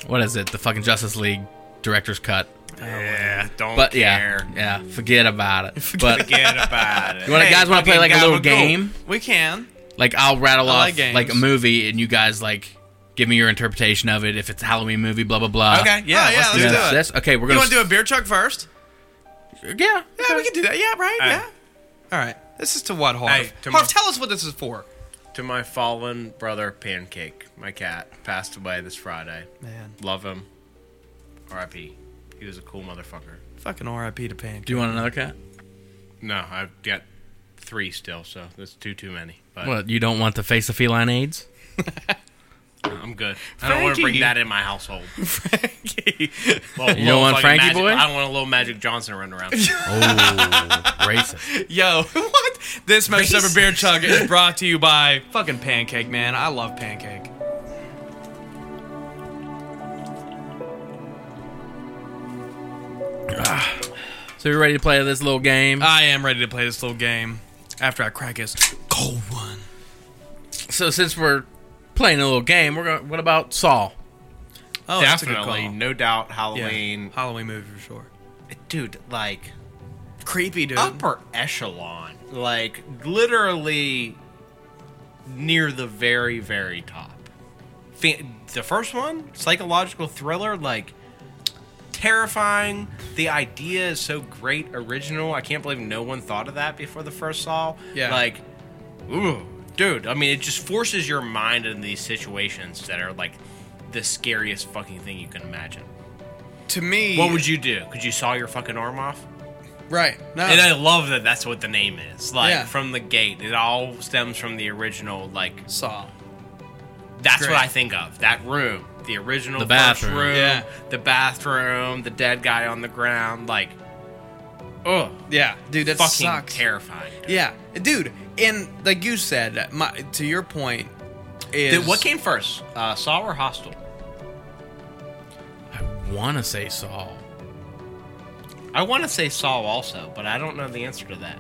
[SPEAKER 3] what is it? The fucking Justice League director's cut.
[SPEAKER 4] Yeah, don't
[SPEAKER 3] But
[SPEAKER 4] care.
[SPEAKER 3] yeah. Yeah, forget about it. but
[SPEAKER 4] Forget
[SPEAKER 2] (laughs)
[SPEAKER 4] about it.
[SPEAKER 3] you wanna,
[SPEAKER 2] Hey,
[SPEAKER 3] guys want to play
[SPEAKER 2] fucking
[SPEAKER 3] like a little
[SPEAKER 2] gabagool.
[SPEAKER 3] game?
[SPEAKER 2] we can
[SPEAKER 3] Like I'll rattle
[SPEAKER 2] I
[SPEAKER 3] off
[SPEAKER 2] like
[SPEAKER 3] like,
[SPEAKER 2] games.
[SPEAKER 3] a movie and you guys like give me your interpretation of it if it's a Halloween movie blah blah blah.
[SPEAKER 4] Okay, yeah,
[SPEAKER 2] Oh, yeah,
[SPEAKER 4] let's do
[SPEAKER 2] let's
[SPEAKER 4] it.
[SPEAKER 2] do
[SPEAKER 3] Yes,
[SPEAKER 2] it.
[SPEAKER 3] yes. Okay, we're
[SPEAKER 2] you
[SPEAKER 3] going
[SPEAKER 2] want to do a beer chug first
[SPEAKER 3] do it. Yeah.
[SPEAKER 2] yeah we can do that yeah right
[SPEAKER 4] All
[SPEAKER 2] yeah
[SPEAKER 4] right.
[SPEAKER 2] all right this is to what Harv?
[SPEAKER 4] Hey, to
[SPEAKER 2] Harv,
[SPEAKER 4] my-
[SPEAKER 2] tell us what this is for
[SPEAKER 4] To my fallen brother Pancake, my cat passed away this Friday.
[SPEAKER 2] man
[SPEAKER 4] Love him. R.I.P. He was a cool motherfucker.
[SPEAKER 2] fucking rip to pancake (laughs)
[SPEAKER 4] (laughs)
[SPEAKER 3] Do you want another cut?
[SPEAKER 4] No, I've got three still, so that's two too many. But
[SPEAKER 3] What, you don't want the face of feline AIDS?
[SPEAKER 4] I'm good. I don't want to
[SPEAKER 2] Frankie.
[SPEAKER 4] bring that in my
[SPEAKER 3] (laughs)
[SPEAKER 4] household.
[SPEAKER 2] Frankie.
[SPEAKER 4] Well, you
[SPEAKER 3] don't want Frankie boy?
[SPEAKER 4] I don't want a little Magic Johnson
[SPEAKER 3] (laughs)
[SPEAKER 4] running around.
[SPEAKER 3] Oh, racist.
[SPEAKER 2] Yo, (laughs) what? This most ever beer chug is brought to you by fucking pancake, man. I love pancake.
[SPEAKER 3] So you're ready to play this little game?
[SPEAKER 2] I am ready to play this little game after I crack this cold one.
[SPEAKER 3] so since we're playing a little game, we're going. What about Saul?
[SPEAKER 2] Oh,
[SPEAKER 4] Definitely, no doubt,
[SPEAKER 2] Yeah.
[SPEAKER 4] Halloween.
[SPEAKER 2] Halloween movie for sure.
[SPEAKER 4] Dude, like
[SPEAKER 2] Creepy, dude.
[SPEAKER 4] upper echelon, like literally near the very, very top. Fa- The first one, psychological thriller, like terrifying. The idea is so great, original. I can't believe no one thought of that before the first Saw.
[SPEAKER 2] Yeah.
[SPEAKER 4] like ooh, dude. I mean, it just forces your mind in these situations that are like the scariest fucking thing you can imagine.
[SPEAKER 2] To me,
[SPEAKER 4] What would you do? Could you saw your fucking arm off?
[SPEAKER 2] Right. No.
[SPEAKER 4] And I love that that's what the name is. Like
[SPEAKER 2] Oh. Yeah.
[SPEAKER 4] from the gate, it all stems from the original. Like
[SPEAKER 2] saw.
[SPEAKER 4] that's
[SPEAKER 2] Great.
[SPEAKER 4] what I think of. That room, the original
[SPEAKER 3] The
[SPEAKER 4] first
[SPEAKER 3] bathroom.
[SPEAKER 4] room,
[SPEAKER 2] Yeah.
[SPEAKER 4] the bathroom, the dead guy on the ground. Like, oh,
[SPEAKER 2] Yeah, dude, that
[SPEAKER 4] fucking
[SPEAKER 2] sucks.
[SPEAKER 4] terrifying. dude.
[SPEAKER 2] yeah, dude, and like you said, my to your point is
[SPEAKER 4] Dude, what came first, uh, Saw or Hostel?
[SPEAKER 3] I want to say Saul.
[SPEAKER 4] I want to say Saw also, but I don't know the answer to that.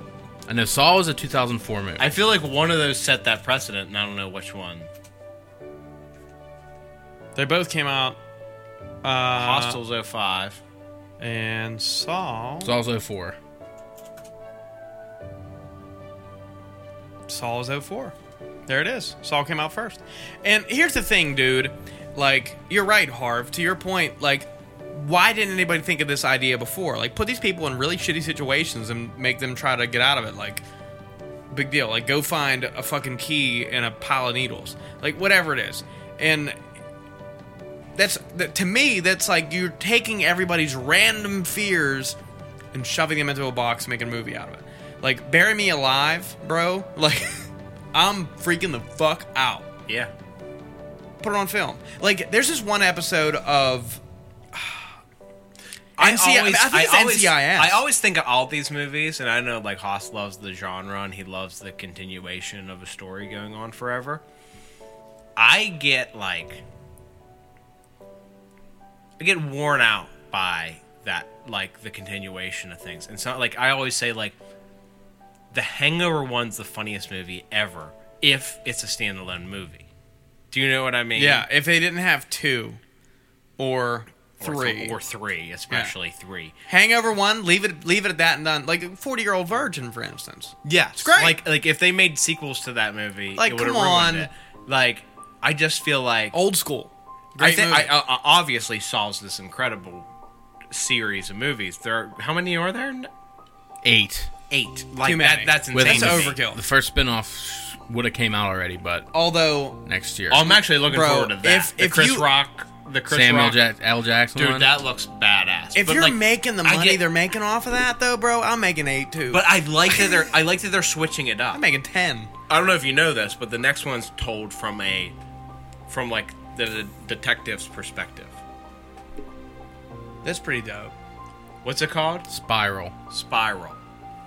[SPEAKER 3] I know Saul was a 2004 movie.
[SPEAKER 4] I feel like one of those set that precedent, and I don't know which one.
[SPEAKER 2] They both came out. Uh,
[SPEAKER 4] Hostel's 05.
[SPEAKER 2] and Saw.
[SPEAKER 3] Saul's 04.
[SPEAKER 2] Saw is 04. There it is. Saw came out first. And here's the thing, dude. Like, you're right, Harv. To your point, like, why didn't anybody think of this idea before? Like, put these people in really shitty situations and make them try to get out of it. Like, big deal. Like, go find a fucking key and a pile of needles. Like, whatever it is. And that's, that, to me, that's like you're taking everybody's random fears and shoving them into a box, and making a movie out of it. Like, bury me alive, bro. (laughs) Like, I'm freaking the fuck out.
[SPEAKER 4] Yeah.
[SPEAKER 2] Put it on film. Like, there's this one episode of. (sighs) NCI I, mean, I think it's
[SPEAKER 4] always,
[SPEAKER 2] NCIS.
[SPEAKER 4] I always think of all these movies, and I know like Haas loves the genre and he loves the continuation of a story going on forever. I get like, I get worn out by that, like the continuation of things. And so, like, I always say, like, the Hangover one's the funniest movie ever if it's a standalone movie. Do you know what I mean?
[SPEAKER 2] Yeah, if they didn't have two or
[SPEAKER 4] Or th-
[SPEAKER 2] three.
[SPEAKER 4] or three, especially three.
[SPEAKER 2] Hangover one, leave it leave it at that and done. Like, 40 year old virgin, for instance.
[SPEAKER 4] Yeah,
[SPEAKER 2] It's great.
[SPEAKER 4] Like like if they made sequels to that movie,
[SPEAKER 2] Like,
[SPEAKER 4] it would've
[SPEAKER 2] come on.
[SPEAKER 4] ruined it. Like I just feel like
[SPEAKER 2] Old school.
[SPEAKER 4] I
[SPEAKER 2] Great
[SPEAKER 4] think
[SPEAKER 2] movie.
[SPEAKER 4] I, uh, I, obviously Saul's this incredible series of movies. There, are, how many are there?
[SPEAKER 3] Eight.
[SPEAKER 4] Eight. Like
[SPEAKER 2] Too many.
[SPEAKER 4] that. That's
[SPEAKER 3] With
[SPEAKER 4] insane.
[SPEAKER 2] That's
[SPEAKER 4] to me.
[SPEAKER 2] overkill.
[SPEAKER 3] The first spinoff would have came out already, but
[SPEAKER 2] Although,
[SPEAKER 3] next year.
[SPEAKER 4] I'm actually looking
[SPEAKER 2] Bro,
[SPEAKER 4] forward to that.
[SPEAKER 2] if-
[SPEAKER 4] the
[SPEAKER 2] if
[SPEAKER 4] Chris
[SPEAKER 2] you-
[SPEAKER 4] Rock the Chris
[SPEAKER 3] Samuel
[SPEAKER 4] Rock-
[SPEAKER 3] Jack- L. Jackson
[SPEAKER 4] Dude,
[SPEAKER 3] one.
[SPEAKER 4] that looks badass.
[SPEAKER 2] If
[SPEAKER 4] But,
[SPEAKER 2] you're
[SPEAKER 4] like,
[SPEAKER 2] making the
[SPEAKER 4] I
[SPEAKER 2] money
[SPEAKER 4] get- (laughs)
[SPEAKER 2] they're making off of that, though, bro, I'm making eight too.
[SPEAKER 5] But I like that they're I like that they're switching it up.
[SPEAKER 2] I'm making ten.
[SPEAKER 4] I don't know if you know this, but the next one's told from a from like the, the detective's perspective.
[SPEAKER 2] That's pretty dope.
[SPEAKER 4] What's it called?
[SPEAKER 3] Spiral
[SPEAKER 5] Spiral.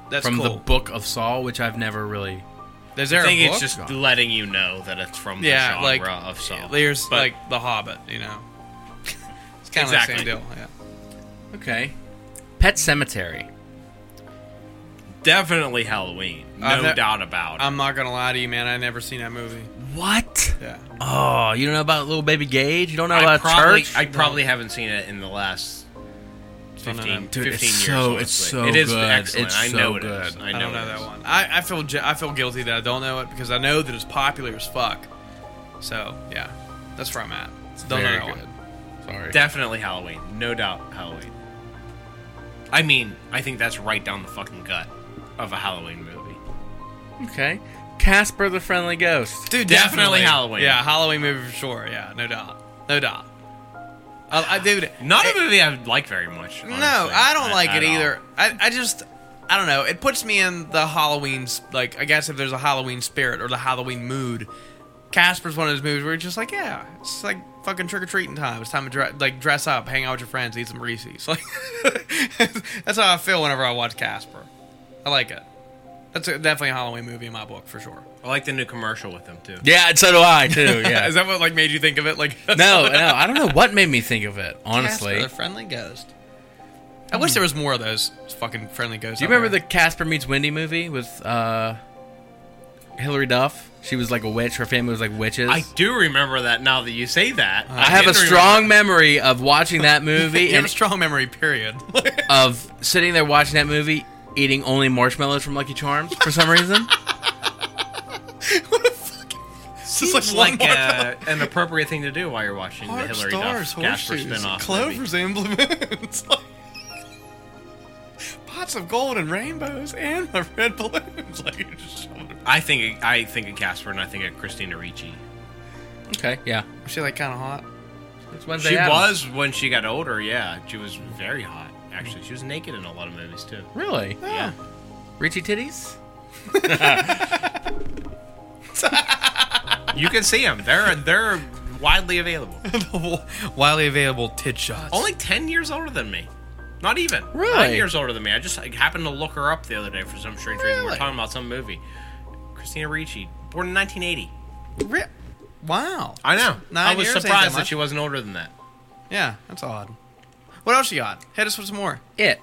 [SPEAKER 2] That's
[SPEAKER 3] from the
[SPEAKER 2] cool.
[SPEAKER 3] Book of Saul, which I've never really.
[SPEAKER 2] Is there
[SPEAKER 4] I think
[SPEAKER 2] a book?
[SPEAKER 4] it's just letting you know that it's from the
[SPEAKER 2] yeah,
[SPEAKER 4] genre
[SPEAKER 2] like
[SPEAKER 4] of Saul.
[SPEAKER 2] there's
[SPEAKER 4] But-
[SPEAKER 2] like The Hobbit. You
[SPEAKER 4] (laughs)
[SPEAKER 2] know, it's kind of
[SPEAKER 4] Exactly.
[SPEAKER 2] the same deal. Yeah.
[SPEAKER 3] Okay. Pet Cemetery.
[SPEAKER 4] Definitely Halloween,
[SPEAKER 2] I've
[SPEAKER 4] no
[SPEAKER 2] ne-
[SPEAKER 4] doubt about it.
[SPEAKER 2] I'm not gonna lie to you, man. I never seen that movie.
[SPEAKER 3] What?
[SPEAKER 2] Yeah.
[SPEAKER 3] Oh, you don't know about little baby Gage? You don't know
[SPEAKER 4] I
[SPEAKER 3] about
[SPEAKER 4] probably,
[SPEAKER 3] church?
[SPEAKER 4] I probably haven't seen it in the last 15,
[SPEAKER 2] Don't know that.
[SPEAKER 4] 15
[SPEAKER 3] it's
[SPEAKER 4] years.
[SPEAKER 3] so-
[SPEAKER 4] honestly.
[SPEAKER 3] it's so
[SPEAKER 4] It is
[SPEAKER 3] good.
[SPEAKER 4] excellent.
[SPEAKER 3] It's
[SPEAKER 4] I
[SPEAKER 3] so
[SPEAKER 4] know it
[SPEAKER 3] good.
[SPEAKER 4] is. I
[SPEAKER 2] I,
[SPEAKER 4] know,
[SPEAKER 2] don't know
[SPEAKER 4] it
[SPEAKER 2] that
[SPEAKER 4] is.
[SPEAKER 2] one. I, I feel ju- I feel guilty that I don't know it because I know that it's popular as fuck. So yeah, that's where I'm at. don't
[SPEAKER 3] very
[SPEAKER 2] know that
[SPEAKER 3] good.
[SPEAKER 2] one.
[SPEAKER 3] Sorry.
[SPEAKER 4] Definitely Halloween, no doubt Halloween. I mean, I think that's right down the fucking gut of a Halloween movie.
[SPEAKER 3] okay. Casper the Friendly Ghost.
[SPEAKER 2] Dude,
[SPEAKER 4] Definitely Halloween.
[SPEAKER 2] Yeah, Halloween movie for sure. Yeah, no doubt, no doubt. I, I dude,
[SPEAKER 4] Not
[SPEAKER 2] it-
[SPEAKER 4] a movie I like very much.
[SPEAKER 2] No,
[SPEAKER 4] honestly,
[SPEAKER 2] I don't
[SPEAKER 4] at-
[SPEAKER 2] like
[SPEAKER 4] at
[SPEAKER 2] it
[SPEAKER 4] all.
[SPEAKER 2] either. I, I just I don't know. It puts me in the Halloween's like I guess if there's a Halloween spirit or the Halloween mood. Casper's one of those movies where you're just like, yeah, it's like fucking trick or treating time. It's time to dre- like dress up, hang out with your friends, eat some Reese's. (laughs) Like that's how I feel whenever I watch Casper. I like it. That's a, definitely a Halloween movie in my book for sure.
[SPEAKER 4] I like the new commercial with them too.
[SPEAKER 3] Yeah, and so do I
[SPEAKER 2] (laughs)
[SPEAKER 3] too.
[SPEAKER 2] Is
[SPEAKER 3] Yeah.
[SPEAKER 2] that what like made you think of it? Like (laughs)
[SPEAKER 3] no, no, I don't know what made me think of it. Honestly,
[SPEAKER 2] Casper, the friendly ghost. I wish there was more of those fucking friendly ghosts.
[SPEAKER 3] do you
[SPEAKER 2] out
[SPEAKER 3] remember
[SPEAKER 2] there.
[SPEAKER 3] the Casper meets Wendy movie with uh, Hilary Duff? She was like a witch. Her family was like witches.
[SPEAKER 4] I do remember that now that you say that.
[SPEAKER 3] Uh, I have a
[SPEAKER 4] didn't
[SPEAKER 3] strong memory of watching that
[SPEAKER 2] (laughs)
[SPEAKER 3] movie
[SPEAKER 2] You have
[SPEAKER 3] and
[SPEAKER 2] a strong memory, period. (laughs)
[SPEAKER 3] of sitting there watching that movie, eating only marshmallows from Lucky Charms for some reason.
[SPEAKER 2] It's
[SPEAKER 3] (laughs)
[SPEAKER 4] Seems like,
[SPEAKER 2] (laughs)
[SPEAKER 4] uh, an appropriate thing to do while you're watching the Hillary Duff Casper spinoff movie.
[SPEAKER 2] and blue (laughs) moons. pots of gold and rainbows and the red balloons. (laughs) Like you just
[SPEAKER 4] I think I think of Casper and I think of Christina Ricci.
[SPEAKER 3] Okay, yeah.
[SPEAKER 2] she like kind of hot?
[SPEAKER 3] It's Wednesday.
[SPEAKER 4] She
[SPEAKER 3] Addams.
[SPEAKER 4] was when she got older. Yeah, she was very hot. Actually, she was naked in a lot of movies too.
[SPEAKER 3] really
[SPEAKER 4] Yeah,
[SPEAKER 3] Richie titties.
[SPEAKER 4] you can see them. They're they're widely
[SPEAKER 3] (laughs)
[SPEAKER 4] available.
[SPEAKER 2] (laughs) Widely available tit shots.
[SPEAKER 4] Only ten years older than me. Not even.
[SPEAKER 3] Really?
[SPEAKER 4] Nine years older than me. I just like, happened to look her up the other day for some strange reason. We
[SPEAKER 2] Really?
[SPEAKER 4] We're talking about some movie. Christina Ricci, born in 1980.
[SPEAKER 2] Ri- wow.
[SPEAKER 4] I know.
[SPEAKER 2] Nine
[SPEAKER 4] I was
[SPEAKER 2] years ain't that
[SPEAKER 4] surprised that
[SPEAKER 2] much.
[SPEAKER 4] she wasn't older than that.
[SPEAKER 2] Yeah, that's odd. What else you got? Hit us with some more.
[SPEAKER 3] It.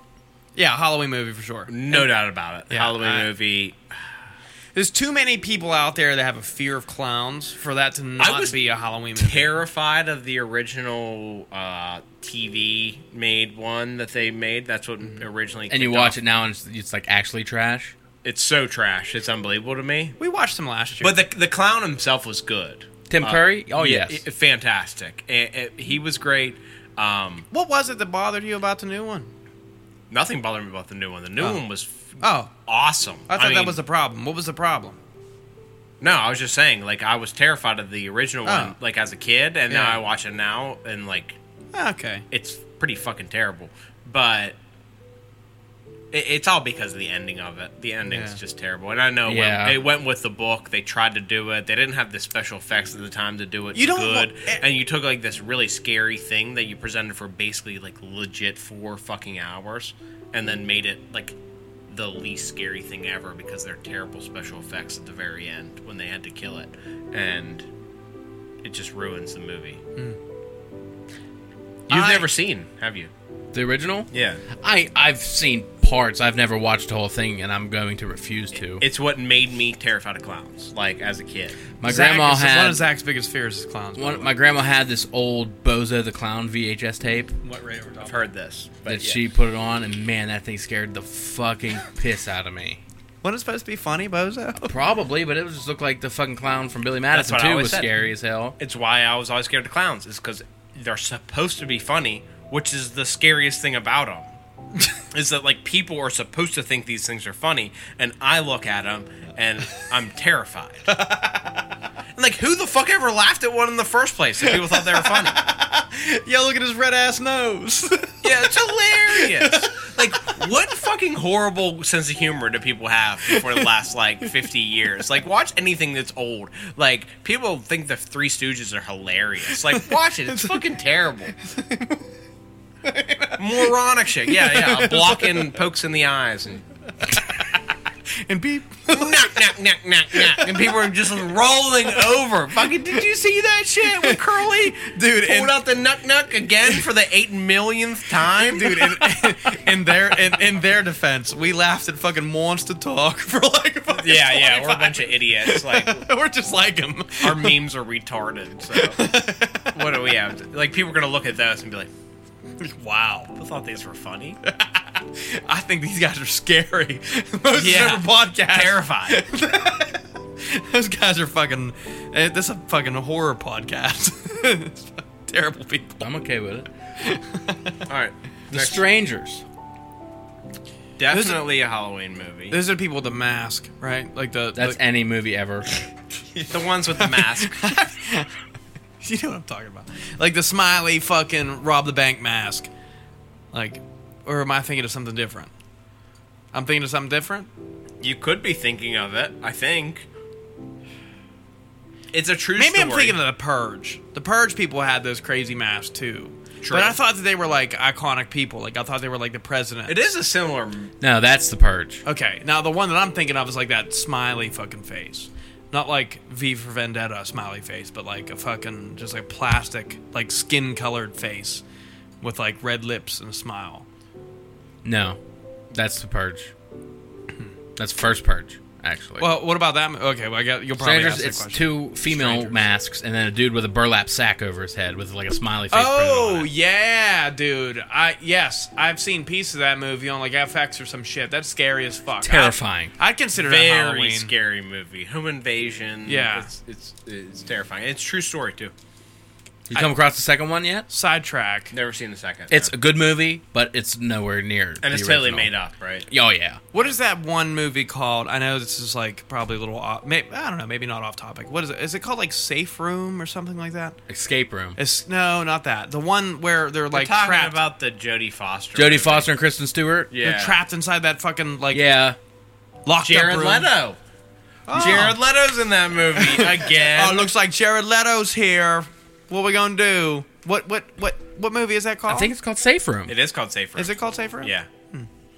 [SPEAKER 2] Yeah, Halloween movie for sure.
[SPEAKER 4] No doubt about it.
[SPEAKER 2] Yeah,
[SPEAKER 4] Halloween
[SPEAKER 2] I-
[SPEAKER 4] movie.
[SPEAKER 2] There's too many people out there that have a fear of clowns for that to not
[SPEAKER 4] was
[SPEAKER 2] be a Halloween movie.
[SPEAKER 4] Terrified of the original uh, TV made one that they made. That's what
[SPEAKER 2] Mm-hmm.
[SPEAKER 4] originally.
[SPEAKER 3] And you watch it now, and it's, it's like actually trash.
[SPEAKER 4] It's so trash. It's unbelievable to me.
[SPEAKER 2] we watched them last year.
[SPEAKER 4] But the the clown himself was good.
[SPEAKER 3] Tim
[SPEAKER 4] Uh,
[SPEAKER 3] Curry. Oh
[SPEAKER 4] yeah,
[SPEAKER 3] yes.
[SPEAKER 4] i- fantastic. I- I- he was great. Um,
[SPEAKER 2] what was it that bothered you about the new one?
[SPEAKER 4] nothing bothered me about the new one. The new
[SPEAKER 2] Oh.
[SPEAKER 4] one was f-
[SPEAKER 2] Oh,
[SPEAKER 4] awesome.
[SPEAKER 2] I thought
[SPEAKER 4] mean,
[SPEAKER 2] that was the problem. What was the problem?
[SPEAKER 4] no. I was just saying, like I was terrified of the original
[SPEAKER 2] Oh.
[SPEAKER 4] one, like as a kid, and now
[SPEAKER 2] Yeah.
[SPEAKER 4] I watch it now, and like
[SPEAKER 2] Okay.
[SPEAKER 4] it's pretty fucking terrible. But it, it's all because of the ending of it. The ending's
[SPEAKER 2] Yeah.
[SPEAKER 4] just terrible. And I know when
[SPEAKER 3] Yeah.
[SPEAKER 4] they went with the book. They tried to do it. They didn't have the special effects at the time to do it
[SPEAKER 2] You don't
[SPEAKER 4] good.
[SPEAKER 2] wa- eh.
[SPEAKER 4] and you took like this really scary thing that you presented for basically like legit four fucking hours, and then made it like the least scary thing ever because they're terrible special effects at the very end when they had to kill it and it just ruins the movie you've
[SPEAKER 2] Hmm. I-
[SPEAKER 4] never seen have you
[SPEAKER 3] the original.
[SPEAKER 4] yeah.
[SPEAKER 3] I I've seen parts. I've never watched the whole thing, and I'm going to refuse to.
[SPEAKER 4] It's what made me terrified of clowns, like as a kid.
[SPEAKER 3] my
[SPEAKER 2] Zach
[SPEAKER 3] grandma
[SPEAKER 2] is- one
[SPEAKER 3] had
[SPEAKER 2] of Zach's biggest fears is clowns. by
[SPEAKER 3] one,
[SPEAKER 2] the
[SPEAKER 3] my
[SPEAKER 2] way.
[SPEAKER 3] grandma had this old Bozo the Clown VHS tape
[SPEAKER 2] what rate are we
[SPEAKER 4] I've
[SPEAKER 2] talking?
[SPEAKER 4] heard this. But
[SPEAKER 3] that
[SPEAKER 4] yeah.
[SPEAKER 3] she put it on, and man, that thing scared the
[SPEAKER 4] (laughs)
[SPEAKER 3] fucking piss out of me. Uh,
[SPEAKER 2] Wasn't it supposed to be funny, Bozo?
[SPEAKER 3] Probably, but it was just looked like the fucking clown from Billy Madison
[SPEAKER 4] what I
[SPEAKER 3] too
[SPEAKER 4] always
[SPEAKER 3] was
[SPEAKER 4] said.
[SPEAKER 3] scary as hell.
[SPEAKER 4] It's why I was always scared of clowns, is because they're supposed to be funny, which is the scariest thing about them. is that like people are supposed to think these things are funny, and I look at them and I'm terrified. and like, who the fuck ever laughed at one in the first place? If people thought they were funny.
[SPEAKER 2] Yo, look at his red ass nose.
[SPEAKER 4] Yeah, it's hilarious. like, what fucking horrible sense of humor do people have for the last like 50 years? Like, watch anything that's old. Like, people think the Three Stooges are hilarious. Like, watch it. It's fucking terrible. Moronic shit. Yeah, yeah. Blocking pokes in the eyes and
[SPEAKER 2] and beep.
[SPEAKER 4] knock, knock, knock, knock, knock. And people are just rolling over. Fucking, did you see that shit with Curly?
[SPEAKER 2] Dude,
[SPEAKER 4] Pulled
[SPEAKER 2] and-
[SPEAKER 4] out the knock, knock again for the eight millionth time?
[SPEAKER 2] Dude, in, in their in, in their defense, we laughed at fucking monster talk (laughs) for like fucking
[SPEAKER 4] Yeah, yeah, we're a
[SPEAKER 2] 25
[SPEAKER 4] bunch of idiots. Like
[SPEAKER 2] we're just like him.
[SPEAKER 4] our memes are retarded. So
[SPEAKER 2] (laughs)
[SPEAKER 4] what do we have? Like people are gonna look at those and be like, "Wow, I thought these were funny."
[SPEAKER 2] I think these guys are scary. (laughs) Most (laughs)
[SPEAKER 4] Yeah.
[SPEAKER 2] yeah. podcast.
[SPEAKER 4] Terrified.
[SPEAKER 2] Those guys are fucking. eh, This is a fucking horror podcast. (laughs) It's fucking terrible people.
[SPEAKER 3] I'm okay with it.
[SPEAKER 4] (laughs) All right,
[SPEAKER 3] The Strangers.
[SPEAKER 4] definitely a Halloween movie.
[SPEAKER 2] Those are people with the mask, right? Like the.
[SPEAKER 3] That's
[SPEAKER 2] the,
[SPEAKER 3] any movie ever.
[SPEAKER 4] (laughs) The ones with the mask.
[SPEAKER 2] (laughs) you know what I'm talking about. Like the smiley fucking rob the bank mask. Like, or am I thinking of something different? I'm thinking of something different.
[SPEAKER 4] You could be thinking of it. I think it's a true
[SPEAKER 2] Maybe
[SPEAKER 4] story.
[SPEAKER 2] I'm thinking of the Purge. The Purge people had those crazy masks too.
[SPEAKER 4] True.
[SPEAKER 2] But I thought that they were like iconic people. Like I thought they were like the president.
[SPEAKER 4] it is a similar.
[SPEAKER 3] No, that's The Purge.
[SPEAKER 2] Okay, now the one that I'm thinking of is like that smiley fucking face. Not like V for Vendetta smiley face, but like a fucking just like plastic, like skin colored face with like red lips and a smile.
[SPEAKER 3] No, that's The Purge. (clears throat) That's First Purge, actually.
[SPEAKER 2] Well, what about that? mo- Okay, well, I guess you'll probably
[SPEAKER 3] Strangers,
[SPEAKER 2] ask that
[SPEAKER 3] it's
[SPEAKER 2] question.
[SPEAKER 3] two female
[SPEAKER 2] Strangers.
[SPEAKER 3] masks and then a dude with a burlap sack over his head with like a smiley face. printed
[SPEAKER 2] Oh
[SPEAKER 3] on it.
[SPEAKER 2] yeah, dude. I yes, I've seen pieces of that movie on like FX or some shit. That's scary as fuck.
[SPEAKER 3] Terrifying.
[SPEAKER 2] I, would consider that
[SPEAKER 4] Very
[SPEAKER 2] Halloween.
[SPEAKER 4] scary movie. Home invasion.
[SPEAKER 2] Yeah.
[SPEAKER 4] it's, it's it's terrifying. It's a true story too.
[SPEAKER 3] you come across the second one yet?
[SPEAKER 2] Sidetrack.
[SPEAKER 4] Never seen the second.
[SPEAKER 3] It's a good movie, but it's nowhere near.
[SPEAKER 4] and
[SPEAKER 3] the
[SPEAKER 4] it's totally
[SPEAKER 3] original.
[SPEAKER 4] made up, right?
[SPEAKER 3] Oh yeah,
[SPEAKER 2] What is that one movie called? I know this is like probably a little off. May, I don't know, maybe not off topic. What is it? Is it called like Safe Room or something like that?
[SPEAKER 3] Escape Room.
[SPEAKER 2] It's no, not that. The one where they're like
[SPEAKER 4] talking
[SPEAKER 2] trapped.
[SPEAKER 4] about the Jodie Foster.
[SPEAKER 3] Jodie
[SPEAKER 4] movie.
[SPEAKER 3] Foster and Kristen Stewart.
[SPEAKER 2] they're
[SPEAKER 4] Yeah.
[SPEAKER 2] trapped inside that fucking like
[SPEAKER 3] yeah.
[SPEAKER 2] locked up
[SPEAKER 4] Jared
[SPEAKER 2] room.
[SPEAKER 4] Leto.
[SPEAKER 2] Oh.
[SPEAKER 4] Jared Leto's in that movie again.
[SPEAKER 2] Oh, it looks like Jared Leto's here. What we gonna do? What what what what movie is that called?
[SPEAKER 3] I think it's called Safe Room.
[SPEAKER 4] it is called Safer.
[SPEAKER 2] is it called Safe Room?
[SPEAKER 4] Yeah.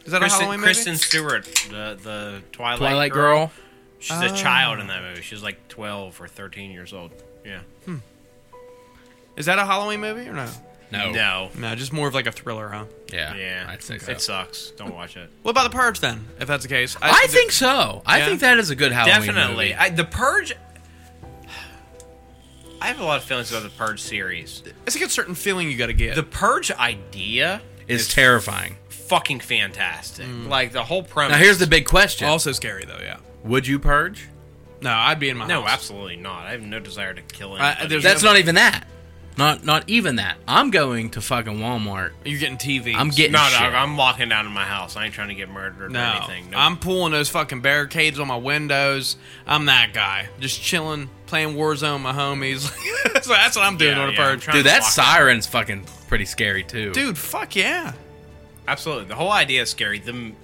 [SPEAKER 2] Is that a
[SPEAKER 4] Kristen,
[SPEAKER 2] Halloween movie?
[SPEAKER 4] Kristen Stewart, the the Twilight,
[SPEAKER 3] Twilight Girl.
[SPEAKER 4] She's a child in that movie. She's like twelve or thirteen years old. Yeah.
[SPEAKER 2] Is that a Halloween movie or no?
[SPEAKER 3] No.
[SPEAKER 4] No.
[SPEAKER 2] No, just more of like a thriller, huh?
[SPEAKER 3] Oh. Yeah.
[SPEAKER 4] Yeah.
[SPEAKER 3] I think so.
[SPEAKER 4] It sucks. Don't watch it.
[SPEAKER 2] What about The Purge then? If that's the case,
[SPEAKER 3] I think so. I
[SPEAKER 2] Yeah.
[SPEAKER 3] think that is a good Halloween
[SPEAKER 4] Definitely.
[SPEAKER 3] movie.
[SPEAKER 4] I, the Purge. (sighs) I have a lot of feelings about the Purge series.
[SPEAKER 2] it's like a certain feeling you gotta get.
[SPEAKER 4] The Purge idea
[SPEAKER 3] It's terrifying.
[SPEAKER 4] fucking fantastic. Like the whole premise.
[SPEAKER 3] Now here's the big question:
[SPEAKER 2] also scary though, yeah.
[SPEAKER 3] Would you purge?
[SPEAKER 2] No, I'd be in my
[SPEAKER 4] No,
[SPEAKER 2] house.
[SPEAKER 4] absolutely not. I have no desire to kill
[SPEAKER 2] I-
[SPEAKER 4] anybody.
[SPEAKER 2] there's-
[SPEAKER 3] That's not even that. Not not even that. I'm going to fucking Walmart.
[SPEAKER 2] You're getting TV.
[SPEAKER 3] I'm getting
[SPEAKER 4] no,
[SPEAKER 3] shit.
[SPEAKER 4] dog. I'm locking down in my house. I ain't trying to get murdered or
[SPEAKER 2] no.
[SPEAKER 4] anything. No.
[SPEAKER 2] I'm pulling those fucking barricades on my windows. I'm that guy, just chilling, playing Warzone with my homies. (laughs) so that's what I'm doing
[SPEAKER 4] Yeah,
[SPEAKER 2] on a
[SPEAKER 4] yeah, I'm
[SPEAKER 2] purge.
[SPEAKER 4] trying-
[SPEAKER 3] Dude, that
[SPEAKER 4] Walk-
[SPEAKER 3] siren's fucking pretty scary too.
[SPEAKER 2] Dude, fuck yeah.
[SPEAKER 4] absolutely. The whole idea is scary. The m-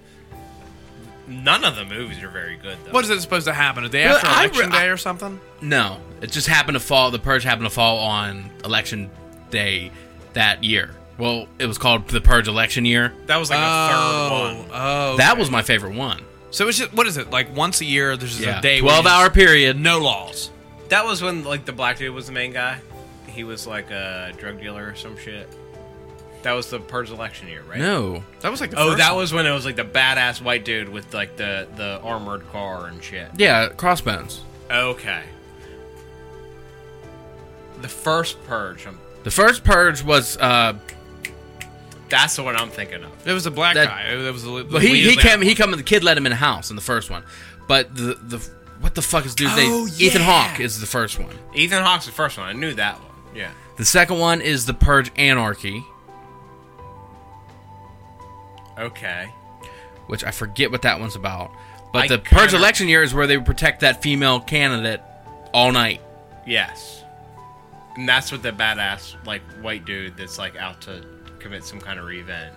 [SPEAKER 4] none of the movies are very good. Though.
[SPEAKER 2] What is it supposed to happen? A day
[SPEAKER 3] Well,
[SPEAKER 2] after
[SPEAKER 3] I re-
[SPEAKER 2] election day or something?
[SPEAKER 3] No, it just happened to fall. The purge happened to fall on election day that year. Well, it was called the purge election year.
[SPEAKER 4] That was like a
[SPEAKER 2] oh,
[SPEAKER 4] third one.
[SPEAKER 2] oh.
[SPEAKER 3] That was my favorite one.
[SPEAKER 2] so it's just what is it? Like once a year, there's just
[SPEAKER 3] Yeah,
[SPEAKER 2] a day. where
[SPEAKER 3] twelve
[SPEAKER 2] you
[SPEAKER 3] hour period.
[SPEAKER 2] just- no laws.
[SPEAKER 4] That was when like the black dude was the main guy. He was like a drug dealer or some shit. That was the purge election year, right?
[SPEAKER 3] No,
[SPEAKER 2] That was like the
[SPEAKER 4] Oh,
[SPEAKER 2] first
[SPEAKER 4] that
[SPEAKER 2] one.
[SPEAKER 4] was when it was like the badass white dude with like the the armored car and shit.
[SPEAKER 3] yeah, crossbones.
[SPEAKER 4] Okay. The first purge. um, I'm,
[SPEAKER 3] The first purge was uh,
[SPEAKER 4] that's the one I'm thinking of.
[SPEAKER 2] It was a black
[SPEAKER 3] That-
[SPEAKER 2] guy. That was a, li-
[SPEAKER 3] But he, he
[SPEAKER 2] weird-
[SPEAKER 3] came he come the kid let him in the house in the first one, but the the what the fuck is dude's
[SPEAKER 2] Oh,
[SPEAKER 3] name? Ethan
[SPEAKER 2] yeah.
[SPEAKER 3] Hawke is the first one.
[SPEAKER 4] Ethan Hawke's the first one. I knew that one. Yeah.
[SPEAKER 3] The second one is the Purge Anarchy,
[SPEAKER 4] Okay.
[SPEAKER 3] which I forget what that one's about. But
[SPEAKER 4] I
[SPEAKER 3] the
[SPEAKER 4] kinda-
[SPEAKER 3] Purge election year is where they protect that female candidate all night.
[SPEAKER 4] Yes. And that's with the badass like white dude that's like out to commit some kind of revenge.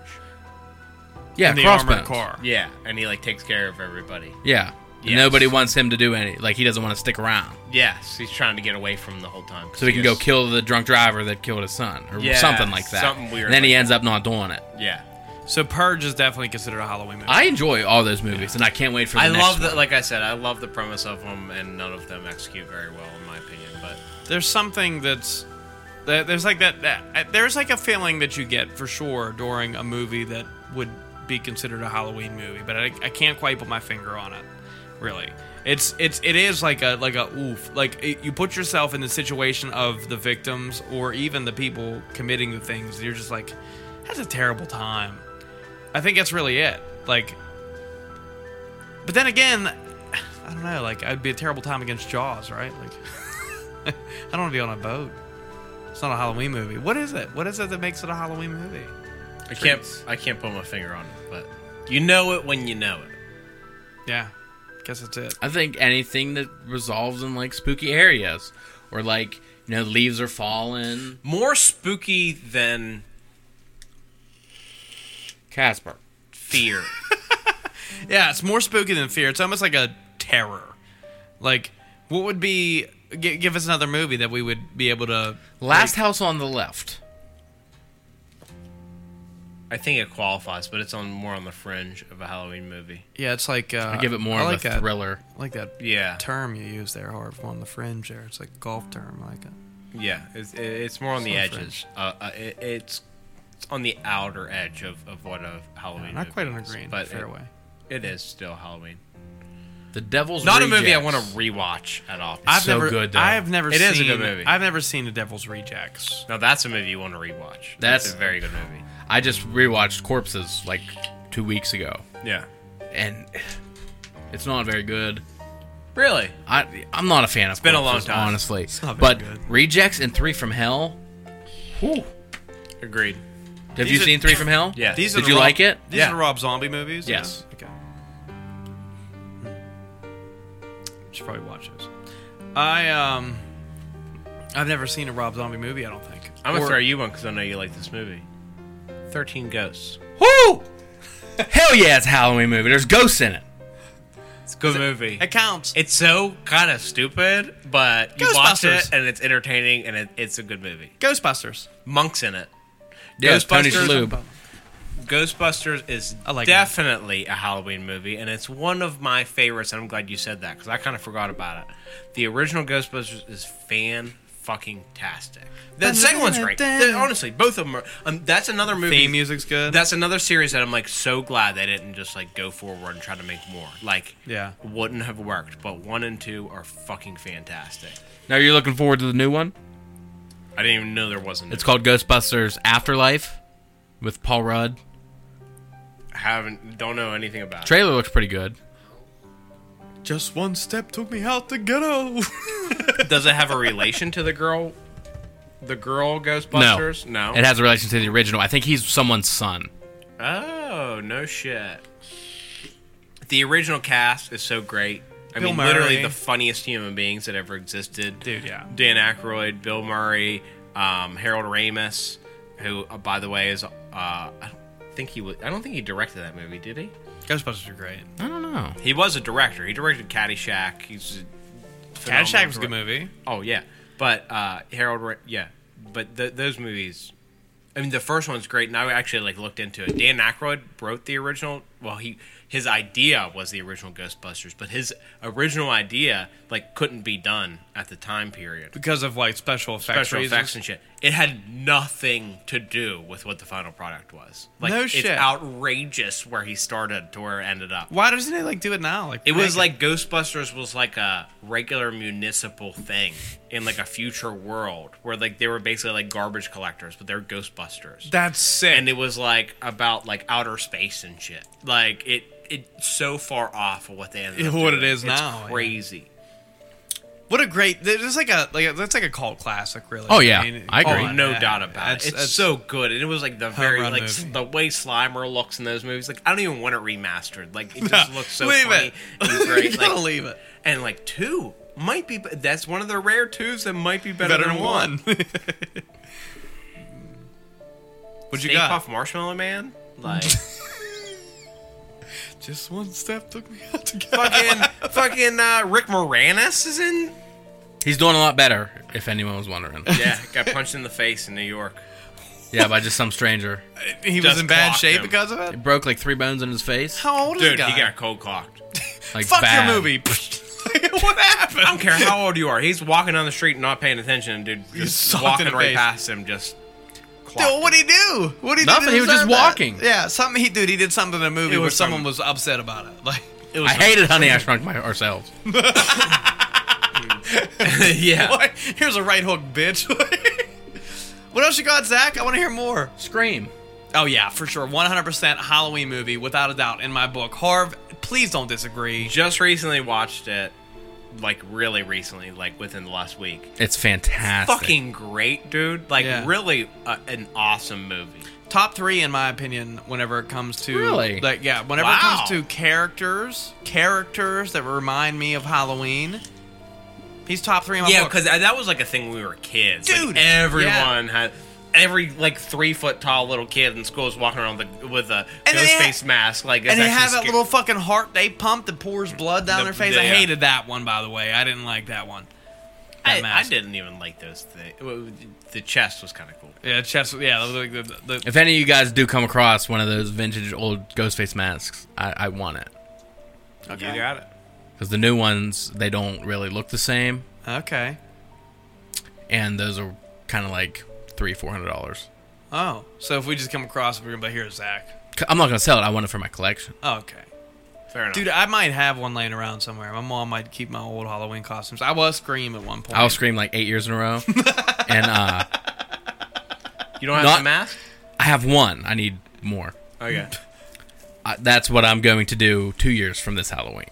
[SPEAKER 3] Yeah,
[SPEAKER 2] in the
[SPEAKER 3] crossbones.
[SPEAKER 2] armored car.
[SPEAKER 4] Yeah, and he like takes care of everybody.
[SPEAKER 3] Yeah.
[SPEAKER 4] Yes.
[SPEAKER 3] Nobody wants him to do any. Like he doesn't want to stick around,
[SPEAKER 4] Yes, he's trying to get away from the whole time. 'cause
[SPEAKER 3] so he can go
[SPEAKER 4] is-
[SPEAKER 3] kill the drunk driver that killed his son, or
[SPEAKER 4] Yeah,
[SPEAKER 3] something like that.
[SPEAKER 4] something weird
[SPEAKER 3] And then he
[SPEAKER 4] like
[SPEAKER 3] ends up not doing it.
[SPEAKER 4] Yeah,
[SPEAKER 2] So Purge is definitely considered a Halloween movie.
[SPEAKER 3] I enjoy all those movies, and I can't wait for. The
[SPEAKER 4] I
[SPEAKER 3] next
[SPEAKER 4] love
[SPEAKER 3] one.
[SPEAKER 4] that. Like I said, I love the premise of them, and none of them execute very well, in my opinion. But
[SPEAKER 2] there's something that's that- there's like that, that there's like a feeling that you get for sure during a movie that would be considered a Halloween movie, but I, I can't quite put my finger on it. Really, it's it's it is like a like a oof like it, you put yourself in the situation of the victims or even the people committing the things. You're just like, that's a terrible time. I think that's really it. Like, but then again, (sighs) I don't know. Like, I'd be a terrible time against Jaws, right? Like. I don't want to be on a boat. It's not a Halloween movie. What is it? What is it that makes it a Halloween movie?
[SPEAKER 4] I can't. I can't put my finger on it. But you know it when you know it.
[SPEAKER 2] Yeah, guess that's it.
[SPEAKER 3] I think anything that resolves in like spooky areas, or like you know leaves are falling.
[SPEAKER 4] More spooky than
[SPEAKER 3] Casper.
[SPEAKER 4] fear.
[SPEAKER 2] Yeah, it's more spooky than fear. It's almost like a terror. Like, what would be? G- give us another movie that we would be able to.
[SPEAKER 3] Last house on the left.
[SPEAKER 4] I think it qualifies, but it's on more on the fringe of a Halloween movie.
[SPEAKER 2] Yeah, it's like uh,
[SPEAKER 3] I give it more
[SPEAKER 2] I
[SPEAKER 3] of
[SPEAKER 2] like
[SPEAKER 3] a
[SPEAKER 2] that.
[SPEAKER 3] thriller.
[SPEAKER 2] I like that
[SPEAKER 4] Yeah,
[SPEAKER 2] term you use there, Harv, on the fringe. There, it's like a golf term. I like uh, it.
[SPEAKER 4] yeah. It's, it's more on the
[SPEAKER 2] Some
[SPEAKER 4] edges. Uh, uh, it, it's it's on the outer edge of, of what a Halloween.
[SPEAKER 2] Not
[SPEAKER 4] movie
[SPEAKER 2] quite on a
[SPEAKER 4] is,
[SPEAKER 2] green
[SPEAKER 4] but it-
[SPEAKER 2] fairway.
[SPEAKER 4] it is still Halloween.
[SPEAKER 3] The Devil's
[SPEAKER 4] Not a movie I want
[SPEAKER 3] Rejects.
[SPEAKER 4] to rewatch at all.
[SPEAKER 2] I've
[SPEAKER 3] so
[SPEAKER 2] never,
[SPEAKER 3] good, though.
[SPEAKER 2] I've never.
[SPEAKER 4] It
[SPEAKER 2] seen,
[SPEAKER 4] is a good movie.
[SPEAKER 2] I've never seen The Devil's Rejects.
[SPEAKER 4] Now that's a movie you want to rewatch.
[SPEAKER 3] That's-
[SPEAKER 4] a very good movie.
[SPEAKER 3] I just rewatched Corpses like two weeks ago,
[SPEAKER 4] Yeah.
[SPEAKER 3] and it's not very good.
[SPEAKER 4] Really?
[SPEAKER 3] I I'm not a fan of. It's
[SPEAKER 4] been a long time.
[SPEAKER 3] honestly.
[SPEAKER 2] not very
[SPEAKER 3] but
[SPEAKER 2] good.
[SPEAKER 3] Rejects and Three from Hell. Whew.
[SPEAKER 4] Agreed.
[SPEAKER 3] Have
[SPEAKER 2] These
[SPEAKER 3] you
[SPEAKER 2] are-
[SPEAKER 3] seen Three from Hell?
[SPEAKER 4] (laughs) Yeah.
[SPEAKER 2] These are
[SPEAKER 3] Did
[SPEAKER 2] the
[SPEAKER 3] you
[SPEAKER 2] Rob-
[SPEAKER 3] like it?
[SPEAKER 2] These
[SPEAKER 4] Yeah.
[SPEAKER 2] are the Rob Zombie movies. you
[SPEAKER 3] Yes.
[SPEAKER 2] know? Okay. Hmm. Should probably watch those. I um, I've never seen a Rob Zombie movie. I don't think.
[SPEAKER 4] I'm
[SPEAKER 2] Or-
[SPEAKER 4] gonna throw you one because I know you like this movie. Thirteen Ghosts.
[SPEAKER 3] Whoo! Hell yeah, it's a Halloween movie. There's ghosts in it.
[SPEAKER 4] It's a good movie.
[SPEAKER 2] It counts.
[SPEAKER 4] It's so kind of stupid, but you watch it
[SPEAKER 2] Ghostbusters.
[SPEAKER 4] and it's entertaining and it, it's a good movie.
[SPEAKER 2] Ghostbusters.
[SPEAKER 4] Monks in it.
[SPEAKER 3] Yeah, it's Tony
[SPEAKER 4] Ghostbusters.
[SPEAKER 3] Shalhoub.
[SPEAKER 4] Ghostbusters is
[SPEAKER 2] I like
[SPEAKER 4] definitely a Halloween movie, and it's one of my favorites. And I'm glad you said that because I kind of forgot about it. The original Ghostbusters is fan fucking tastic. The second one's great. The- honestly, both of them are. Um, that's another movie.
[SPEAKER 2] Theme music's good.
[SPEAKER 4] That's another series that I'm like so glad they didn't just like go forward and try to make more. Like,
[SPEAKER 2] Yeah.
[SPEAKER 4] wouldn't have worked. But one and two are fucking fantastic.
[SPEAKER 3] Now you're looking forward to the new one.
[SPEAKER 4] I didn't even know there wasn't.
[SPEAKER 3] It's called Ghostbusters Afterlife with Paul Rudd.
[SPEAKER 4] haven't don't know anything about. it.
[SPEAKER 3] Trailer looks pretty good.
[SPEAKER 2] Just one step took me out the ghetto. (laughs)
[SPEAKER 4] Does it have a relation to the girl? The girl Ghostbusters? No.
[SPEAKER 3] It has a relation to the original. I think he's someone's son.
[SPEAKER 4] Oh, no shit. The original cast is so great. I
[SPEAKER 2] Bill
[SPEAKER 4] mean, literally
[SPEAKER 2] Murray.
[SPEAKER 4] the funniest human beings that ever existed.
[SPEAKER 2] Dude, yeah.
[SPEAKER 4] Dan Aykroyd, Bill Murray, um, Harold Ramis, who, uh, by the way, is. Uh, I don't think he was. I don't think he directed that movie, did he?
[SPEAKER 2] Ghostbusters are great.
[SPEAKER 3] I don't know.
[SPEAKER 4] He was a director. He directed Caddyshack. He's a phenomenal
[SPEAKER 2] Caddyshack was a
[SPEAKER 4] direct-
[SPEAKER 2] good movie.
[SPEAKER 4] Oh yeah, but uh, Harold, Ra- yeah, but th- those movies. I mean, the first one's great, and I actually like looked into it. Dan Aykroyd wrote the original. Well, he his idea was the original Ghostbusters, but his original idea like couldn't be done at the time period.
[SPEAKER 2] Because of like special effects.
[SPEAKER 4] Special
[SPEAKER 2] reasons.
[SPEAKER 4] effects and shit. It had nothing to do with what the final product was. Like,
[SPEAKER 2] No
[SPEAKER 4] it's
[SPEAKER 2] shit.
[SPEAKER 4] outrageous where he started to where it ended up.
[SPEAKER 2] Why doesn't they like do it now? Like
[SPEAKER 4] It was
[SPEAKER 2] make
[SPEAKER 4] like Ghostbusters was like a regular municipal thing in like a future world where like they were basically like garbage collectors, but they're Ghostbusters.
[SPEAKER 2] that's sick.
[SPEAKER 4] and it was like about like outer space and shit. Like it it's so far off of what
[SPEAKER 2] (laughs)
[SPEAKER 4] they ended up
[SPEAKER 2] What it
[SPEAKER 4] doing.
[SPEAKER 2] is
[SPEAKER 4] It's
[SPEAKER 2] now, yeah.
[SPEAKER 4] Crazy.
[SPEAKER 2] What a great! There's like a like a, that's like a cult classic, really.
[SPEAKER 3] Oh, yeah. I
[SPEAKER 2] come
[SPEAKER 3] agree.
[SPEAKER 4] Oh,
[SPEAKER 2] on,
[SPEAKER 4] no
[SPEAKER 2] man.
[SPEAKER 4] doubt about
[SPEAKER 2] That's-
[SPEAKER 4] it. It's
[SPEAKER 2] that's- (laughs)
[SPEAKER 4] so (laughs) good, and it was like the very
[SPEAKER 2] run
[SPEAKER 4] like s-
[SPEAKER 2] movie.
[SPEAKER 4] the way Slimer looks in those movies. Like I don't
[SPEAKER 2] (laughs)
[SPEAKER 4] even want it remastered. Like it just looks so
[SPEAKER 2] Leave
[SPEAKER 4] funny
[SPEAKER 2] it.
[SPEAKER 4] and
[SPEAKER 2] (laughs)
[SPEAKER 4] great.
[SPEAKER 2] you gotta
[SPEAKER 4] Like,
[SPEAKER 2] leave it.
[SPEAKER 4] and like two might be. That's one of the rare twos that might be better,
[SPEAKER 2] Better than one.
[SPEAKER 3] (laughs)
[SPEAKER 2] what you
[SPEAKER 4] Stay
[SPEAKER 2] got?
[SPEAKER 4] Puft Marshmallow Man.
[SPEAKER 2] (laughs)
[SPEAKER 4] Like
[SPEAKER 2] Just one step took me out to get.
[SPEAKER 4] fucking fucking uh, Rick Moranis is in.
[SPEAKER 3] He's doing a lot better, if anyone
[SPEAKER 2] (laughs)
[SPEAKER 3] was wondering.
[SPEAKER 4] Yeah, got punched in the face in New York.
[SPEAKER 3] yeah, by just some stranger.
[SPEAKER 2] He was
[SPEAKER 4] Just
[SPEAKER 2] in bad
[SPEAKER 4] clocked
[SPEAKER 2] shape
[SPEAKER 4] him.
[SPEAKER 2] because of it.
[SPEAKER 3] It broke like three bones in his face.
[SPEAKER 2] How old is
[SPEAKER 4] Dude,
[SPEAKER 2] the guy?
[SPEAKER 4] he got cold clocked.
[SPEAKER 3] Like
[SPEAKER 2] Fuck
[SPEAKER 3] bad.
[SPEAKER 2] your
[SPEAKER 3] (laughs)
[SPEAKER 2] movie. (laughs) what happened?
[SPEAKER 4] I don't care how old you are. He's walking down the street not paying attention, and dude. Just
[SPEAKER 2] sucked
[SPEAKER 4] walking
[SPEAKER 2] in the
[SPEAKER 4] right
[SPEAKER 2] face.
[SPEAKER 4] past him, just.
[SPEAKER 2] Dude,
[SPEAKER 4] clocked
[SPEAKER 2] what'd he do? What'd he do?
[SPEAKER 3] Nothing,
[SPEAKER 2] to
[SPEAKER 3] he was just
[SPEAKER 2] deserve that?
[SPEAKER 3] walking.
[SPEAKER 2] Yeah, something he dude, he did something in a movie
[SPEAKER 4] It
[SPEAKER 2] where
[SPEAKER 4] was
[SPEAKER 2] someone
[SPEAKER 4] some-
[SPEAKER 2] was upset about it. Like it was
[SPEAKER 3] I hated Honey I Shrunk My Ourselves.
[SPEAKER 4] him. (laughs) yeah.
[SPEAKER 2] Like, (laughs) here's a right hook, bitch. (laughs) what else you got, Zach? I want to hear more.
[SPEAKER 3] Scream.
[SPEAKER 2] Oh yeah, for sure. 100% Halloween movie, without a doubt, in my book. Harv, please don't disagree.
[SPEAKER 4] Just recently watched it, like really recently, like within the last week.
[SPEAKER 3] It's fantastic.
[SPEAKER 4] Fucking great, dude! Like
[SPEAKER 2] Yeah.
[SPEAKER 4] really, uh, an awesome movie.
[SPEAKER 2] Top three, in my opinion, whenever it comes to
[SPEAKER 3] Really?
[SPEAKER 2] like yeah, whenever it
[SPEAKER 4] Wow.
[SPEAKER 2] comes to characters, characters that remind me of Halloween. He's top three in my
[SPEAKER 4] Yeah,
[SPEAKER 2] book.
[SPEAKER 4] because that was like a thing when we were kids. Like,
[SPEAKER 2] Dude,
[SPEAKER 4] everyone had every like three foot tall little kid in school is walking around with a, with a
[SPEAKER 2] And they
[SPEAKER 4] ghost
[SPEAKER 2] had-
[SPEAKER 4] face mask. Like, it's
[SPEAKER 2] and they
[SPEAKER 4] actually
[SPEAKER 2] have that
[SPEAKER 4] scary.
[SPEAKER 2] little fucking heart they pump that pours blood down
[SPEAKER 4] The-
[SPEAKER 2] their face. I
[SPEAKER 4] yeah.
[SPEAKER 2] hated that one, by the way. I didn't like that one. That
[SPEAKER 4] I, I
[SPEAKER 2] mask.
[SPEAKER 4] didn't even like those things. The chest was kind of cool.
[SPEAKER 2] Yeah, chest. Yeah, the, the, the, the-
[SPEAKER 3] If any of you guys do come across one of those vintage old Ghostface masks, I, I want it.
[SPEAKER 4] You got it.
[SPEAKER 3] Because the new ones, they don't really look the same.
[SPEAKER 2] okay.
[SPEAKER 3] And those are kind of like three, four hundred dollars.
[SPEAKER 2] Oh, so if we just come across, we're gonna be like, here's Zach.
[SPEAKER 3] I'm not going to sell it. I want it for my collection.
[SPEAKER 2] Okay,
[SPEAKER 4] Fair enough.
[SPEAKER 2] dude, I might have one laying around somewhere. My mom might keep my old Halloween costumes. I was Scream at one point.
[SPEAKER 3] I'll scream like eight years in a row.
[SPEAKER 2] (laughs)
[SPEAKER 3] and uh,
[SPEAKER 4] you don't have
[SPEAKER 3] not-
[SPEAKER 4] the mask?
[SPEAKER 3] I have one. I need more.
[SPEAKER 2] (laughs)
[SPEAKER 4] Okay. Oh,
[SPEAKER 2] Oh,
[SPEAKER 3] I, that's what I'm going to do two years from this Halloween.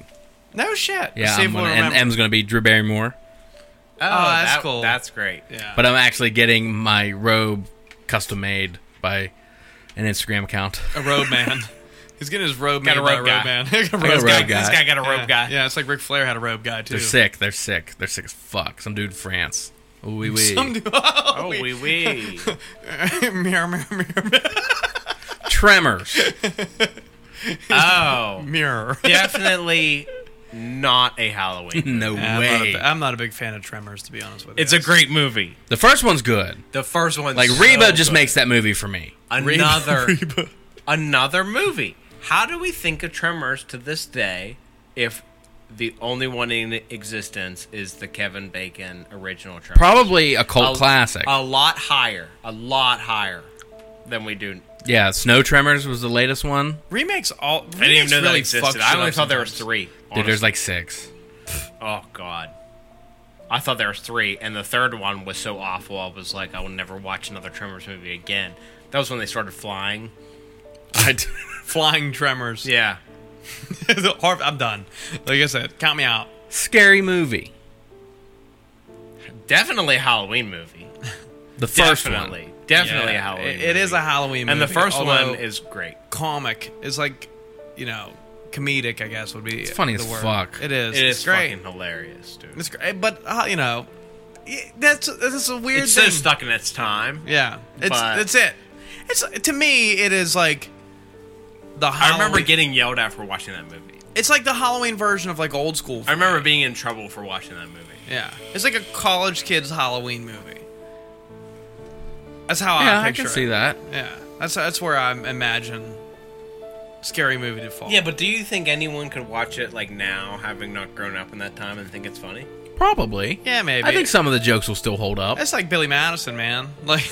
[SPEAKER 2] no shit.
[SPEAKER 3] Yeah,
[SPEAKER 2] See
[SPEAKER 3] I'm
[SPEAKER 2] if we'll
[SPEAKER 3] gonna, and
[SPEAKER 2] remember.
[SPEAKER 3] M's going to be Drew Barrymore.
[SPEAKER 4] Oh,
[SPEAKER 2] that's
[SPEAKER 4] that-
[SPEAKER 2] cool. (laughs)
[SPEAKER 4] That's great.
[SPEAKER 2] yeah,
[SPEAKER 3] But I'm actually getting my robe custom made by an Instagram account.
[SPEAKER 2] a road man. (laughs) He's getting his robe
[SPEAKER 4] Got
[SPEAKER 2] made
[SPEAKER 4] a
[SPEAKER 2] by
[SPEAKER 4] robe
[SPEAKER 2] a
[SPEAKER 4] guy.
[SPEAKER 2] road man. Got a
[SPEAKER 3] I got a
[SPEAKER 2] robe
[SPEAKER 3] robe guy.
[SPEAKER 4] This guy got a rope
[SPEAKER 2] Yeah.
[SPEAKER 4] guy.
[SPEAKER 2] Yeah, it's like Ric Flair had a robe guy too.
[SPEAKER 3] They're sick. They're sick. They're sick as fuck. Some dude in France. Ooh, wee wee.
[SPEAKER 2] (laughs) Some dude- (laughs)
[SPEAKER 4] Oh, wee wee.
[SPEAKER 2] mirror, mirror, mirror, (laughs)
[SPEAKER 3] Tremors.
[SPEAKER 4] (laughs) oh.
[SPEAKER 2] mirror.
[SPEAKER 4] Definitely not
[SPEAKER 3] (laughs)
[SPEAKER 4] a Halloween.
[SPEAKER 3] No
[SPEAKER 2] Yeah, I'm, not a
[SPEAKER 3] way.
[SPEAKER 2] bi- I'm not a big fan of Tremors, to be honest with you.
[SPEAKER 4] It's a great movie.
[SPEAKER 3] The first one's good.
[SPEAKER 4] The first one,
[SPEAKER 3] Like Reba just makes that movie for me.
[SPEAKER 4] another
[SPEAKER 3] (laughs)
[SPEAKER 4] another movie. How do we think of Tremors to this day if the only one in existence is the Kevin Bacon original Tremors?
[SPEAKER 3] Probably a cult
[SPEAKER 4] A-
[SPEAKER 3] classic.
[SPEAKER 4] A lot higher, a lot higher than we do.
[SPEAKER 3] yeah, Snow Tremors was the latest one.
[SPEAKER 2] remakes. All
[SPEAKER 4] I didn't even know that
[SPEAKER 2] really fuck shit
[SPEAKER 4] existed. I only
[SPEAKER 2] up
[SPEAKER 4] thought there was
[SPEAKER 2] sometimes.
[SPEAKER 4] three.
[SPEAKER 3] Dude, there's
[SPEAKER 2] (laughs)
[SPEAKER 3] like six.
[SPEAKER 4] oh god, I thought there was three, and the third one was so awful. I was like, I will never watch another Tremors movie again. That was when they started flying.
[SPEAKER 3] I d-
[SPEAKER 2] flying Tremors.
[SPEAKER 4] Yeah,
[SPEAKER 2] The (laughs) Harv, I'm done. Like I said, count me out.
[SPEAKER 3] Scary movie.
[SPEAKER 4] definitely a Halloween movie.
[SPEAKER 3] The first
[SPEAKER 4] definitely,
[SPEAKER 3] one.
[SPEAKER 4] definitely
[SPEAKER 2] Yeah,
[SPEAKER 4] a Halloween.
[SPEAKER 2] it- it is
[SPEAKER 4] movie.
[SPEAKER 2] a Halloween,
[SPEAKER 4] and the
[SPEAKER 2] movie,
[SPEAKER 4] first
[SPEAKER 2] although
[SPEAKER 4] one is great.
[SPEAKER 2] comic. It's like, you know, comedic. I guess would be it's
[SPEAKER 3] funny
[SPEAKER 2] the
[SPEAKER 3] as
[SPEAKER 2] word.
[SPEAKER 3] fuck.
[SPEAKER 2] It is.
[SPEAKER 4] It
[SPEAKER 2] it's
[SPEAKER 4] is
[SPEAKER 2] great.
[SPEAKER 4] fucking hilarious, dude.
[SPEAKER 2] It's great. But uh, you know, y- that's that's a weird
[SPEAKER 4] It's so
[SPEAKER 2] thing.
[SPEAKER 4] stuck in its time.
[SPEAKER 2] Yeah, it's
[SPEAKER 4] But-
[SPEAKER 2] that's it. It's to me, it is like the.
[SPEAKER 4] I
[SPEAKER 2] Halloween,
[SPEAKER 4] remember getting yelled at for watching that movie.
[SPEAKER 2] It's like the Halloween version of like old school.
[SPEAKER 4] I remember being in trouble for watching that movie.
[SPEAKER 2] Yeah, it's like a college kids Halloween movie. That's how
[SPEAKER 3] Yeah,
[SPEAKER 2] Ah, I
[SPEAKER 3] I
[SPEAKER 2] picture
[SPEAKER 3] can see
[SPEAKER 2] it.
[SPEAKER 3] that.
[SPEAKER 2] Yeah, that's that's where I imagine scary movie to fall.
[SPEAKER 4] Yeah, but do you think anyone could watch it like now, having not grown up in that time, and think it's funny?
[SPEAKER 3] Probably.
[SPEAKER 2] yeah, maybe.
[SPEAKER 3] I think some of the jokes will still hold up.
[SPEAKER 2] It's like Billy Madison, man. (laughs) Like,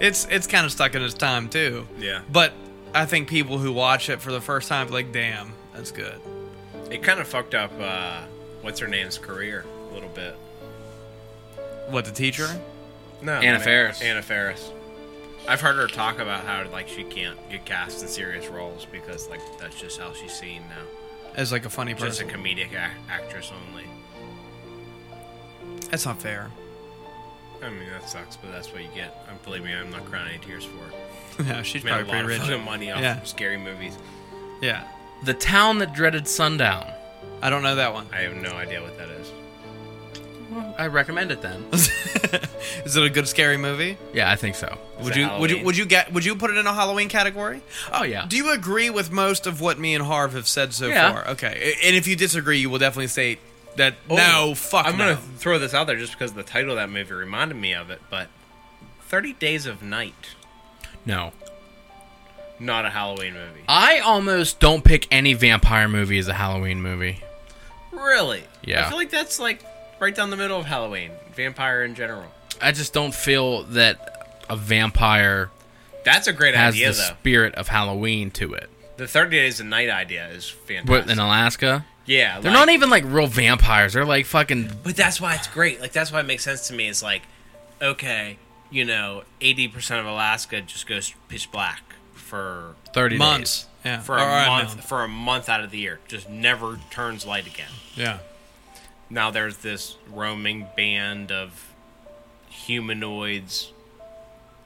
[SPEAKER 2] it's it's kind of stuck in its time too.
[SPEAKER 4] Yeah.
[SPEAKER 2] But I think people who watch it for the first time, be like, damn, that's good.
[SPEAKER 4] It kind of fucked up uh, what's her name's career a little bit.
[SPEAKER 2] What the teacher?
[SPEAKER 4] No,
[SPEAKER 3] Anna Faris.
[SPEAKER 4] Anna Faris. I've heard her talk about how like she can't get cast in serious roles because like that's just how she's seen now.
[SPEAKER 2] As like a funny
[SPEAKER 4] Just a
[SPEAKER 2] person.
[SPEAKER 4] comedic ac actress only.
[SPEAKER 2] That's not fair. (laughs)
[SPEAKER 4] I mean that sucks, but that's what you get. Um, believe me, I'm not crying any tears for it.
[SPEAKER 2] yeah, she's
[SPEAKER 4] Made a
[SPEAKER 2] probably
[SPEAKER 4] lot
[SPEAKER 2] pretty
[SPEAKER 4] of
[SPEAKER 2] rich.
[SPEAKER 4] fucking money off
[SPEAKER 2] Yeah.
[SPEAKER 4] of scary movies.
[SPEAKER 2] Yeah,
[SPEAKER 3] the town that dreaded sundown.
[SPEAKER 2] I don't know that one. (laughs)
[SPEAKER 4] I have no idea what that is.
[SPEAKER 3] I recommend it then.
[SPEAKER 2] Is it a good scary movie?
[SPEAKER 3] Yeah, I think so.
[SPEAKER 2] Would
[SPEAKER 4] a
[SPEAKER 2] you would you
[SPEAKER 4] Halloween.
[SPEAKER 2] would you get would you put it in a Halloween category?
[SPEAKER 3] Oh yeah.
[SPEAKER 2] Do you agree with most of what me and Harv have said so
[SPEAKER 3] Yeah.
[SPEAKER 2] far? Okay, A- and if you disagree, you will definitely say that no, fuck
[SPEAKER 4] Oh, I'm
[SPEAKER 2] no.
[SPEAKER 4] gonna throw this out there just because the title of that movie reminded me of it, but Thirty Days of Night,
[SPEAKER 3] no.
[SPEAKER 4] not a Halloween
[SPEAKER 2] Uh,
[SPEAKER 4] movie.
[SPEAKER 3] I almost don't pick any vampire movie as a Halloween movie.
[SPEAKER 4] Really?
[SPEAKER 3] Yeah.
[SPEAKER 4] I feel like that's like right down the middle of Halloween, vampire in general.
[SPEAKER 3] I just don't feel that a vampire
[SPEAKER 4] That's a great
[SPEAKER 3] has
[SPEAKER 4] idea
[SPEAKER 3] the
[SPEAKER 4] though.
[SPEAKER 3] spirit of Halloween to it.
[SPEAKER 4] The Thirty Days of Night idea is fantastic.
[SPEAKER 3] But in Alaska,
[SPEAKER 4] yeah,
[SPEAKER 3] they're
[SPEAKER 4] like-
[SPEAKER 3] not even like real vampires. They're like fucking
[SPEAKER 4] But that's why it's great. Like that's why it makes sense to me. Is like, okay, you know, eighty percent of Alaska just goes pitch black for
[SPEAKER 3] 30 days.
[SPEAKER 2] Months, yeah,
[SPEAKER 4] for a
[SPEAKER 2] All right,
[SPEAKER 4] month
[SPEAKER 2] man.
[SPEAKER 4] for a month out of the year, just never turns light again.
[SPEAKER 2] yeah.
[SPEAKER 4] Now there's this roaming band of humanoids,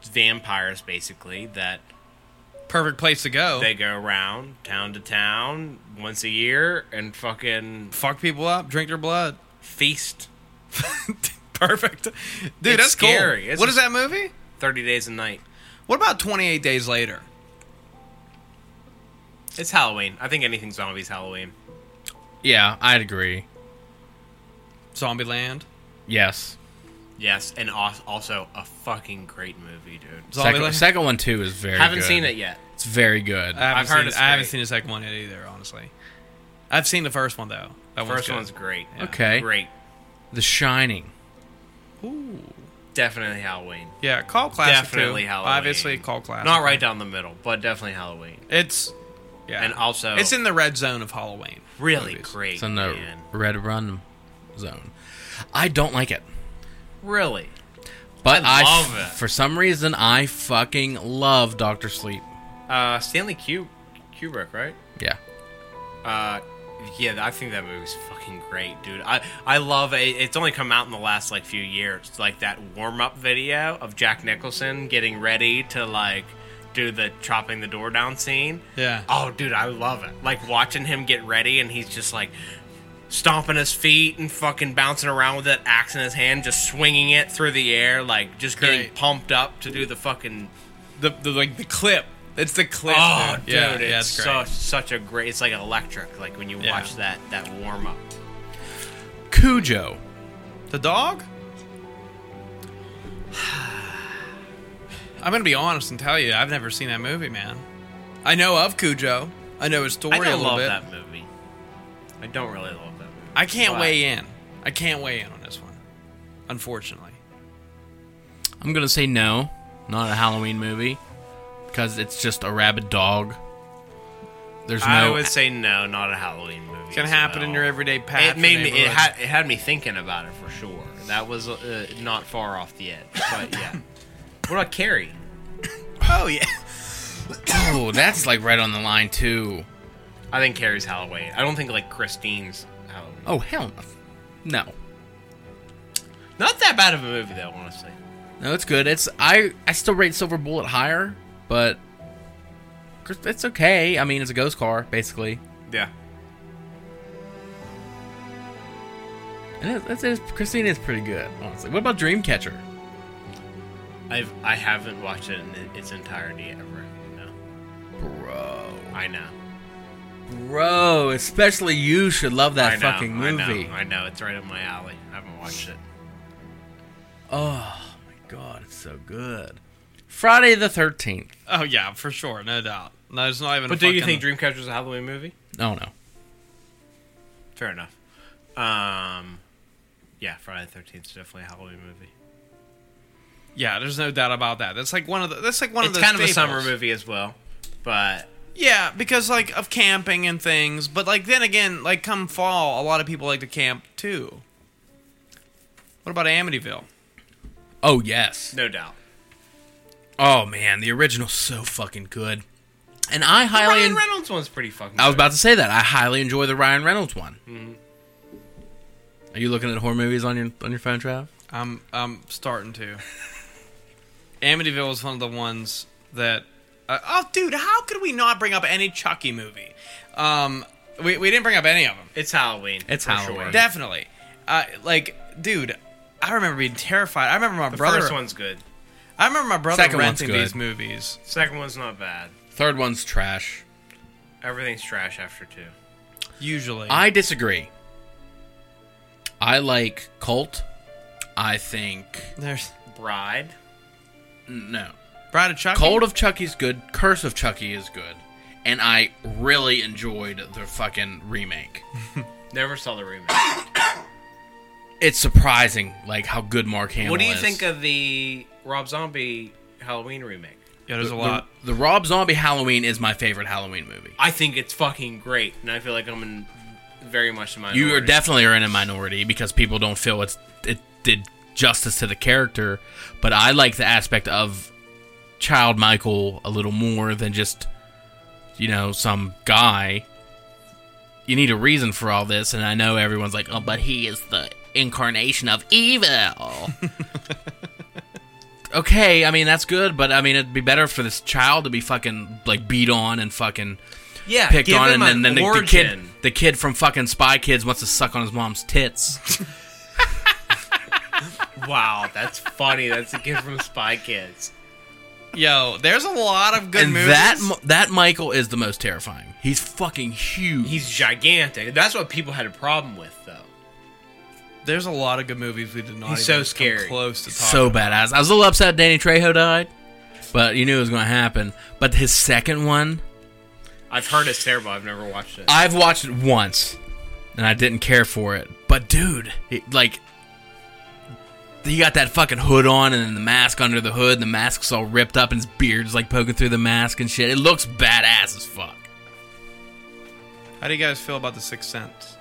[SPEAKER 4] vampires basically that
[SPEAKER 2] Perfect place to go.
[SPEAKER 4] they go around town to town once a year and fucking
[SPEAKER 2] fuck people up, drink their blood. (laughs)
[SPEAKER 4] feast
[SPEAKER 2] Perfect, dude. that's
[SPEAKER 4] scary.
[SPEAKER 2] cool.
[SPEAKER 4] It's
[SPEAKER 2] what
[SPEAKER 4] a-
[SPEAKER 2] is that movie?
[SPEAKER 4] thirty days a night.
[SPEAKER 2] What about Twenty Eight Days Later?
[SPEAKER 4] It's Halloween. I think anything zombies Halloween.
[SPEAKER 3] Yeah, I'd agree.
[SPEAKER 2] Zombieland.
[SPEAKER 3] Yes.
[SPEAKER 4] Yes, and als- also a fucking great movie, dude.
[SPEAKER 3] Second,
[SPEAKER 2] Zombieland.
[SPEAKER 3] second one too is very
[SPEAKER 4] Haven't
[SPEAKER 3] good.
[SPEAKER 4] seen it yet.
[SPEAKER 3] It's very good.
[SPEAKER 2] I haven't
[SPEAKER 4] I've
[SPEAKER 2] seen,
[SPEAKER 4] heard it's
[SPEAKER 2] I haven't
[SPEAKER 4] great.
[SPEAKER 2] seen the second one yet either. Honestly, I've seen the first one though. That
[SPEAKER 4] First
[SPEAKER 2] good.
[SPEAKER 4] one's great.
[SPEAKER 3] okay.
[SPEAKER 4] Great.
[SPEAKER 3] The Shining.
[SPEAKER 2] Ooh.
[SPEAKER 4] Definitely Halloween.
[SPEAKER 2] Yeah, call classic.
[SPEAKER 4] Definitely
[SPEAKER 2] too.
[SPEAKER 4] Halloween.
[SPEAKER 2] Obviously, call classic.
[SPEAKER 4] Not right down the middle, but definitely Halloween.
[SPEAKER 2] It's yeah,
[SPEAKER 4] And also,
[SPEAKER 2] it's in the red zone of Halloween.
[SPEAKER 4] really
[SPEAKER 2] movies.
[SPEAKER 4] great.
[SPEAKER 3] It's in the
[SPEAKER 4] man.
[SPEAKER 3] red run zone. I don't like it.
[SPEAKER 4] Really.
[SPEAKER 3] But
[SPEAKER 4] I
[SPEAKER 3] I,
[SPEAKER 4] love
[SPEAKER 3] f-
[SPEAKER 4] it.
[SPEAKER 3] for some reason I fucking love Doctor Sleep.
[SPEAKER 4] Uh, Stanley Q- Kubrick, right?
[SPEAKER 3] Yeah.
[SPEAKER 4] Uh, yeah, I think that movie's fucking great, dude. I I love it. It's only come out in the last like few years. Like that warm up video of Jack Nicholson getting ready to like do the chopping the door down scene.
[SPEAKER 2] Yeah.
[SPEAKER 4] Oh, dude, I love it. Like watching him get ready and he's just like stomping his feet and fucking bouncing around with that axe in his hand, just swinging it through the air, like just getting
[SPEAKER 2] Great.
[SPEAKER 4] pumped up to do the fucking.
[SPEAKER 2] The, the like the clip. It's the clip.
[SPEAKER 4] Oh, dude,
[SPEAKER 2] dude. yeah,
[SPEAKER 4] it's
[SPEAKER 2] yeah, great.
[SPEAKER 4] such, such a great. It's like electric. Like when you
[SPEAKER 2] Yeah.
[SPEAKER 4] watch that that warm up.
[SPEAKER 3] Cujo.
[SPEAKER 2] the dog. I'm gonna be honest and tell you, I've never seen that movie, man. I know of Cujo. I know his story
[SPEAKER 4] I
[SPEAKER 2] a
[SPEAKER 4] don't
[SPEAKER 2] little
[SPEAKER 4] love
[SPEAKER 2] bit.
[SPEAKER 4] that movie. I don't really love that movie.
[SPEAKER 2] I can't
[SPEAKER 4] Wow.
[SPEAKER 2] weigh in. I can't weigh in on this one, unfortunately.
[SPEAKER 3] I'm gonna say no. Not a Halloween movie. Because it's just a rabid dog. There's
[SPEAKER 4] I
[SPEAKER 3] no (coughs)
[SPEAKER 4] would say no, not a Halloween movie.
[SPEAKER 2] It can
[SPEAKER 4] as
[SPEAKER 2] happen in
[SPEAKER 4] well.
[SPEAKER 2] your everyday path.
[SPEAKER 4] It made me. It
[SPEAKER 2] neighborhood.
[SPEAKER 4] had, it had me thinking about it for sure. That was uh, not far off the edge.
[SPEAKER 2] (laughs)
[SPEAKER 4] But yeah. what about Carrie?
[SPEAKER 2] Oh yeah.
[SPEAKER 3] Oh, that's like right on the line too.
[SPEAKER 4] I think Carrie's Halloween. I don't think like Christine's Halloween.
[SPEAKER 3] Oh hell no. No.
[SPEAKER 4] Not that bad of a movie though, honestly.
[SPEAKER 3] No, it's good. It's I I still rate Silver Bullet higher, but it's okay. I mean, it's a ghost car basically,
[SPEAKER 4] Yeah.
[SPEAKER 3] and it, it's, it's Christine is pretty good, honestly. What about Dreamcatcher?
[SPEAKER 4] I've I haven't watched it in its entirety ever. No.
[SPEAKER 3] Bro,
[SPEAKER 4] I know.
[SPEAKER 3] bro, especially you should love that
[SPEAKER 4] I know,
[SPEAKER 3] fucking movie.
[SPEAKER 4] I know. I know. It's right up my alley. I haven't watched it.
[SPEAKER 3] Oh my god, it's so good. Friday the Thirteenth.
[SPEAKER 2] Oh yeah, for sure, no doubt. No, it's not even.
[SPEAKER 4] But
[SPEAKER 2] a
[SPEAKER 4] do you
[SPEAKER 2] fucking-
[SPEAKER 4] think Dreamcatcher's a Halloween movie?
[SPEAKER 3] Oh no,
[SPEAKER 4] Fair enough. Um, yeah, Friday the Thirteenth is definitely a Halloween movie.
[SPEAKER 2] Yeah, there's no doubt about that. That's like one of the. That's like one of
[SPEAKER 4] it's
[SPEAKER 2] the.
[SPEAKER 4] kind of a summer movie as well, but
[SPEAKER 2] Yeah, because like of camping and things, but like then again, like come fall, a lot of people like to camp too. What about Amityville?
[SPEAKER 3] oh yes.
[SPEAKER 4] no doubt.
[SPEAKER 3] Oh man, the original's so fucking good, and I highly.
[SPEAKER 4] Ryan
[SPEAKER 3] en-
[SPEAKER 4] Reynolds one's pretty fucking.
[SPEAKER 3] I was
[SPEAKER 4] good.
[SPEAKER 3] about to say that. I highly enjoy the Ryan Reynolds one.
[SPEAKER 4] Mm-hmm.
[SPEAKER 3] Are you looking at horror movies on your on your phone, Trav?
[SPEAKER 2] I'm I'm starting to.
[SPEAKER 3] (laughs)
[SPEAKER 2] Amityville is one of the ones that. Uh, oh, dude, how could we not bring up any Chucky movie? Um, we we didn't bring up any of them.
[SPEAKER 4] It's Halloween.
[SPEAKER 3] It's
[SPEAKER 4] for
[SPEAKER 3] Halloween.
[SPEAKER 4] Sure.
[SPEAKER 2] Definitely. Uh, like, dude, I remember being terrified. I remember my
[SPEAKER 4] The
[SPEAKER 2] brother.
[SPEAKER 4] first one's good.
[SPEAKER 2] I remember my brother
[SPEAKER 3] Second one's
[SPEAKER 2] renting
[SPEAKER 3] good.
[SPEAKER 2] these movies.
[SPEAKER 4] Second one's not bad.
[SPEAKER 3] Third one's trash.
[SPEAKER 4] Everything's trash after two.
[SPEAKER 2] Usually,
[SPEAKER 3] I disagree. I like Cult. I think
[SPEAKER 2] there's
[SPEAKER 4] Bride.
[SPEAKER 3] no.
[SPEAKER 2] Bride of Chucky.
[SPEAKER 3] Cold of Chucky's good. Curse of Chucky is good. And I really enjoyed the fucking remake.
[SPEAKER 4] Never saw the remake.
[SPEAKER 3] It's surprising, like how good Mark Hamill.
[SPEAKER 4] what do you
[SPEAKER 3] is.
[SPEAKER 4] think of the Rob Zombie Halloween remake?
[SPEAKER 2] Yeah, there's a lot.
[SPEAKER 3] The Rob Zombie Halloween is my favorite Halloween movie.
[SPEAKER 4] I think it's fucking great, and I feel like I'm in very much in my.
[SPEAKER 3] You are definitely are in a minority because people don't feel it's it did justice to the character. But I like the aspect of child Michael a little more than just you know some guy. You need a reason for all this, and I know everyone's like, "Oh, but he is the incarnation of evil." (laughs) okay, I mean that's good, but I mean it'd be better for this child to be fucking like beat on and fucking
[SPEAKER 4] yeah,
[SPEAKER 3] picked
[SPEAKER 4] give
[SPEAKER 3] on, and
[SPEAKER 4] him
[SPEAKER 3] then,
[SPEAKER 4] an
[SPEAKER 3] then the, the kid,
[SPEAKER 4] origin.
[SPEAKER 3] the kid from fucking Spy Kids wants to suck on his mom's tits.
[SPEAKER 4] Wow, that's funny. That's a kid from Spy Kids.
[SPEAKER 2] Yo, there's a lot of good
[SPEAKER 3] and
[SPEAKER 2] movies.
[SPEAKER 3] that mo- that Michael is the most terrifying. He's fucking huge.
[SPEAKER 4] He's gigantic. That's what people had a problem with, though.
[SPEAKER 2] there's a lot of good movies we did not.
[SPEAKER 4] He's
[SPEAKER 2] even
[SPEAKER 4] so
[SPEAKER 2] come
[SPEAKER 4] scary.
[SPEAKER 2] Close to talk.
[SPEAKER 3] so badass. I was a little upset Danny Trejo died, but you knew it was going to happen. But his second one,
[SPEAKER 4] I've heard it's terrible. I've never watched it.
[SPEAKER 3] I've watched it once, and I didn't care for it. But dude, he, like. He got that fucking hood on and then the mask under the hood, and the mask's all ripped up, and his beard's like poking through the mask and shit. It looks badass as fuck.
[SPEAKER 2] How do you guys feel about the Sixth Sense?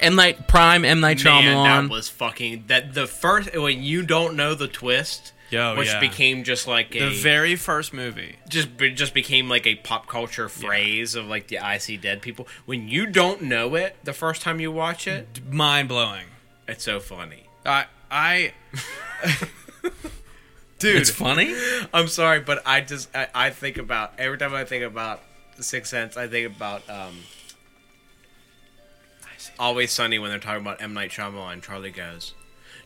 [SPEAKER 3] M Night Prime, M Night Shyamalan.
[SPEAKER 4] Man, that was fucking that the first when you don't know the twist,
[SPEAKER 2] Yo,
[SPEAKER 4] which
[SPEAKER 2] yeah.
[SPEAKER 4] became just like a
[SPEAKER 2] The very first movie.
[SPEAKER 4] just be- just became like a pop culture phrase of like the I see dead people. When you don't know it the first time you watch it,
[SPEAKER 2] Mind blowing.
[SPEAKER 4] it's so funny.
[SPEAKER 2] I I. (laughs) Dude,
[SPEAKER 3] (laughs) it's funny.
[SPEAKER 4] I'm sorry, but I just I, I think about every time I think about The Sixth Sense, I think about um Always Sunny when they're talking about M Night Shyamalan. Charlie goes,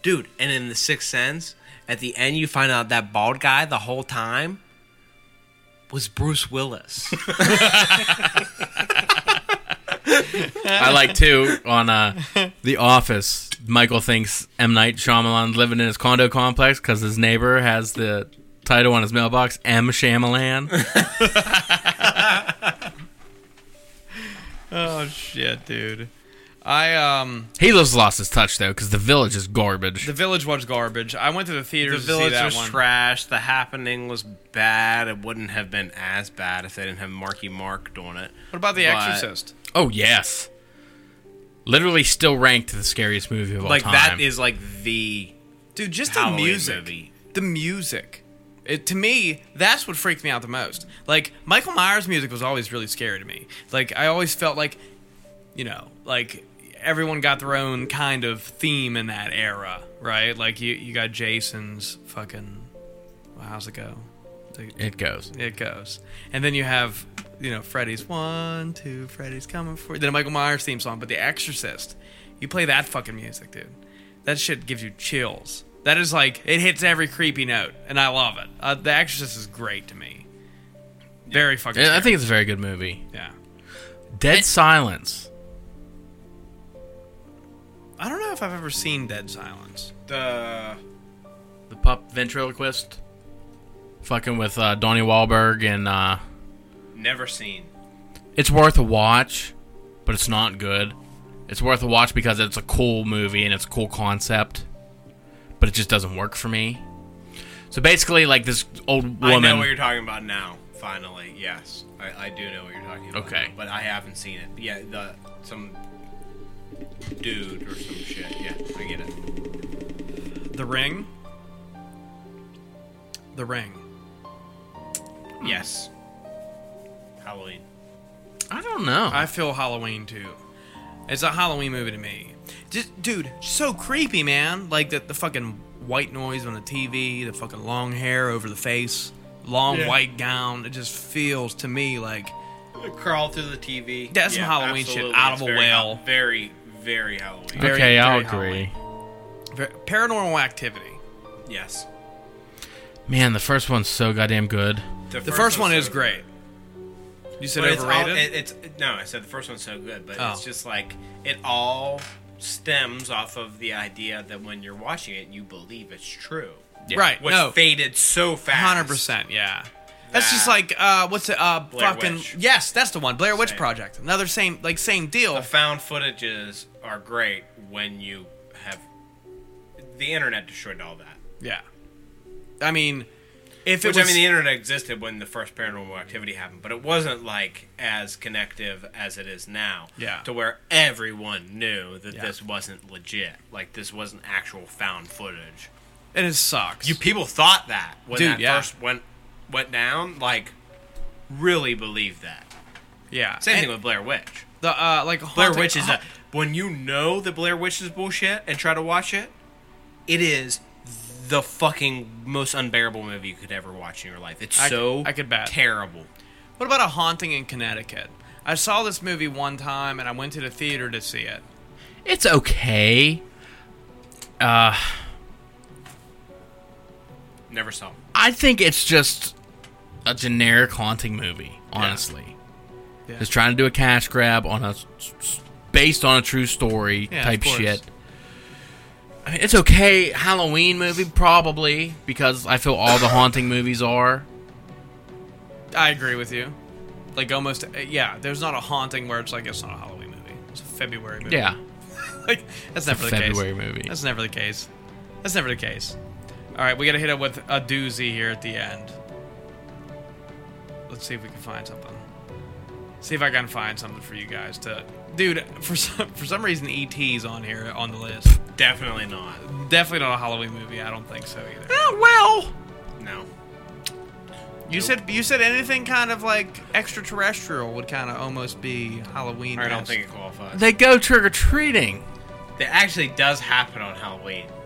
[SPEAKER 4] dude, and in The Sixth Sense, at the end you find out that bald guy the whole time was
[SPEAKER 2] (laughs)
[SPEAKER 4] Bruce Willis.
[SPEAKER 3] I like too on uh, The Office. Michael thinks M Night Shyamalan's living in his condo complex because his neighbor has the title on his mailbox M Shyamalan.
[SPEAKER 2] oh shit, dude. I um,
[SPEAKER 3] he just lost his touch though because The Village is garbage.
[SPEAKER 2] the Village was garbage. I went to the
[SPEAKER 4] the
[SPEAKER 2] theaters. to see
[SPEAKER 4] village
[SPEAKER 2] that
[SPEAKER 4] was
[SPEAKER 2] one.
[SPEAKER 4] trash. The happening was bad. It wouldn't have been as bad if they didn't have Marky Mark doing it.
[SPEAKER 2] What about The
[SPEAKER 4] But-
[SPEAKER 2] Exorcist?
[SPEAKER 3] oh yes, literally still ranked the scariest movie of all
[SPEAKER 4] Like
[SPEAKER 3] time.
[SPEAKER 4] that is like the
[SPEAKER 2] Dude, just
[SPEAKER 4] Halloween
[SPEAKER 2] the music.
[SPEAKER 4] movie.
[SPEAKER 2] The music. It, to me, that's what freaked me out the most. Like Michael Myers' music was always really scary to me. Like I always felt like, you know, like everyone got their own kind of theme in that era, right? Like you, you got Jason's fucking. Well, how's it go? The-
[SPEAKER 3] it goes.
[SPEAKER 2] it goes. And then you have, you know, Freddy's one, two, Freddy's coming for you. Then a Michael Myers theme song, but The Exorcist. You play that fucking music, dude. That shit gives you chills. That is like it hits every creepy note, and I love it. Uh, the Exorcist is great to me. Very fucking.
[SPEAKER 3] I
[SPEAKER 2] scary.
[SPEAKER 3] think it's a very good movie.
[SPEAKER 2] Yeah.
[SPEAKER 3] Dead Silence.
[SPEAKER 2] I don't know if I've ever seen Dead Silence.
[SPEAKER 4] The
[SPEAKER 3] The pup ventriloquist. Fucking with uh, Donnie Wahlberg and uh,
[SPEAKER 4] never seen.
[SPEAKER 3] it's worth a watch, but it's not good. It's worth a watch because it's a cool movie and it's a cool concept, but it just doesn't work for me. So basically, like this old
[SPEAKER 4] I
[SPEAKER 3] woman.
[SPEAKER 4] know what you're talking about now. Finally, yes, I, I do know what you're talking about.
[SPEAKER 3] Okay.
[SPEAKER 4] now, but I haven't seen it. Yeah, the some dude or some shit. Yeah, I get it.
[SPEAKER 2] Hmm. The Ring. The Ring.
[SPEAKER 4] Yes, Halloween.
[SPEAKER 3] I don't know.
[SPEAKER 2] I feel Halloween too. It's a Halloween movie to me. Just, dude, so creepy, man. Like the, the fucking white noise on the TV, the fucking long hair over the face, long white gown. It just feels to me like
[SPEAKER 4] Crawl through the TV.
[SPEAKER 2] That's some Halloween shit
[SPEAKER 4] absolutely.
[SPEAKER 2] out
[SPEAKER 4] It's
[SPEAKER 2] of a
[SPEAKER 4] very-
[SPEAKER 2] well.
[SPEAKER 4] Very, very Halloween.
[SPEAKER 2] very-
[SPEAKER 3] okay, I'll
[SPEAKER 2] very
[SPEAKER 3] agree.
[SPEAKER 2] Ver- Paranormal Activity.
[SPEAKER 4] Yes.
[SPEAKER 3] Man, the first one's so goddamn good.
[SPEAKER 2] The first, one
[SPEAKER 4] one's
[SPEAKER 2] is
[SPEAKER 4] so-
[SPEAKER 2] great. You said
[SPEAKER 4] But it's all-
[SPEAKER 2] overrated.
[SPEAKER 4] it- It's, no, I said the first one's so good, but
[SPEAKER 2] Oh.
[SPEAKER 4] it's just like it all stems off of the idea that when you're watching it, you believe it's true.
[SPEAKER 2] Right?
[SPEAKER 4] Which
[SPEAKER 2] no,
[SPEAKER 4] faded so fast.
[SPEAKER 2] hundred percent. Yeah. That's just
[SPEAKER 4] That-
[SPEAKER 2] like uh, what's it? Uh,
[SPEAKER 4] Blair
[SPEAKER 2] fucking
[SPEAKER 4] Witch.
[SPEAKER 2] yes, that's the one. Blair Witch
[SPEAKER 4] Same.
[SPEAKER 2] Project. Another same, like same deal.
[SPEAKER 4] The found footages are great when you have the internet destroyed all that.
[SPEAKER 2] yeah. I mean, if it
[SPEAKER 4] Which
[SPEAKER 2] was
[SPEAKER 4] I mean, the internet existed when the first paranormal activity happened, but it wasn't like as connective as it is now.
[SPEAKER 2] Yeah.
[SPEAKER 4] To where everyone knew that
[SPEAKER 2] Yeah.
[SPEAKER 4] this wasn't legit. Like this wasn't actual found footage.
[SPEAKER 2] and it sucks.
[SPEAKER 4] You people thought that when
[SPEAKER 2] Dude,
[SPEAKER 4] that
[SPEAKER 2] yeah.
[SPEAKER 4] first went went down. Like really believed that.
[SPEAKER 2] yeah.
[SPEAKER 4] Same
[SPEAKER 2] And
[SPEAKER 4] thing with Blair Witch.
[SPEAKER 2] the uh, like haunting,
[SPEAKER 4] Blair Witch is a,
[SPEAKER 2] Oh.
[SPEAKER 4] when you know the Blair Witch is bullshit and try to watch it, it is the fucking most unbearable movie you could ever watch in your life. It's
[SPEAKER 2] I c-
[SPEAKER 4] so
[SPEAKER 2] I could bet.
[SPEAKER 4] terrible.
[SPEAKER 2] What about a haunting in Connecticut? I saw this movie one time, and I went to the theater to see it.
[SPEAKER 3] It's okay. Uh,
[SPEAKER 4] Never saw. it.
[SPEAKER 3] I think it's just a generic haunting movie, honestly.
[SPEAKER 2] Yeah.
[SPEAKER 3] Just trying to do a cash grab on a s- s- based on a true story
[SPEAKER 2] Yeah, of
[SPEAKER 3] type
[SPEAKER 2] course.
[SPEAKER 3] shit. I mean, it's okay Halloween movie probably because I feel all the haunting movies are.
[SPEAKER 2] I agree with you. Like almost, uh, yeah. There's not a haunting where it's like it's not a Halloween movie. It's a February movie.
[SPEAKER 3] Yeah,
[SPEAKER 2] (laughs) like that's never the
[SPEAKER 3] February
[SPEAKER 2] case.
[SPEAKER 3] movie.
[SPEAKER 2] That's never the case. That's never the case. All right, we gotta hit up with a doozy here at the end. Let's see if we can find something. See if I can find something for you guys to, dude. For some for some reason, ET's on here on the list.
[SPEAKER 4] Definitely not.
[SPEAKER 2] Definitely not a Halloween movie. I don't think so either.
[SPEAKER 4] No.
[SPEAKER 2] You said you said anything kind of like extraterrestrial would kind of almost be Halloween.
[SPEAKER 4] I don't think it qualifies.
[SPEAKER 3] they go trick or treating.
[SPEAKER 4] That actually does happen on Halloween.
[SPEAKER 2] (laughs)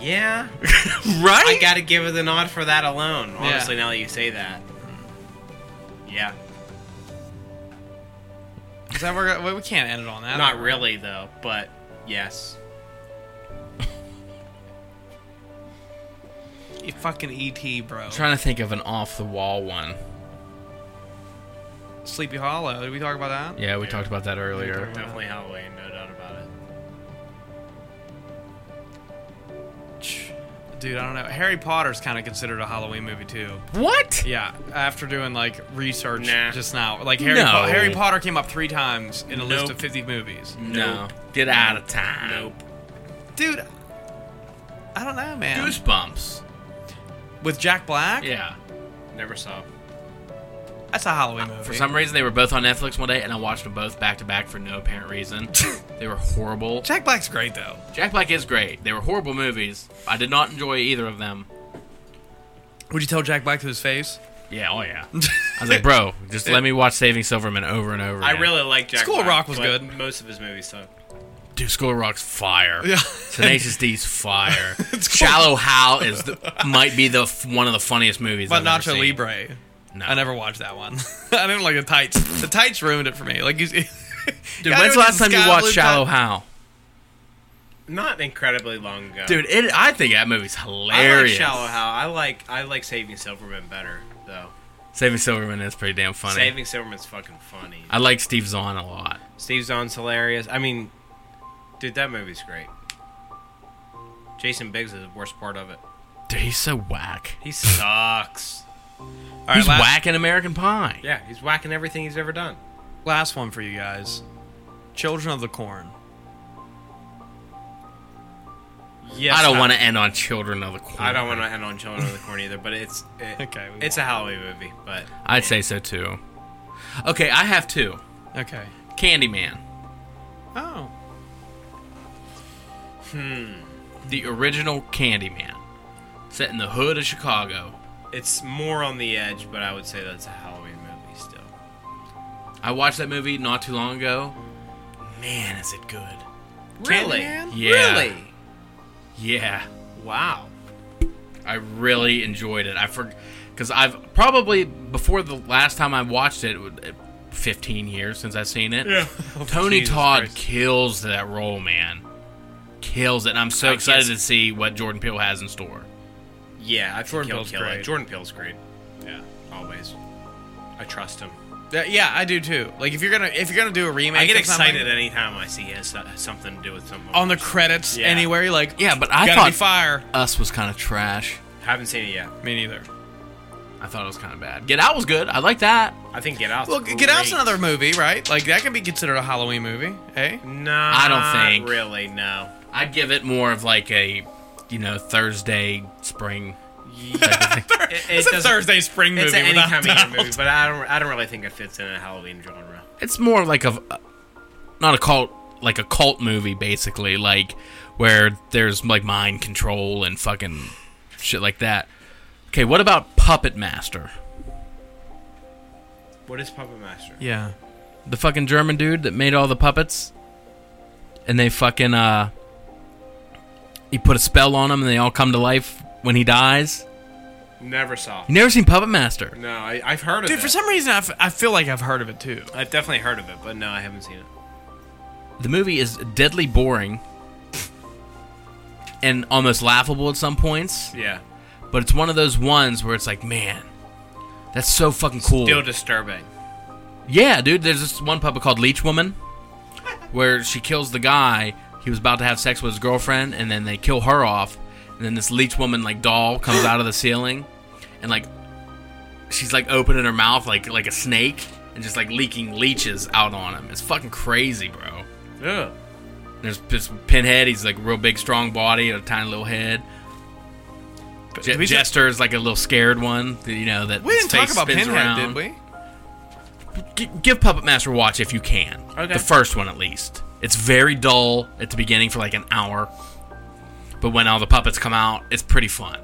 [SPEAKER 4] Yeah.
[SPEAKER 3] Right?
[SPEAKER 4] I gotta give it a nod for that alone. Honestly,
[SPEAKER 2] Yeah.
[SPEAKER 4] now that you say that. Yeah.
[SPEAKER 2] Is that where, well, we can't end it on that.
[SPEAKER 4] Not really though, but yes.
[SPEAKER 2] You fucking ET, bro.
[SPEAKER 3] I'm trying to think of an off the wall one.
[SPEAKER 2] Sleepy Hollow. Did we talk about that?
[SPEAKER 3] Yeah, we talked about that earlier.
[SPEAKER 4] Definitely Halloween, no doubt about it.
[SPEAKER 2] Ch- Dude, I don't know. Harry Potter's kind of considered a Halloween movie too.
[SPEAKER 3] What?
[SPEAKER 2] Yeah, after doing like research
[SPEAKER 4] Nah.
[SPEAKER 2] just now, like Harry
[SPEAKER 3] No.
[SPEAKER 2] Po- Harry Potter came up three times in a list
[SPEAKER 4] Nope.
[SPEAKER 2] of fifty movies.
[SPEAKER 3] No. Get out of time.
[SPEAKER 4] Nope.
[SPEAKER 2] Dude, I don't know, man.
[SPEAKER 3] Goosebumps.
[SPEAKER 2] With Jack Black,
[SPEAKER 3] Yeah.
[SPEAKER 4] Never saw. it.
[SPEAKER 2] that's a Halloween movie.
[SPEAKER 3] For some reason, they were both on Netflix one day, and I watched them both back to back for no apparent (laughs) reason. they were horrible.
[SPEAKER 2] Jack Black's great though.
[SPEAKER 3] Jack Black is great. They were horrible movies. I did not enjoy either of them.
[SPEAKER 2] Would you tell Jack Black to his face?
[SPEAKER 3] Yeah, oh yeah. (laughs) I was like, bro, just let me watch Saving Silverman over and over.
[SPEAKER 4] I
[SPEAKER 3] again.
[SPEAKER 4] really like Jack.
[SPEAKER 2] School
[SPEAKER 4] Black,
[SPEAKER 2] Rock was
[SPEAKER 4] but
[SPEAKER 2] good.
[SPEAKER 4] Most of his movies suck.
[SPEAKER 3] Dude, School Rock's fire.
[SPEAKER 2] Yeah.
[SPEAKER 3] (laughs)
[SPEAKER 2] (laughs)
[SPEAKER 3] Tenacious D's fire. (laughs) Shallow Hal is the, might be the f- one of the funniest movies.
[SPEAKER 2] But
[SPEAKER 3] I've ever
[SPEAKER 2] Nacho
[SPEAKER 3] seen.
[SPEAKER 2] Libre.
[SPEAKER 3] No.
[SPEAKER 2] I never watched that one. (laughs) I didn't like the tights. The tights ruined it for me. Like, you, (laughs) dude,
[SPEAKER 3] Dude, when's the last time you watched Shallow Hal?
[SPEAKER 4] Not incredibly long ago.
[SPEAKER 3] Dude, it, I think that movie's
[SPEAKER 4] I like
[SPEAKER 3] hilarious.
[SPEAKER 4] Shallow Hal. I like I like Saving Silverman better though.
[SPEAKER 3] Saving Silverman is pretty damn funny.
[SPEAKER 4] Saving Silverman's fucking funny.
[SPEAKER 3] I like Steve Zahn a lot.
[SPEAKER 4] Steve Zahn's hilarious. I mean, dude, that movie's great. Jason Biggs is the worst part of it.
[SPEAKER 3] Dude, he's so whack. (laughs)
[SPEAKER 4] He sucks.
[SPEAKER 2] All right,
[SPEAKER 3] He's
[SPEAKER 2] last,
[SPEAKER 3] whack in American Pie.
[SPEAKER 4] yeah, he's whacking everything he's ever done.
[SPEAKER 2] last one for you guys. Children of the Corn.
[SPEAKER 4] Yes,
[SPEAKER 3] I don't want to end on Children of the Corn.
[SPEAKER 4] I don't want to end on Children of the Corn either, but it's it,
[SPEAKER 2] Okay, we
[SPEAKER 4] It's a Halloween movie, but
[SPEAKER 3] I'd say so too. Okay, I have two.
[SPEAKER 2] Okay.
[SPEAKER 3] Candyman,
[SPEAKER 2] Oh.
[SPEAKER 3] the original Candyman, set in the hood of Chicago.
[SPEAKER 4] it's more on the edge. But I would say that's a Halloween movie still.
[SPEAKER 3] I watched that movie not too long ago. Man, is it good?
[SPEAKER 4] Really?
[SPEAKER 2] Candyman?
[SPEAKER 3] Yeah.
[SPEAKER 4] Really?
[SPEAKER 3] Yeah,
[SPEAKER 4] Wow.
[SPEAKER 3] I really enjoyed it. I forgot because I've probably before the last time I watched it, it would-
[SPEAKER 6] (laughs)
[SPEAKER 3] 15 years since I've seen it. Tony
[SPEAKER 2] Jesus
[SPEAKER 3] Todd
[SPEAKER 2] Christ.
[SPEAKER 3] kills that role, man. kills it. And I'm so
[SPEAKER 6] I
[SPEAKER 3] excited
[SPEAKER 6] guess-
[SPEAKER 3] to see what Jordan Peele has in store.
[SPEAKER 6] Yeah, I think
[SPEAKER 2] Jordan
[SPEAKER 6] he'll
[SPEAKER 2] Peele's
[SPEAKER 6] kill
[SPEAKER 2] great.
[SPEAKER 6] it. Jordan Peele's great. Yeah, always. I trust him.
[SPEAKER 2] Yeah, yeah, I do too. Like if you're gonna if you're gonna do a remake,
[SPEAKER 6] I get
[SPEAKER 2] of something,
[SPEAKER 6] excited anytime I see he has uh, something to do with someone.
[SPEAKER 2] on the credits
[SPEAKER 6] Yeah.
[SPEAKER 2] anywhere. You're like,
[SPEAKER 3] Yeah, but I
[SPEAKER 2] gotta
[SPEAKER 3] thought
[SPEAKER 2] be fire.
[SPEAKER 3] Us was kind of trash.
[SPEAKER 6] Haven't seen it yet.
[SPEAKER 2] Me neither.
[SPEAKER 3] I thought it was kind of bad. Get Out was good. I like that.
[SPEAKER 6] I think Get Out.
[SPEAKER 2] Well, Get Out's another movie, right? Like that could be considered a Halloween movie, eh?
[SPEAKER 6] No,
[SPEAKER 3] I don't think.
[SPEAKER 6] really.
[SPEAKER 2] (laughs)
[SPEAKER 6] No.
[SPEAKER 3] I'd give it more of like a, you know, Thursday spring. type of thing.
[SPEAKER 6] It,
[SPEAKER 2] it's a
[SPEAKER 6] doesn't-
[SPEAKER 2] Thursday spring movie.
[SPEAKER 6] It's an any
[SPEAKER 2] without
[SPEAKER 6] time of year
[SPEAKER 2] doubt.
[SPEAKER 6] movie, but I don't. I don't really think it fits in a Halloween genre.
[SPEAKER 3] It's more like a, not a cult, like a cult movie basically, like where there's like mind control and fucking shit like that. Okay, what about Puppet Master?
[SPEAKER 6] What is Puppet Master?
[SPEAKER 2] Yeah.
[SPEAKER 3] The fucking German dude that made all the puppets, and they fucking uh, he put a spell on them and they all come to life when he dies.
[SPEAKER 6] Never saw.
[SPEAKER 3] You never seen Puppet Master?
[SPEAKER 6] No, I, I've heard of
[SPEAKER 2] Dude,
[SPEAKER 6] it.
[SPEAKER 2] for some reason, I, f- I feel like I've heard of it too.
[SPEAKER 6] I've definitely heard of it, but no, I haven't seen it.
[SPEAKER 3] The movie is deadly boring and almost laughable at some points,
[SPEAKER 6] Yeah,
[SPEAKER 3] but it's one of those ones where it's like, man, that's so fucking cool.
[SPEAKER 6] still disturbing.
[SPEAKER 3] yeah, dude, there's this one puppet called Leech Woman where she kills the guy he was about to have sex with his girlfriend and then they kill her off and then this leech woman like doll comes out of the ceiling and like she's like opening her mouth like like a snake and just like leaking leeches out on him. It's fucking crazy, bro.
[SPEAKER 6] Ugh.
[SPEAKER 3] There's this pinhead. He's like real big, strong body, a tiny little head. Je-
[SPEAKER 2] we-
[SPEAKER 3] Jester is like a little scared one. that, You know that
[SPEAKER 2] We
[SPEAKER 3] his
[SPEAKER 2] didn't talk
[SPEAKER 3] face
[SPEAKER 2] about
[SPEAKER 3] spins
[SPEAKER 2] Pinhead, did
[SPEAKER 3] around.
[SPEAKER 2] we?
[SPEAKER 3] G- give Puppet Master a watch if you can.
[SPEAKER 6] Okay.
[SPEAKER 3] The first one at least. It's very dull at the beginning for like an hour, but when all the puppets come out, it's pretty fun.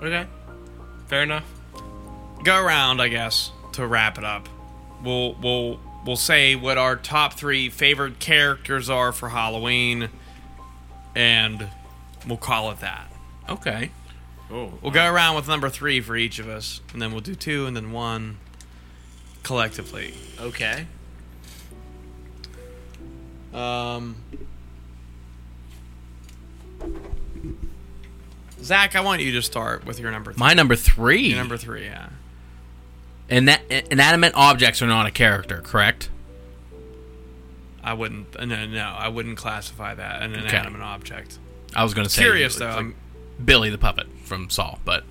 [SPEAKER 6] Okay, fair enough.
[SPEAKER 2] Go around, I guess, to wrap it up. We'll we'll we'll say what our top three favorite characters are for Halloween, and we'll call it that.
[SPEAKER 3] Okay.
[SPEAKER 6] Oh,
[SPEAKER 2] We'll go around with number three for each of us, and then we'll do two and then one collectively.
[SPEAKER 6] okay.
[SPEAKER 2] Um, Zach, I want you to start with your number. Three.
[SPEAKER 3] My number three.
[SPEAKER 2] Your number three, yeah.
[SPEAKER 3] and that inanimate objects are not a character, correct?
[SPEAKER 2] I wouldn't. uh, No, no, I wouldn't classify that an inanimate object.
[SPEAKER 3] I was going to say.
[SPEAKER 2] Curious
[SPEAKER 3] it's
[SPEAKER 2] though.
[SPEAKER 3] like
[SPEAKER 2] I'm-
[SPEAKER 3] Billy the puppet from Saw, but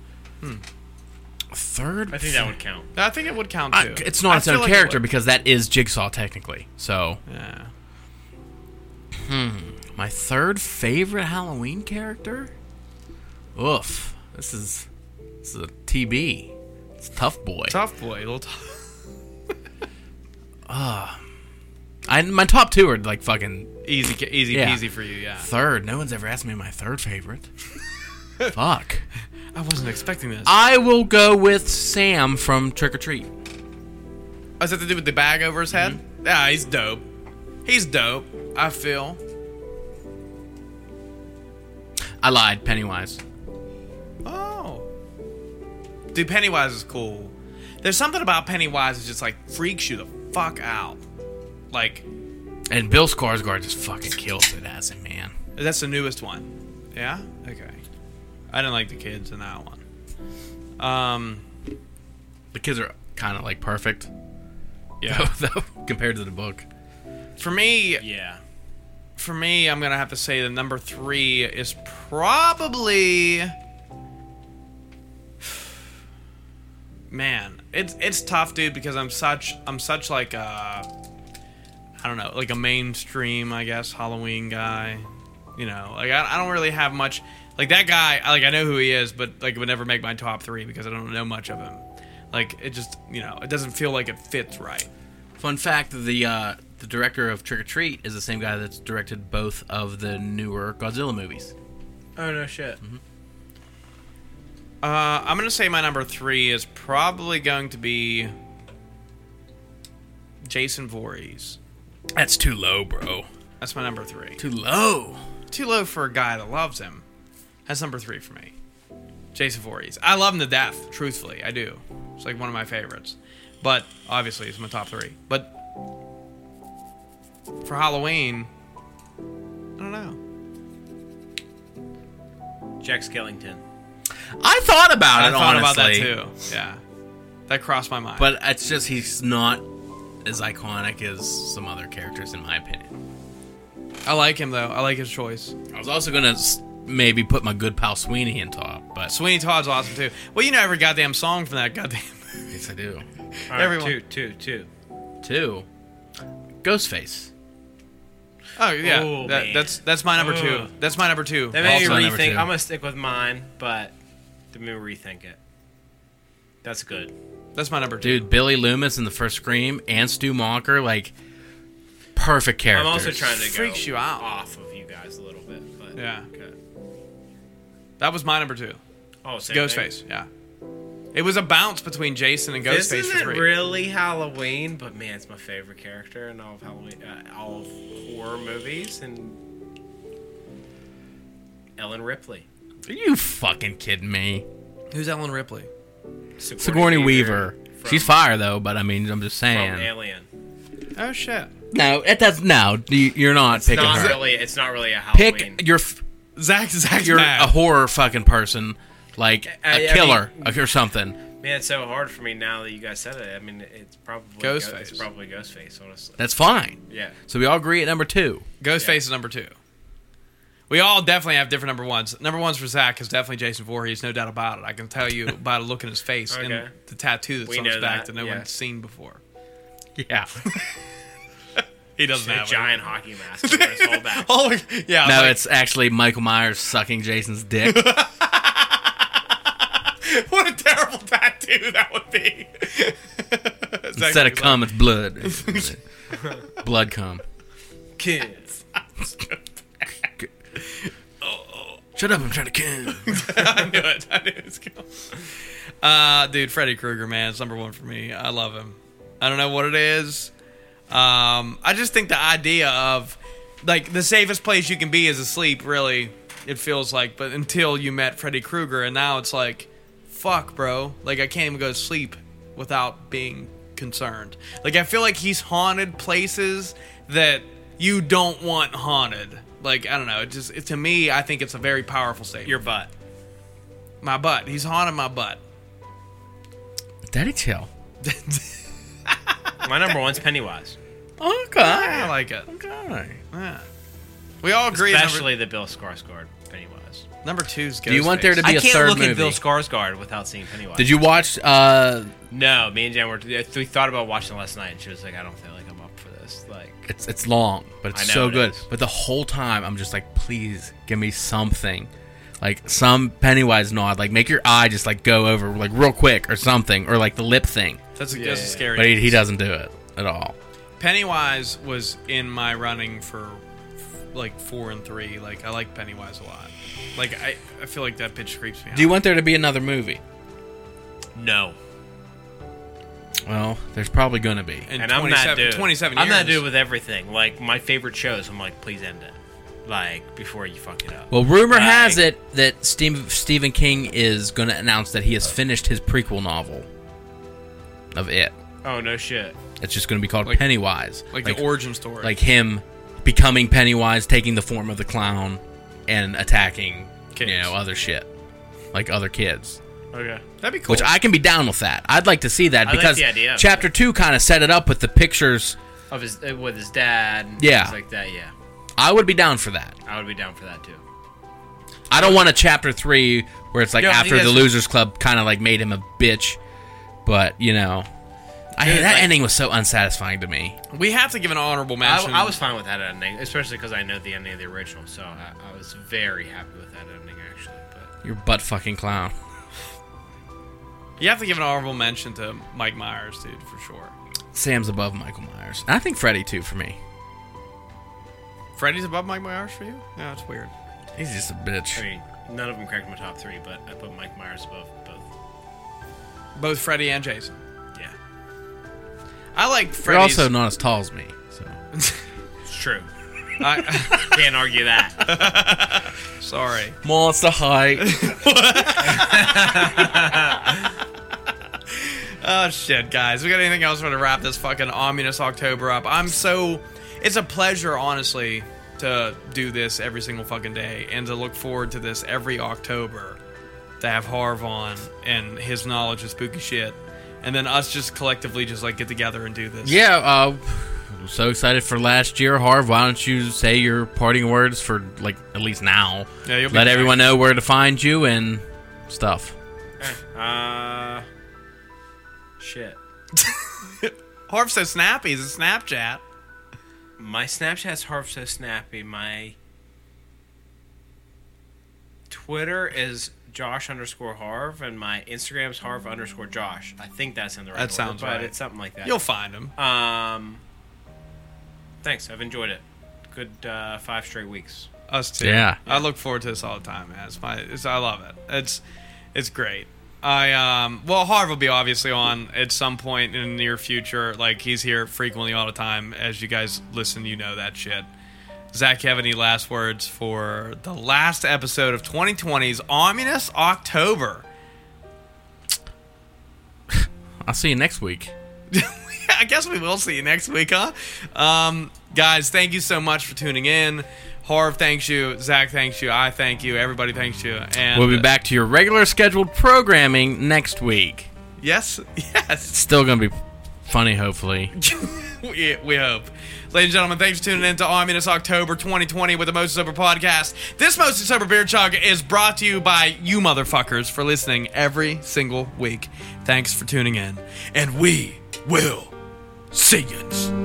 [SPEAKER 3] third.
[SPEAKER 6] I think that would count.
[SPEAKER 2] i think it would count
[SPEAKER 3] I-
[SPEAKER 2] too.
[SPEAKER 3] it's not
[SPEAKER 2] I
[SPEAKER 3] its own
[SPEAKER 2] feel like it
[SPEAKER 3] character
[SPEAKER 2] would.
[SPEAKER 3] because that is Jigsaw technically. So
[SPEAKER 2] yeah.
[SPEAKER 3] my third favorite Halloween character. Oof, this is this is a TB. It's tough boy.
[SPEAKER 2] Tough boy, little tough.
[SPEAKER 3] I, my top two are like fucking
[SPEAKER 2] Easy, ca- easy
[SPEAKER 3] Yeah.
[SPEAKER 2] peasy for you. Yeah.
[SPEAKER 3] third. No one's ever asked me my
[SPEAKER 2] (laughs)
[SPEAKER 3] third favorite. Fuck.
[SPEAKER 2] I wasn't expecting this.
[SPEAKER 3] I will go with Sam from Trick or Treat.
[SPEAKER 2] Is that to do with the bag over his head? Yeah, he's dope. He's dope. I feel.
[SPEAKER 3] I lied, Pennywise.
[SPEAKER 2] Oh. Dude, Pennywise is cool. There's something about Pennywise that just like freaks you the fuck out. Like
[SPEAKER 3] And Bill Skarsgård just fucking kills it as him, man.
[SPEAKER 2] that's the newest one. Yeah? Okay. I didn't like the kids in that one. Um
[SPEAKER 3] The kids are kind of like perfect
[SPEAKER 2] yeah.
[SPEAKER 3] (laughs) though, compared to the book.
[SPEAKER 2] for me
[SPEAKER 6] Yeah.
[SPEAKER 2] for me I'm gonna have to say the number three is probably Man, it's it's tough, dude, because I'm such I'm such like a I don't know, like a mainstream, I guess, Halloween guy. You know, like I, I don't really have much like that guy. I- Like I know who he is, but like it would never make my top three because I don't know much of him. Like it just you know it doesn't feel like it fits right.
[SPEAKER 3] Fun fact: the uh, the director of Trick or Treat is the same guy that's directed both of the newer Godzilla movies.
[SPEAKER 6] Oh no shit.
[SPEAKER 2] Uh, I'm gonna say my number three is probably going to be Jason Voorhees.
[SPEAKER 3] That's too low, bro.
[SPEAKER 2] That's my number three.
[SPEAKER 3] Too low.
[SPEAKER 2] too low for a guy that loves him. That's number three for me. Jason Voorhees. I love him to death, truthfully. I do. It's like one of my favorites. But obviously, it's my top three. But for Halloween, I don't know.
[SPEAKER 4] Jack Skellington.
[SPEAKER 3] I thought about
[SPEAKER 2] I
[SPEAKER 3] it.
[SPEAKER 2] thought
[SPEAKER 3] honestly,
[SPEAKER 2] about that too. Yeah, that crossed my mind.
[SPEAKER 3] But it's just he's not as iconic as some other characters, in my opinion.
[SPEAKER 2] I like him though. I like his choice.
[SPEAKER 3] I was also gonna s- maybe put my good pal Sweeney in top, but
[SPEAKER 2] Sweeney Todd's awesome too. Well, you know every goddamn song from that goddamn.
[SPEAKER 3] yes, I do.
[SPEAKER 4] All right,
[SPEAKER 2] Everyone.
[SPEAKER 4] Two, two, two.
[SPEAKER 3] Two, Ghostface.
[SPEAKER 2] (laughs) Oh yeah,
[SPEAKER 4] Oh,
[SPEAKER 2] that,
[SPEAKER 4] man.
[SPEAKER 2] that's that's my number two.
[SPEAKER 4] Ugh.
[SPEAKER 2] That's my number two.
[SPEAKER 4] That made me
[SPEAKER 3] Also number
[SPEAKER 4] rethink.
[SPEAKER 3] two.
[SPEAKER 4] I'm gonna stick with mine, but let me rethink it. That's good.
[SPEAKER 2] That's my number two.
[SPEAKER 3] Dude, Billy Loomis in the first Scream and Stu Mocker, like perfect
[SPEAKER 4] I'm
[SPEAKER 3] characters.
[SPEAKER 4] also trying to
[SPEAKER 2] Freaks
[SPEAKER 4] go
[SPEAKER 2] you out.
[SPEAKER 4] off of you guys a little bit, but
[SPEAKER 2] Yeah.
[SPEAKER 4] Okay.
[SPEAKER 2] That was my number two.
[SPEAKER 4] Oh, same thing.
[SPEAKER 2] Ghostface. Yeah. It was a bounce between Jason and Ghostface
[SPEAKER 4] This isn't
[SPEAKER 2] for three.
[SPEAKER 4] really Halloween, but man, it's my favorite character in all of Halloween, uh, all of horror movies, and Ellen Ripley,
[SPEAKER 3] Are you fucking kidding me?
[SPEAKER 2] Who's Ellen Ripley?
[SPEAKER 4] Sigourney,
[SPEAKER 3] Sigourney Weaver.
[SPEAKER 4] from-
[SPEAKER 3] She's fire though, but I mean, I'm just
[SPEAKER 4] from
[SPEAKER 3] saying.
[SPEAKER 4] Alien.
[SPEAKER 2] Oh shit.
[SPEAKER 3] No, it does. No, you- you're not
[SPEAKER 4] It's
[SPEAKER 3] picking
[SPEAKER 4] not
[SPEAKER 3] her.
[SPEAKER 4] really. It's not really a Halloween.
[SPEAKER 3] Pick your. f-
[SPEAKER 2] Zach. Zach.
[SPEAKER 3] You're
[SPEAKER 2] mad.
[SPEAKER 3] a horror fucking person, like
[SPEAKER 4] I- I
[SPEAKER 3] a
[SPEAKER 4] mean-
[SPEAKER 3] killer or something.
[SPEAKER 4] Man, it's so hard for me now that you guys said it. I mean, it's probably Go-
[SPEAKER 2] Ghostface.
[SPEAKER 4] it's probably Ghostface, honestly.
[SPEAKER 3] That's fine.
[SPEAKER 4] Yeah.
[SPEAKER 3] So we all agree at number two.
[SPEAKER 2] Ghostface is number two. We all definitely have different number ones. Number ones for Zach is definitely Jason Voorhees, no doubt about it. I can tell you by the look in his face and
[SPEAKER 4] Okay.
[SPEAKER 2] the tattoo that's
[SPEAKER 4] We
[SPEAKER 2] on his
[SPEAKER 4] know
[SPEAKER 2] back
[SPEAKER 4] that,
[SPEAKER 2] that no
[SPEAKER 4] yeah.
[SPEAKER 2] one's seen before.
[SPEAKER 3] (laughs) Yeah.
[SPEAKER 2] He doesn't
[SPEAKER 4] A
[SPEAKER 2] have
[SPEAKER 4] giant hockey mask over his
[SPEAKER 3] (laughs)
[SPEAKER 2] (laughs)
[SPEAKER 4] whole back.
[SPEAKER 2] Oh yeah.
[SPEAKER 3] No,
[SPEAKER 2] No,
[SPEAKER 3] it's actually Michael Myers sucking Jason's (laughs) dick.
[SPEAKER 2] what a terrible tattoo that would be.
[SPEAKER 3] Instead of cum, it's (laughs) blood. blood cum.
[SPEAKER 4] Kids.
[SPEAKER 3] Shut up! I'm trying to kill.
[SPEAKER 2] I (laughs) knew it. I knew it was coming. Uh, dude, Freddy Krueger, man, it's number one for me. I love him. I don't know what it is. Um, I just think the idea of like the safest place you can be is asleep. Really, it feels like. But until you met Freddy Krueger, and now it's like, fuck, bro. Like I can't even go to sleep without being concerned. Like I feel like he's haunted places that you don't want haunted. Like I don't know. It just it, to me, I think it's a very powerful statement.
[SPEAKER 4] Your butt.
[SPEAKER 2] My butt. He's haunting my butt.
[SPEAKER 3] Daddy chill.
[SPEAKER 4] My number one's Pennywise,
[SPEAKER 2] I
[SPEAKER 3] Okay.
[SPEAKER 2] like it.
[SPEAKER 3] Okay.
[SPEAKER 2] Yeah. We all agree.
[SPEAKER 4] especially the Bill Skarsgård Pennywise.
[SPEAKER 2] number, number two's Ghostface.
[SPEAKER 3] Do you want there to be
[SPEAKER 4] I
[SPEAKER 3] a
[SPEAKER 4] can't
[SPEAKER 3] third
[SPEAKER 4] look
[SPEAKER 3] movie?
[SPEAKER 4] at Bill Skarsgård without seeing Pennywise.
[SPEAKER 3] Did you watch? Uh,
[SPEAKER 4] No, me and Jen were. We thought about watching last night, and she was like, "I don't feel like I'm up for this." Like,
[SPEAKER 3] it's it's long, but
[SPEAKER 4] I
[SPEAKER 3] it's
[SPEAKER 4] know
[SPEAKER 3] so
[SPEAKER 4] it
[SPEAKER 3] good.
[SPEAKER 4] is.
[SPEAKER 3] But the whole time, I'm just like, please give me something, like some Pennywise nod, like make your eye just like go over like real quick or something, or like the lip thing.
[SPEAKER 2] That's, a, that's a
[SPEAKER 4] yeah,
[SPEAKER 2] scary.
[SPEAKER 3] But he, he doesn't do it at all.
[SPEAKER 2] Pennywise was in my running for f- like four and three. Like I like Pennywise a lot. Like I, I feel like that pitch creeps me out.
[SPEAKER 3] Do you want there to be another movie?
[SPEAKER 4] no,
[SPEAKER 3] Well, there's probably gonna be.
[SPEAKER 2] In
[SPEAKER 4] and I'm
[SPEAKER 2] 27
[SPEAKER 4] that dude.
[SPEAKER 2] 27
[SPEAKER 4] I'm that
[SPEAKER 2] years.
[SPEAKER 4] dude with everything. Like my favorite shows, I'm like, please end it, like before you fuck it up.
[SPEAKER 3] Well, rumor
[SPEAKER 4] Like,
[SPEAKER 3] has it that Steve, Stephen King is going to announce that he has finished his prequel novel of it.
[SPEAKER 4] Oh no shit.
[SPEAKER 3] It's just going to be called
[SPEAKER 2] Like-
[SPEAKER 3] Pennywise,
[SPEAKER 2] like, the origin story.
[SPEAKER 3] like him becoming Pennywise, taking the form of the clown, and attacking you
[SPEAKER 2] Kids.
[SPEAKER 3] know other shit, like other kids.
[SPEAKER 4] Okay.
[SPEAKER 2] that'd be cool.
[SPEAKER 3] Which I can be down with that. I'd like to see that
[SPEAKER 4] I like
[SPEAKER 3] because
[SPEAKER 4] the idea.
[SPEAKER 3] chapter two kind of set it up with the pictures.
[SPEAKER 4] Of his uh, with his dad. And
[SPEAKER 3] Yeah.
[SPEAKER 4] Things like that. Yeah.
[SPEAKER 3] I would be down for that.
[SPEAKER 4] I would be down for that too.
[SPEAKER 3] I don't want a chapter three where it's like
[SPEAKER 4] No, I think
[SPEAKER 3] after the
[SPEAKER 4] that's-
[SPEAKER 3] Losers Club kind of like made him a bitch, but you know, I
[SPEAKER 4] Dude,
[SPEAKER 3] that
[SPEAKER 4] like-
[SPEAKER 3] ending was so unsatisfying to me.
[SPEAKER 2] we have to give an honorable
[SPEAKER 4] I,
[SPEAKER 2] mention.
[SPEAKER 4] I was fine with that ending, especially because I know the ending of the original, so I, I was very happy with that ending actually. But
[SPEAKER 3] Your butt fucking clown.
[SPEAKER 2] You have to give an honorable mention to Mike Myers, dude, for sure.
[SPEAKER 3] Sam's above Michael Myers. And I think Freddy too for me.
[SPEAKER 2] Freddy's above Mike Myers for you? Yeah, it's weird.
[SPEAKER 3] He's just a
[SPEAKER 4] I
[SPEAKER 3] bitch.
[SPEAKER 4] mean, none of them cracked my top three, but I put Mike Myers above both.
[SPEAKER 2] Both Freddy and Jason.
[SPEAKER 4] Yeah.
[SPEAKER 2] I like
[SPEAKER 3] You're
[SPEAKER 2] Freddy's.
[SPEAKER 3] also not as tall as me. So
[SPEAKER 4] It's true.
[SPEAKER 2] I, (laughs)
[SPEAKER 4] Can't argue that.
[SPEAKER 2] sorry.
[SPEAKER 3] monster height.
[SPEAKER 2] (laughs) Oh shit, guys. We got anything else for to wrap this fucking ominous October up? I'm so it's a pleasure, honestly, to do this every single fucking day and to look forward to this every October to have Harv on and his knowledge of spooky shit. And then us just collectively just like get together and do this.
[SPEAKER 3] (laughs) Yeah, uh, I'm so excited for last year, Harv. Why don't you say your parting words for like at least now?
[SPEAKER 2] Yeah, you'll be
[SPEAKER 3] Let
[SPEAKER 2] back.
[SPEAKER 3] everyone know where to find you and stuff.
[SPEAKER 4] Uh, shit.
[SPEAKER 2] Harv says snappy. It's a Snapchat.
[SPEAKER 4] My Snapchat's Harv so snappy. My Twitter is Josh underscore Harv, and my Instagram's Harv underscore Josh. I think that's in the right.
[SPEAKER 2] That
[SPEAKER 4] order,
[SPEAKER 2] sounds
[SPEAKER 4] but
[SPEAKER 2] right.
[SPEAKER 4] It's something like that.
[SPEAKER 2] You'll find him.
[SPEAKER 4] um, thanks. I've enjoyed it. Good uh, five straight weeks.
[SPEAKER 2] Us too.
[SPEAKER 3] Yeah.
[SPEAKER 2] I look forward to this all the time, man. It's my, it's, I love it. It's, it's great. I um, well, Harv will be obviously on at some point in the near future. Like he's here frequently all the time. As you guys listen, you know that shit. Zach, you have any last words for the last episode of 2020's Ominous October? (laughs)
[SPEAKER 3] I'll see you next week.
[SPEAKER 2] I guess we will see you next week, huh? Um, guys, thank you so much for tuning in. Harv, thanks you. Zach, thanks you. I thank you. Everybody, thanks you. And
[SPEAKER 3] We'll be back to your regular scheduled programming next week.
[SPEAKER 2] Yes, yes. (laughs)
[SPEAKER 3] Still gonna be funny, hopefully.
[SPEAKER 2] we, we hope. Ladies and gentlemen, thanks for tuning in to Ominous October 2020 with the Mostly Sober Podcast. This Mostly Sober Beer Chug is brought to you by you motherfuckers for listening every single week. Thanks for tuning in. And we will see you.